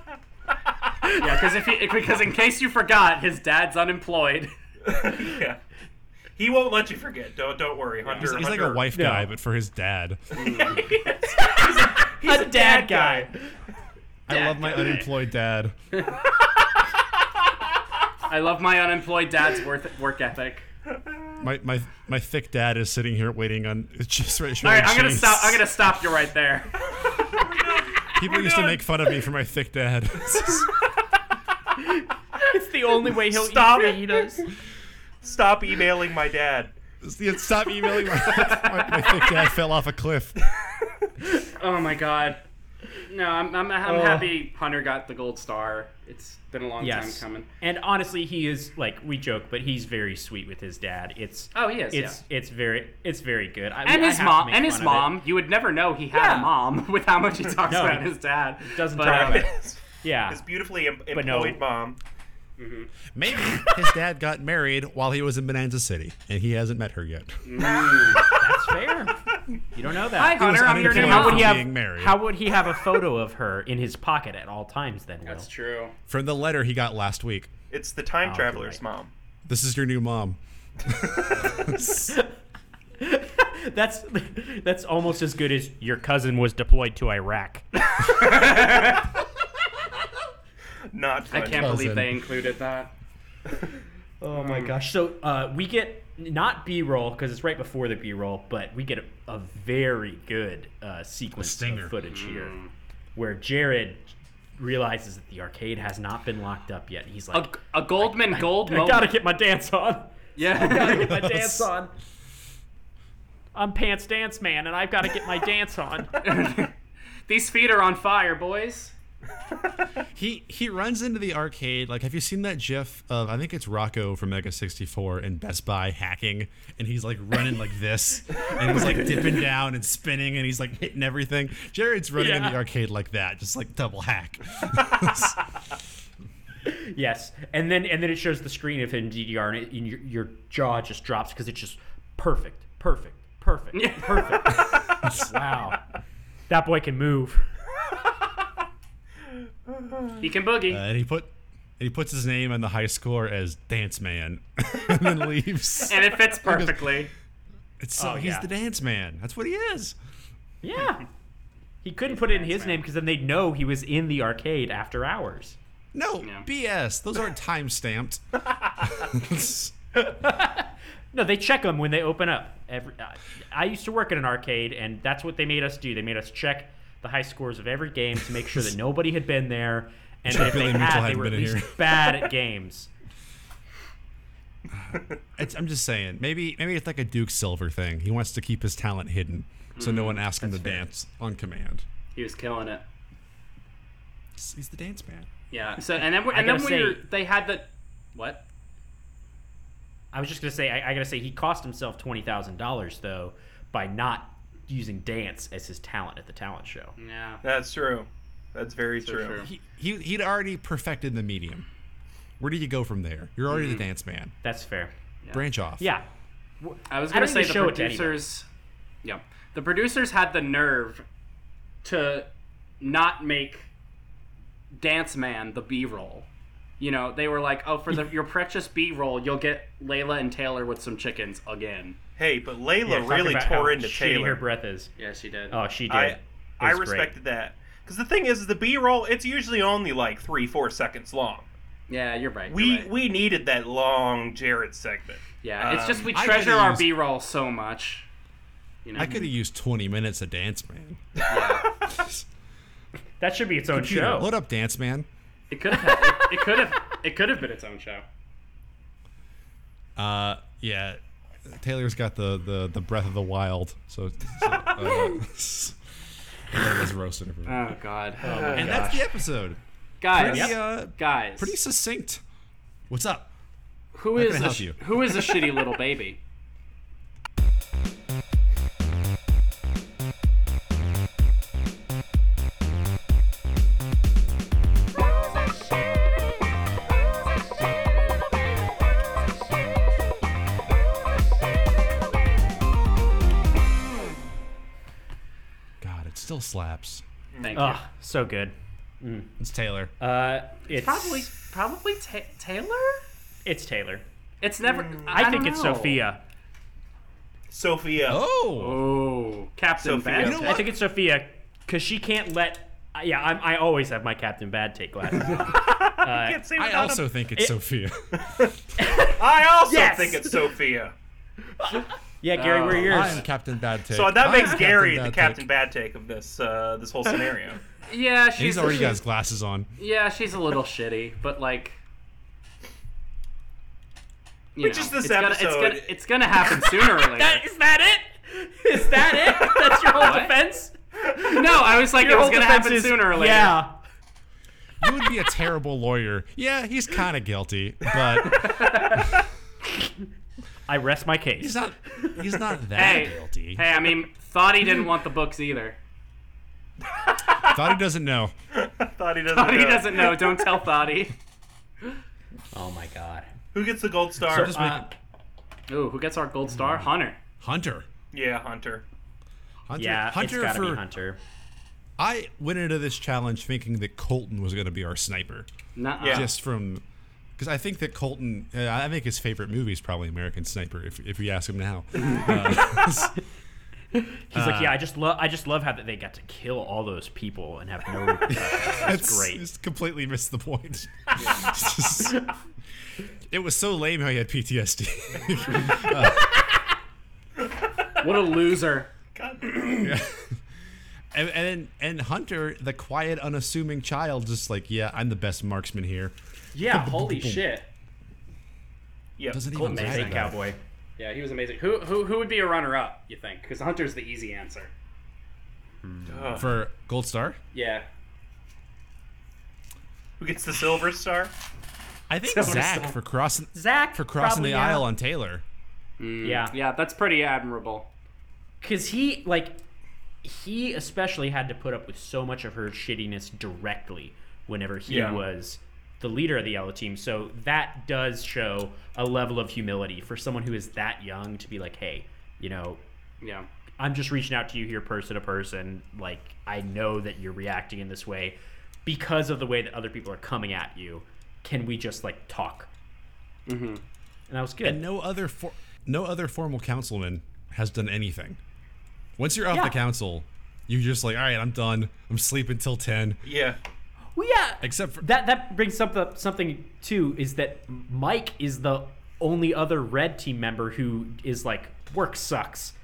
[SPEAKER 3] because if he, because in case you forgot, his dad's unemployed.
[SPEAKER 4] yeah. He won't let you forget. Don't don't worry, Hunter.
[SPEAKER 1] He's like a
[SPEAKER 4] Hunter-
[SPEAKER 1] wife
[SPEAKER 2] No.
[SPEAKER 1] guy, but for his dad.
[SPEAKER 2] He's a, dad, guy.
[SPEAKER 1] I love my unemployed dad.
[SPEAKER 3] I love my unemployed dad's worth work ethic.
[SPEAKER 1] My my my thick dad is sitting here waiting on it's just right.
[SPEAKER 3] All right, I'm gonna stop. I'm gonna stop you right there.
[SPEAKER 1] People used to make fun of me for my thick dad.
[SPEAKER 2] It's the only way he'll
[SPEAKER 4] Stop.
[SPEAKER 2] eat fajitas.
[SPEAKER 4] Stop emailing my dad.
[SPEAKER 1] stop emailing my, my, my thick dad fell off a cliff.
[SPEAKER 3] Oh my god. No, I'm I'm, I'm
[SPEAKER 2] Oh.
[SPEAKER 3] happy Hunter got the gold star. It's been a long
[SPEAKER 2] Yes.
[SPEAKER 3] time coming.
[SPEAKER 2] And honestly, he is like we joke, but he's very sweet with his dad. It's
[SPEAKER 3] Oh, he is.
[SPEAKER 2] it's it's very it's very good. I,
[SPEAKER 3] And
[SPEAKER 2] I
[SPEAKER 3] his
[SPEAKER 2] have to
[SPEAKER 3] mom,
[SPEAKER 2] make
[SPEAKER 3] and his
[SPEAKER 2] fun of it.
[SPEAKER 3] mom, you would never know he had a
[SPEAKER 2] Yeah.
[SPEAKER 3] mom with how much he talks
[SPEAKER 2] No,
[SPEAKER 3] about
[SPEAKER 2] he
[SPEAKER 3] his dad.
[SPEAKER 2] doesn't
[SPEAKER 3] but,
[SPEAKER 2] talk
[SPEAKER 3] um,
[SPEAKER 2] about it.
[SPEAKER 4] His,
[SPEAKER 2] Yeah,
[SPEAKER 4] his beautifully em-
[SPEAKER 2] But no.
[SPEAKER 4] employed mom.
[SPEAKER 1] Maybe his dad got married while he was in Bonanza City, and he hasn't met her yet.
[SPEAKER 2] that's fair. You don't know that.
[SPEAKER 3] Hi, Hunter. I'm your new
[SPEAKER 1] unemployed
[SPEAKER 2] how would
[SPEAKER 1] from
[SPEAKER 2] he have?
[SPEAKER 3] mom.
[SPEAKER 1] being married.
[SPEAKER 2] How would he have a photo of her in his pocket at all times? Then Will?
[SPEAKER 3] That's true.
[SPEAKER 1] From the letter he got last week,
[SPEAKER 4] It's the time
[SPEAKER 2] Oh,
[SPEAKER 4] traveler's
[SPEAKER 2] right.
[SPEAKER 4] mom.
[SPEAKER 1] this is your new mom.
[SPEAKER 2] that's that's almost as good as your cousin was deployed to Iraq.
[SPEAKER 4] Not.
[SPEAKER 3] I
[SPEAKER 4] funny.
[SPEAKER 3] can't believe
[SPEAKER 1] Cousin.
[SPEAKER 3] they included that.
[SPEAKER 2] Oh my gosh! So uh, we get not B roll because it's right before the B roll, but we get a, a very good uh, sequence
[SPEAKER 1] stinger.
[SPEAKER 2] of footage here, where Jared realizes that the arcade has not been locked up yet. He's
[SPEAKER 3] A,
[SPEAKER 2] like,
[SPEAKER 3] a Goldman Gold
[SPEAKER 2] "I
[SPEAKER 3] moment.
[SPEAKER 2] gotta get my dance on.
[SPEAKER 3] yeah.
[SPEAKER 2] Get my dance on. I'm pants dance man, and I've got to get my dance on."
[SPEAKER 3] These feet are on fire, boys.
[SPEAKER 1] He he runs into the arcade. Like, have you seen that GIF of I think it's Rocco from Mega sixty four and Best Buy hacking, and he's like running like this, and he's like dipping down and spinning, and he's like hitting everything. Jared's running in
[SPEAKER 2] Yeah.
[SPEAKER 1] the arcade like that, just like double hack. Uh,
[SPEAKER 2] Yes, and then and then it shows the screen of him DDR, and, it, and your, your jaw just drops because it's just perfect, perfect, perfect, perfect. wow, that boy can move.
[SPEAKER 3] He can boogie.
[SPEAKER 2] Uh,
[SPEAKER 1] and he put and he puts his name on the high score as Dance Man, and then leaves.
[SPEAKER 3] and it fits perfectly.
[SPEAKER 1] It's so
[SPEAKER 2] Oh,
[SPEAKER 1] he's
[SPEAKER 2] yeah.
[SPEAKER 1] the Dance Man. That's what he is.
[SPEAKER 2] Yeah, he couldn't put in his name because then they'd know he was in the arcade after hours.
[SPEAKER 1] No
[SPEAKER 3] Yeah.
[SPEAKER 1] BS. Those aren't time stamped.
[SPEAKER 2] No, they check them when they open up. Every I I used to work at an arcade, and that's what they made us do. They made us check the high scores of every game to make sure that nobody had been there, and that if
[SPEAKER 1] Billy
[SPEAKER 2] they
[SPEAKER 1] Mitchell
[SPEAKER 2] had, they
[SPEAKER 1] hadn't
[SPEAKER 2] were at
[SPEAKER 1] been in
[SPEAKER 2] least
[SPEAKER 1] here.
[SPEAKER 2] bad at games.
[SPEAKER 1] It's, I'm just saying, maybe maybe it's like a Duke Silver thing. He wants to keep his talent hidden, so
[SPEAKER 2] Mm,
[SPEAKER 1] no one asks him to dance on command.
[SPEAKER 3] He was killing it.
[SPEAKER 1] He's he's the dance man.
[SPEAKER 3] Yeah. So and then we-
[SPEAKER 2] I
[SPEAKER 3] and then
[SPEAKER 2] gotta
[SPEAKER 3] we
[SPEAKER 2] say-
[SPEAKER 3] were, they had the what?
[SPEAKER 2] I was just gonna say, I, I gotta say, he cost himself twenty thousand dollars though by not using dance as his talent at the talent show.
[SPEAKER 3] Yeah.
[SPEAKER 4] That's true. That's very
[SPEAKER 3] So
[SPEAKER 4] true.
[SPEAKER 3] true.
[SPEAKER 1] He, he he'd already perfected the medium. Where do you go from there? You're already the dance man.
[SPEAKER 2] That's fair.
[SPEAKER 1] Branch off.
[SPEAKER 2] Mm-hmm. Yeah,
[SPEAKER 3] I was
[SPEAKER 2] I
[SPEAKER 3] gonna
[SPEAKER 2] don't
[SPEAKER 3] say
[SPEAKER 2] need
[SPEAKER 3] the
[SPEAKER 2] to show it to anybody.
[SPEAKER 3] producers. Yeah, the producers had the nerve to not make Dance Man the B-roll. You know, they were like, "Oh, for the, your precious B-roll, you'll get Layla and Taylor with some chickens again."
[SPEAKER 4] Hey, but
[SPEAKER 2] Yeah,
[SPEAKER 4] Layla
[SPEAKER 2] talk
[SPEAKER 4] really
[SPEAKER 2] about how
[SPEAKER 4] tore into
[SPEAKER 2] shitty
[SPEAKER 4] Taylor.
[SPEAKER 2] Her breath is.
[SPEAKER 3] Yeah, she did.
[SPEAKER 2] Oh, she did.
[SPEAKER 4] I
[SPEAKER 2] It
[SPEAKER 4] I
[SPEAKER 2] was great.
[SPEAKER 4] respected that because the thing is, the B roll it's usually only like three four seconds long.
[SPEAKER 3] yeah, you're right.
[SPEAKER 4] We
[SPEAKER 3] you're right.
[SPEAKER 4] we needed that long Jared segment.
[SPEAKER 3] yeah, it's just we
[SPEAKER 1] um, I
[SPEAKER 3] treasure
[SPEAKER 1] could've
[SPEAKER 3] our
[SPEAKER 1] used-
[SPEAKER 3] B-roll so much. You know,
[SPEAKER 1] I
[SPEAKER 2] Mm-hmm.
[SPEAKER 1] could have used 20 minutes of dance man.
[SPEAKER 2] That should be its own
[SPEAKER 1] Peter,
[SPEAKER 2] show.
[SPEAKER 1] Load up dance man.
[SPEAKER 3] it could have. It could have. It could have been its own show.
[SPEAKER 1] Uh, yeah, Taylor's got the, the, the breath of the wild. So, so uh, Layla's roasted everyone.
[SPEAKER 3] Oh God,
[SPEAKER 1] and that's the episode.
[SPEAKER 3] guys,
[SPEAKER 1] Pretty, uh,
[SPEAKER 3] guys,
[SPEAKER 1] pretty succinct. What's up?
[SPEAKER 3] who is
[SPEAKER 1] gonna
[SPEAKER 3] a
[SPEAKER 1] help
[SPEAKER 3] sh-
[SPEAKER 1] you.
[SPEAKER 3] who is a shitty little baby?
[SPEAKER 1] God, it still slaps.
[SPEAKER 3] Thank you.
[SPEAKER 2] Ugh, Ah, so good.
[SPEAKER 1] It's Taylor.
[SPEAKER 2] Uh, it's
[SPEAKER 3] Probably, probably ta- Taylor.
[SPEAKER 2] it's Taylor.
[SPEAKER 3] It's never.
[SPEAKER 2] Hmm, I,
[SPEAKER 3] I,
[SPEAKER 2] think
[SPEAKER 3] don't
[SPEAKER 2] it's
[SPEAKER 3] know.
[SPEAKER 2] Sophia.
[SPEAKER 4] Sophia.
[SPEAKER 1] oh,
[SPEAKER 3] Oh, Captain
[SPEAKER 4] Sophia.
[SPEAKER 3] Bad.
[SPEAKER 4] You know
[SPEAKER 2] I think it's Sophia because she can't let. I- Yeah, I'm, I always have my Captain Bad take glasses.
[SPEAKER 4] I can't say
[SPEAKER 1] I
[SPEAKER 4] without
[SPEAKER 1] also
[SPEAKER 4] him.
[SPEAKER 1] think it's Sophia.
[SPEAKER 4] I also
[SPEAKER 2] Yes!
[SPEAKER 4] think it's Sophia.
[SPEAKER 2] yeah, Gary,
[SPEAKER 3] Oh,
[SPEAKER 2] we're yours.
[SPEAKER 1] I'm Captain Bad Take.
[SPEAKER 4] So that
[SPEAKER 1] I'm
[SPEAKER 4] makes Gary
[SPEAKER 1] Bad
[SPEAKER 4] the
[SPEAKER 1] Take.
[SPEAKER 4] Captain Bad Take of this uh, this whole scenario.
[SPEAKER 3] yeah, she's
[SPEAKER 1] He's already
[SPEAKER 3] she's,
[SPEAKER 1] got his glasses on.
[SPEAKER 3] Yeah, she's a little shitty, but like. You
[SPEAKER 4] But
[SPEAKER 3] know,
[SPEAKER 4] just this
[SPEAKER 3] it's gonna-
[SPEAKER 4] episode-
[SPEAKER 3] it's gonna, it's gonna happen sooner or later.
[SPEAKER 2] That- is that it? Is that it? That's your whole defense?
[SPEAKER 3] no, I was like,
[SPEAKER 2] Your
[SPEAKER 3] it was
[SPEAKER 2] whole
[SPEAKER 3] gonna
[SPEAKER 2] defense
[SPEAKER 3] happen
[SPEAKER 2] is,
[SPEAKER 3] sooner or later.
[SPEAKER 2] Yeah.
[SPEAKER 1] You would be a terrible lawyer. Yeah, he's kind of guilty, but
[SPEAKER 2] I rest my case.
[SPEAKER 1] he's not. He's not that
[SPEAKER 3] Hey,
[SPEAKER 1] guilty.
[SPEAKER 3] hey, I mean, thought he didn't want the books either.
[SPEAKER 1] Thought he doesn't know.
[SPEAKER 4] Thought he doesn't.
[SPEAKER 3] Thought he
[SPEAKER 4] know.
[SPEAKER 3] doesn't know. Don't tell Thoughty.
[SPEAKER 2] oh my god.
[SPEAKER 4] Who gets the gold star?
[SPEAKER 1] Just
[SPEAKER 2] Uh,
[SPEAKER 1] make-
[SPEAKER 3] Ooh, who gets our gold star?
[SPEAKER 1] Hmm.
[SPEAKER 3] Hunter.
[SPEAKER 1] Hunter.
[SPEAKER 4] yeah, Hunter.
[SPEAKER 1] Hunter.
[SPEAKER 2] yeah,
[SPEAKER 1] Hunter
[SPEAKER 2] it's gotta
[SPEAKER 1] for
[SPEAKER 2] be Hunter.
[SPEAKER 1] I went into this challenge thinking that Colton was going to be our sniper,
[SPEAKER 3] Nuh-uh.
[SPEAKER 4] Yeah.
[SPEAKER 1] just from because I think that Colton, uh, I think his favorite movie is probably American Sniper. If if you ask him now, uh,
[SPEAKER 2] He's like, yeah, I just love, I just love how that they got to kill all those people and have no repercussions. That's great.
[SPEAKER 1] It's completely missed the point. it was so lame how he had PTSD.
[SPEAKER 3] What a loser.
[SPEAKER 1] and, and and Hunter, the quiet, unassuming child, just like, yeah, I'm the best marksman here.
[SPEAKER 3] Yeah. Holy shit.
[SPEAKER 4] Yep.
[SPEAKER 1] Doesn't even brag about it.
[SPEAKER 2] Amazing
[SPEAKER 1] e-
[SPEAKER 2] cowboy.
[SPEAKER 3] Yeah, he was amazing. Who who who would be a runner up? You think? Because Hunter's the easy answer.
[SPEAKER 1] for Gold Star.
[SPEAKER 3] Yeah.
[SPEAKER 4] Who gets the silver star?
[SPEAKER 1] I think
[SPEAKER 3] Silver
[SPEAKER 1] Zach
[SPEAKER 3] Star.
[SPEAKER 1] for crossing
[SPEAKER 2] Zach
[SPEAKER 1] for crossing
[SPEAKER 2] probably,
[SPEAKER 1] the
[SPEAKER 2] yeah.
[SPEAKER 1] aisle on Taylor.
[SPEAKER 2] Yeah,
[SPEAKER 3] Yeah, that's pretty admirable.
[SPEAKER 2] because he like he especially had to put up with so much of her shittiness directly whenever he
[SPEAKER 4] Yeah.
[SPEAKER 2] was the leader of the yellow team. So that does show a level of humility for someone who is that young to be like, hey, you know,
[SPEAKER 3] Yeah.
[SPEAKER 2] I'm just reaching out to you here, person to person. Like, I know that you're reacting in this way because of the way that other people are coming at you. Can we just like talk? Mm-hmm. And that was good.
[SPEAKER 1] And no other for, no other formal councilman has done anything. Once you're off
[SPEAKER 2] Yeah.
[SPEAKER 1] the council, you're just like, all right, I'm done. I'm sleeping till ten.
[SPEAKER 4] Yeah.
[SPEAKER 2] well, yeah.
[SPEAKER 1] Except for
[SPEAKER 2] that that brings up the, something too is that Mike is the only other red team member who is like work sucks.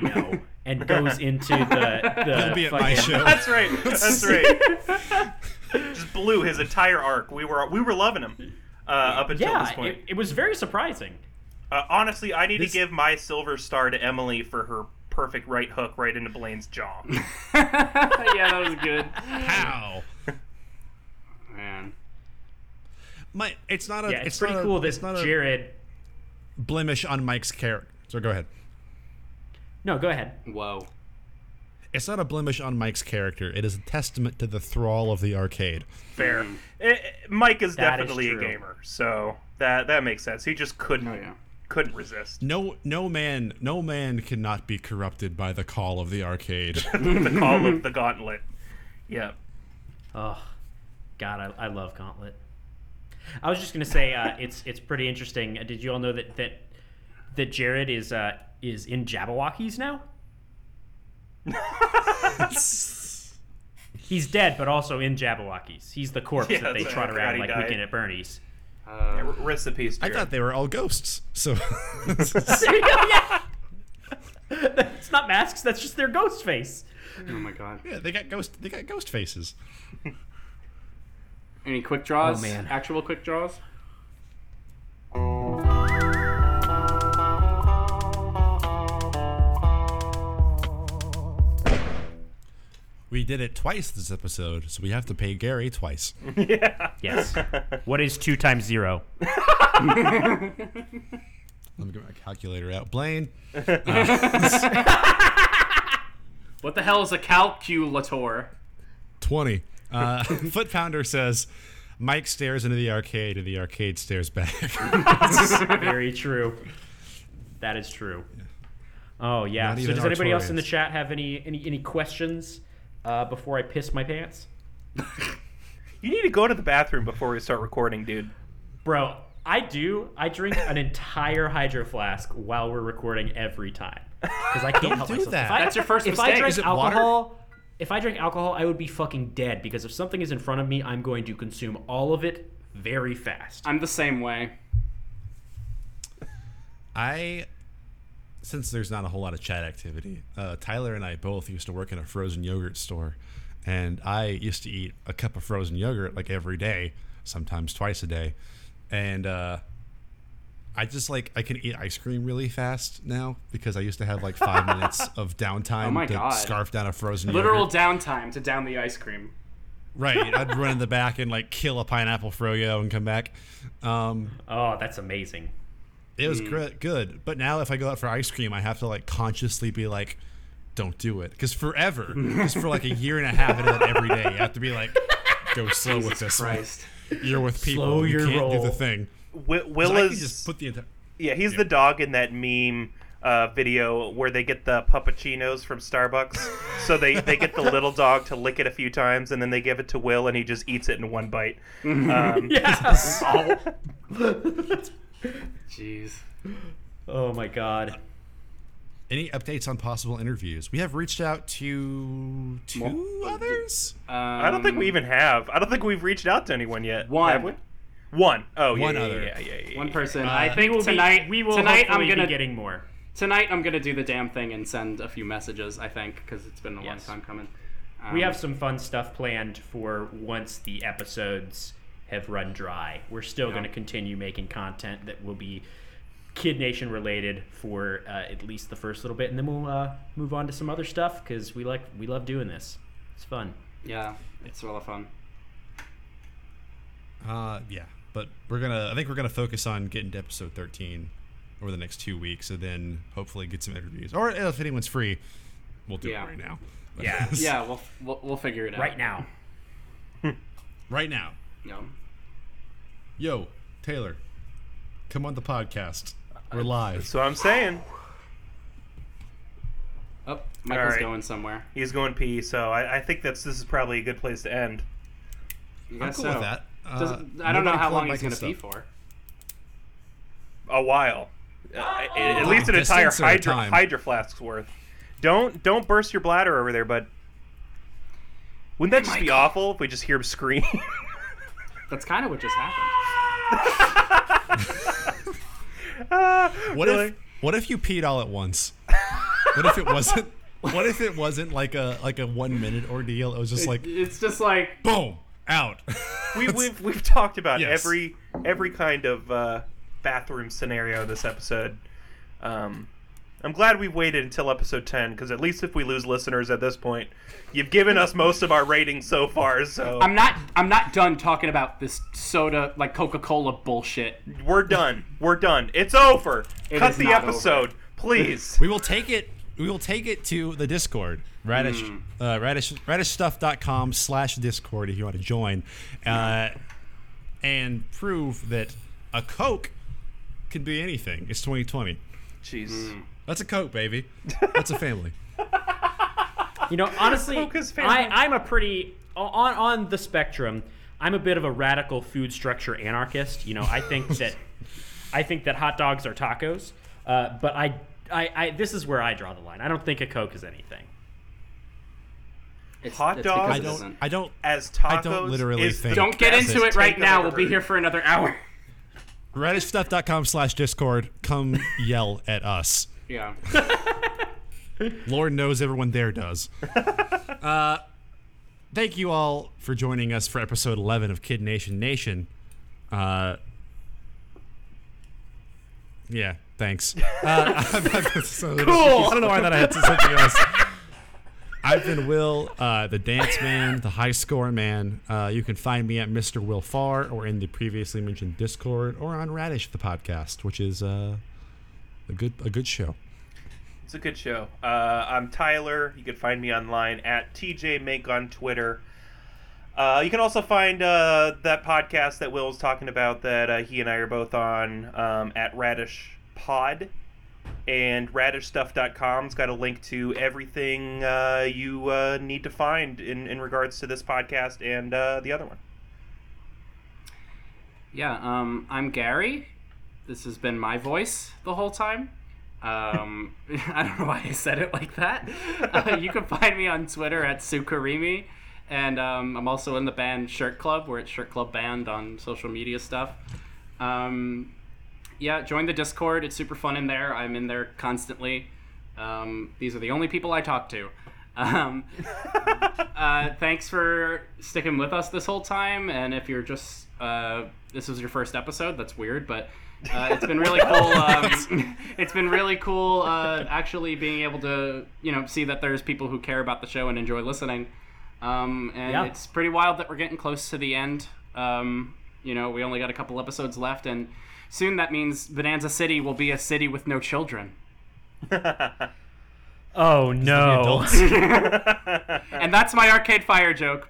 [SPEAKER 2] know. And goes into the, the
[SPEAKER 1] He'll be at my
[SPEAKER 2] fucking-
[SPEAKER 1] show.
[SPEAKER 4] That's right. That's right. Just blew his entire arc. We were we were loving him. uh, up until
[SPEAKER 2] yeah,
[SPEAKER 4] this point.
[SPEAKER 2] it, it was very surprising.
[SPEAKER 4] uh, honestly, I need
[SPEAKER 1] This-
[SPEAKER 4] to give my silver star to Emily for her perfect right hook right into Blaine's jaw.
[SPEAKER 3] yeah, that was good.
[SPEAKER 1] How?
[SPEAKER 3] Man.
[SPEAKER 1] My, it's not a.
[SPEAKER 2] Yeah, it's,
[SPEAKER 1] not
[SPEAKER 2] pretty
[SPEAKER 1] a-
[SPEAKER 2] cool
[SPEAKER 1] It's
[SPEAKER 2] that
[SPEAKER 1] not a
[SPEAKER 2] Jared.
[SPEAKER 1] blemish on Mike's character. So go ahead.
[SPEAKER 2] No, go ahead.
[SPEAKER 3] Whoa.
[SPEAKER 1] It's not a blemish on Mike's character. It is a testament to the thrall of the arcade.
[SPEAKER 4] Fair. Eh, eh, Mike is
[SPEAKER 2] That is
[SPEAKER 4] definitely a
[SPEAKER 2] true.
[SPEAKER 4] gamer, so that that makes sense. He just couldn't
[SPEAKER 3] Oh, yeah.
[SPEAKER 4] couldn't resist
[SPEAKER 1] No, no man, no man cannot be corrupted by the call of the arcade.
[SPEAKER 4] the call of the gauntlet. Yeah.
[SPEAKER 2] Oh, God, I, I love Gauntlet. I was just gonna say uh, it's it's pretty interesting. Uh, Did you all know that that that Jared is uh, is in Jabberwockies now? He's dead, but also in Jabberwockies. He's the corpse
[SPEAKER 4] Yeah,
[SPEAKER 2] that they
[SPEAKER 4] that's
[SPEAKER 2] trot
[SPEAKER 4] right.
[SPEAKER 2] around
[SPEAKER 4] He
[SPEAKER 2] like
[SPEAKER 4] died.
[SPEAKER 2] Weekend at Bernie's.
[SPEAKER 3] Uh,
[SPEAKER 4] R- Rest in peace,
[SPEAKER 1] I
[SPEAKER 4] Jared.
[SPEAKER 1] thought they were all ghosts. So
[SPEAKER 2] There you go, yeah. it's not masks. That's just their ghost face.
[SPEAKER 3] Oh my god.
[SPEAKER 1] yeah, they got ghost, they got ghost faces.
[SPEAKER 3] Any quick draws?
[SPEAKER 2] Oh, man.
[SPEAKER 3] Actual quick draws?
[SPEAKER 1] We did it twice this episode, so we have to pay Gary twice.
[SPEAKER 2] Yes. what is two times zero?
[SPEAKER 1] Let me get my calculator out. Blaine,
[SPEAKER 3] What the hell is a calculator?
[SPEAKER 1] twenty. Uh, Foot Pounder says, Mike stares into the arcade, and the arcade stares back.
[SPEAKER 2] Very true. That is true. Oh yeah.
[SPEAKER 1] Not
[SPEAKER 2] So
[SPEAKER 1] even
[SPEAKER 2] does anybody else in the
[SPEAKER 1] Artorias.
[SPEAKER 2] chat have any any, any questions uh, before I piss my pants,
[SPEAKER 4] you need to go to the bathroom before we start recording, dude.
[SPEAKER 2] bro? I do. I drink an entire hydro flask while we're recording every time because I can't help
[SPEAKER 1] do
[SPEAKER 2] myself.
[SPEAKER 1] that.
[SPEAKER 2] If I,
[SPEAKER 3] That's your first
[SPEAKER 2] if I
[SPEAKER 3] mistake.
[SPEAKER 2] drank
[SPEAKER 3] Is it
[SPEAKER 1] water?
[SPEAKER 2] alcohol, if I drank alcohol, I would be fucking dead because if something is in front of me, I'm going to consume all of it very fast.
[SPEAKER 3] I'm the same way.
[SPEAKER 1] I, since there's not a whole lot of chat activity, uh, Tyler and I both used to work in a frozen yogurt store, and I used to eat a cup of frozen yogurt like every day, sometimes twice a day, and uh, I just like I can eat ice cream really fast now because I used to have like five minutes of downtime
[SPEAKER 3] Oh my
[SPEAKER 1] to
[SPEAKER 3] God.
[SPEAKER 1] scarf down a frozen
[SPEAKER 3] Literal
[SPEAKER 1] yogurt.
[SPEAKER 3] downtime to down the ice cream.
[SPEAKER 1] right, I'd run in the back and like kill a pineapple froyo and come back. Um,
[SPEAKER 2] Oh, that's amazing.
[SPEAKER 1] It
[SPEAKER 2] Mm.
[SPEAKER 1] was gr- good, but now if I go out for ice cream, I have to like consciously be like, "Don't do it," because forever, just for like a year and a half, and then every day, you have to be like, "Go slow with this one.
[SPEAKER 3] Christ.
[SPEAKER 1] You're with people.
[SPEAKER 2] Slow
[SPEAKER 1] you
[SPEAKER 2] your
[SPEAKER 1] can't do
[SPEAKER 2] roll."
[SPEAKER 1] the thing."
[SPEAKER 4] Wi-
[SPEAKER 1] So
[SPEAKER 4] Will
[SPEAKER 1] I
[SPEAKER 4] is
[SPEAKER 1] could just put the entire.
[SPEAKER 4] yeah, he's the dog in that meme uh, video where they get the puppuccinos from Starbucks. so they they get the little dog to lick it a few times, and then they give it to Will, and he just eats it in one bite. Um,
[SPEAKER 2] Yes.
[SPEAKER 3] Jeez.
[SPEAKER 2] oh my god.
[SPEAKER 1] Any updates on possible interviews? We have reached out to two others.
[SPEAKER 4] I don't
[SPEAKER 3] Um,
[SPEAKER 1] Mm.
[SPEAKER 4] think we even have. I don't think we've reached out to anyone yet. Have we?
[SPEAKER 3] One.
[SPEAKER 4] One. Oh, yeah,
[SPEAKER 1] One
[SPEAKER 4] yeah,
[SPEAKER 1] other.
[SPEAKER 4] Yeah, yeah, yeah.
[SPEAKER 3] One person. I
[SPEAKER 2] Uh, We
[SPEAKER 3] think
[SPEAKER 2] will be-
[SPEAKER 3] tonight
[SPEAKER 2] we will
[SPEAKER 3] tonight I'm
[SPEAKER 2] hopefully
[SPEAKER 3] gonna
[SPEAKER 2] be getting more.
[SPEAKER 3] tonight I'm gonna do the damn thing and send a few messages. I think because it's been a
[SPEAKER 2] Yes.
[SPEAKER 3] long time coming.
[SPEAKER 2] We have some fun stuff planned for once the episodes have run dry. We're still going to continue making content that will be Kid Nation related for uh, at least the first little bit, and then we'll uh, move on to some other stuff because we like we love doing this. It's fun.
[SPEAKER 3] Yeah, it's a lot of fun.
[SPEAKER 1] Uh, yeah, but we're gonna. I think we're gonna focus on getting to episode thirteen over the next two weeks, and then hopefully get some interviews. Or uh, if anyone's free, we'll do
[SPEAKER 3] Yeah.
[SPEAKER 1] it right now.
[SPEAKER 2] Yeah.
[SPEAKER 3] Yeah, we'll we'll, we'll figure it out
[SPEAKER 2] Right now,
[SPEAKER 1] right now.
[SPEAKER 3] No.
[SPEAKER 1] Yo, Taylor, come on the podcast. We're live.
[SPEAKER 4] So I'm saying
[SPEAKER 3] Oh, Michael's
[SPEAKER 4] All right.
[SPEAKER 3] going somewhere.
[SPEAKER 4] he's going pee. So I, I think that's this is probably a good place to end.
[SPEAKER 3] I
[SPEAKER 1] I'm
[SPEAKER 3] guess
[SPEAKER 1] cool
[SPEAKER 3] so.
[SPEAKER 1] with that.
[SPEAKER 3] Does-
[SPEAKER 1] Uh,
[SPEAKER 3] I don't know
[SPEAKER 1] nobody
[SPEAKER 3] how
[SPEAKER 1] pull up
[SPEAKER 3] long he's gonna
[SPEAKER 1] Michael's
[SPEAKER 3] be
[SPEAKER 1] stuff.
[SPEAKER 3] for.
[SPEAKER 4] A while, Uh, at- at least an
[SPEAKER 1] Distance
[SPEAKER 4] entire
[SPEAKER 1] or
[SPEAKER 4] hydro
[SPEAKER 1] time?
[SPEAKER 4] hydro flask's worth. Don't don't burst your bladder over there, bud. Wouldn't that just be awful if we just hear him scream?
[SPEAKER 3] That's kind of what just happened.
[SPEAKER 1] What if
[SPEAKER 4] Really?
[SPEAKER 1] What if you peed all at once? what if it wasn't? What if it wasn't like a like a one minute ordeal? It was just like
[SPEAKER 3] It's just like
[SPEAKER 1] boom out.
[SPEAKER 4] we, we've we've talked about
[SPEAKER 1] Yes.
[SPEAKER 4] every every kind of uh, bathroom scenario this episode. Um, I'm glad we waited until episode 10 because at least if we lose listeners at this point, you've given us most of our ratings so far. So
[SPEAKER 3] I'm not. I'm not done talking about this soda, like Coca Cola bullshit.
[SPEAKER 4] we're done. We're done. It's over.
[SPEAKER 3] It
[SPEAKER 4] Cut
[SPEAKER 3] is
[SPEAKER 4] the
[SPEAKER 3] not
[SPEAKER 4] episode, please.
[SPEAKER 1] We will take it. We will take it to the Discord, radish, uh, radish, radishstuff.com slash Discord if you want to join, uh, and prove that a Coke can be anything. It's 2020.
[SPEAKER 4] Jeez.
[SPEAKER 1] That's a Coke, baby. That's a family.
[SPEAKER 2] You know, honestly,
[SPEAKER 4] Focus, family.
[SPEAKER 2] I, I'm a pretty on on the spectrum. I'm a bit of a radical food structure anarchist. You know, I think that I think that hot dogs are tacos, uh, but I, I I this is where I draw the line. I don't think a Coke is anything.
[SPEAKER 3] It's,
[SPEAKER 4] Hot
[SPEAKER 3] it's because
[SPEAKER 4] dogs?
[SPEAKER 1] I
[SPEAKER 3] it
[SPEAKER 1] don't.
[SPEAKER 3] isn't.
[SPEAKER 1] I don't.
[SPEAKER 4] As tacos,
[SPEAKER 1] I don't literally
[SPEAKER 4] is the
[SPEAKER 1] think-
[SPEAKER 3] Don't get
[SPEAKER 4] best
[SPEAKER 3] into it right
[SPEAKER 4] take I've
[SPEAKER 3] now.
[SPEAKER 4] ever
[SPEAKER 3] We'll be
[SPEAKER 4] heard.
[SPEAKER 3] here for another hour.
[SPEAKER 1] Radishstuff.com slash Discord. Come yell at us.
[SPEAKER 3] Yeah.
[SPEAKER 1] Lord knows everyone there does. uh, thank you all for joining us for episode 11 of Kid Nation Nation. Uh, yeah, thanks. Uh, I've been so- I don't know why that I had to something else. I've been Will, uh, the dance man, the high score man. Uh, you can find me at Mr. Will Farr or in the previously mentioned Discord or on Radish the podcast, which is uh, a good a good show.
[SPEAKER 4] It's a good show. Uh, I'm Tyler. You can find me online at TJMake on Twitter. Uh, you can also find uh, that podcast that Will was talking about that uh, he and I are both on um, at Radish Pod. And radishstuff.com's got a link to everything uh, you uh, need to find in, in regards to this podcast and uh, the other one.
[SPEAKER 3] Yeah, um, I'm Gary. This has been my voice the whole time. Um, I don't know why I said it like that. Uh, you can find me on Twitter at Sukarimi. And um, I'm also in the band Shirt Club. We're at Shirt Club Band on social media stuff. Um, yeah, join the Discord. It's super fun in there. I'm in there constantly. Um, these are the only people I talk to. Um, uh, thanks for sticking with us this whole time. And if you're just uh, this was your first episode, that's weird, but uh, it's been really cool. Um, it's been really cool uh, actually being able to you know see that there's people who care about the show and enjoy listening. Um, and
[SPEAKER 2] Yeah.
[SPEAKER 3] it's pretty wild that we're getting close to the end. Um, you know, we only got a couple episodes left, and soon that means Bonanza City will be a city with no children.
[SPEAKER 2] Oh no!
[SPEAKER 1] Adults.
[SPEAKER 3] And that's my Arcade Fire joke.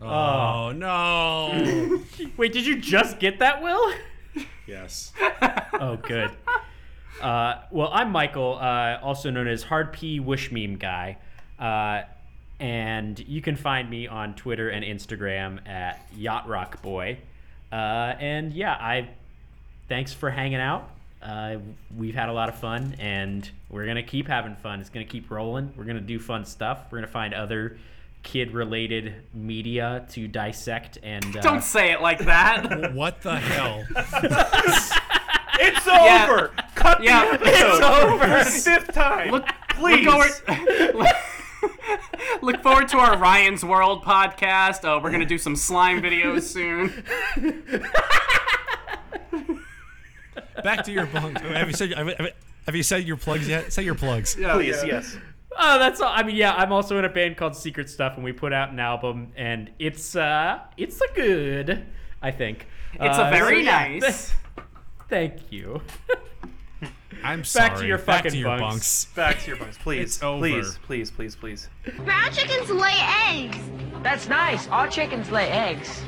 [SPEAKER 1] Oh no!
[SPEAKER 2] Wait, did you just get that, Will?
[SPEAKER 1] yes.
[SPEAKER 2] Oh, good. Uh, well, I'm Michael, uh, also known as Hard P Wish Meme Guy, uh, and you can find me on Twitter and Instagram at Yacht Rock Boy. Uh, and yeah, I thanks for hanging out. Uh, we've had a lot of fun, and we're gonna keep having fun. It's gonna keep rolling. We're gonna do fun stuff. We're gonna find other kid-related media to dissect and uh,
[SPEAKER 3] Don't say it like that.
[SPEAKER 1] What the hell?
[SPEAKER 4] It's
[SPEAKER 3] Yeah.
[SPEAKER 4] over! Cut the
[SPEAKER 3] Yeah.
[SPEAKER 4] episode!
[SPEAKER 2] It's
[SPEAKER 4] For the fifth time!
[SPEAKER 3] Look,
[SPEAKER 4] Please!
[SPEAKER 3] Look forward, look forward to our Ryan's World podcast. Oh, we're gonna do some slime videos soon.
[SPEAKER 1] Back to your plug. Have you said have, you- have you said your plugs yet? Say your plugs.
[SPEAKER 3] Yeah,
[SPEAKER 4] Please, yes.
[SPEAKER 2] Oh, that's all. I mean, yeah, I'm also in a band called Secret Stuff, and we put out an album, and it's uh, it's a good, I think.
[SPEAKER 3] It's
[SPEAKER 2] Uh,
[SPEAKER 3] a very
[SPEAKER 2] so, yeah,
[SPEAKER 3] nice.
[SPEAKER 2] Thank you.
[SPEAKER 1] I'm sorry.
[SPEAKER 2] Back to your
[SPEAKER 1] Back
[SPEAKER 2] fucking
[SPEAKER 1] to your bunks.
[SPEAKER 2] bunks.
[SPEAKER 4] Back to your bunks, please.
[SPEAKER 1] It's over.
[SPEAKER 4] Please, please, please, please.
[SPEAKER 5] Brown chickens lay eggs.
[SPEAKER 7] That's nice. All chickens lay eggs.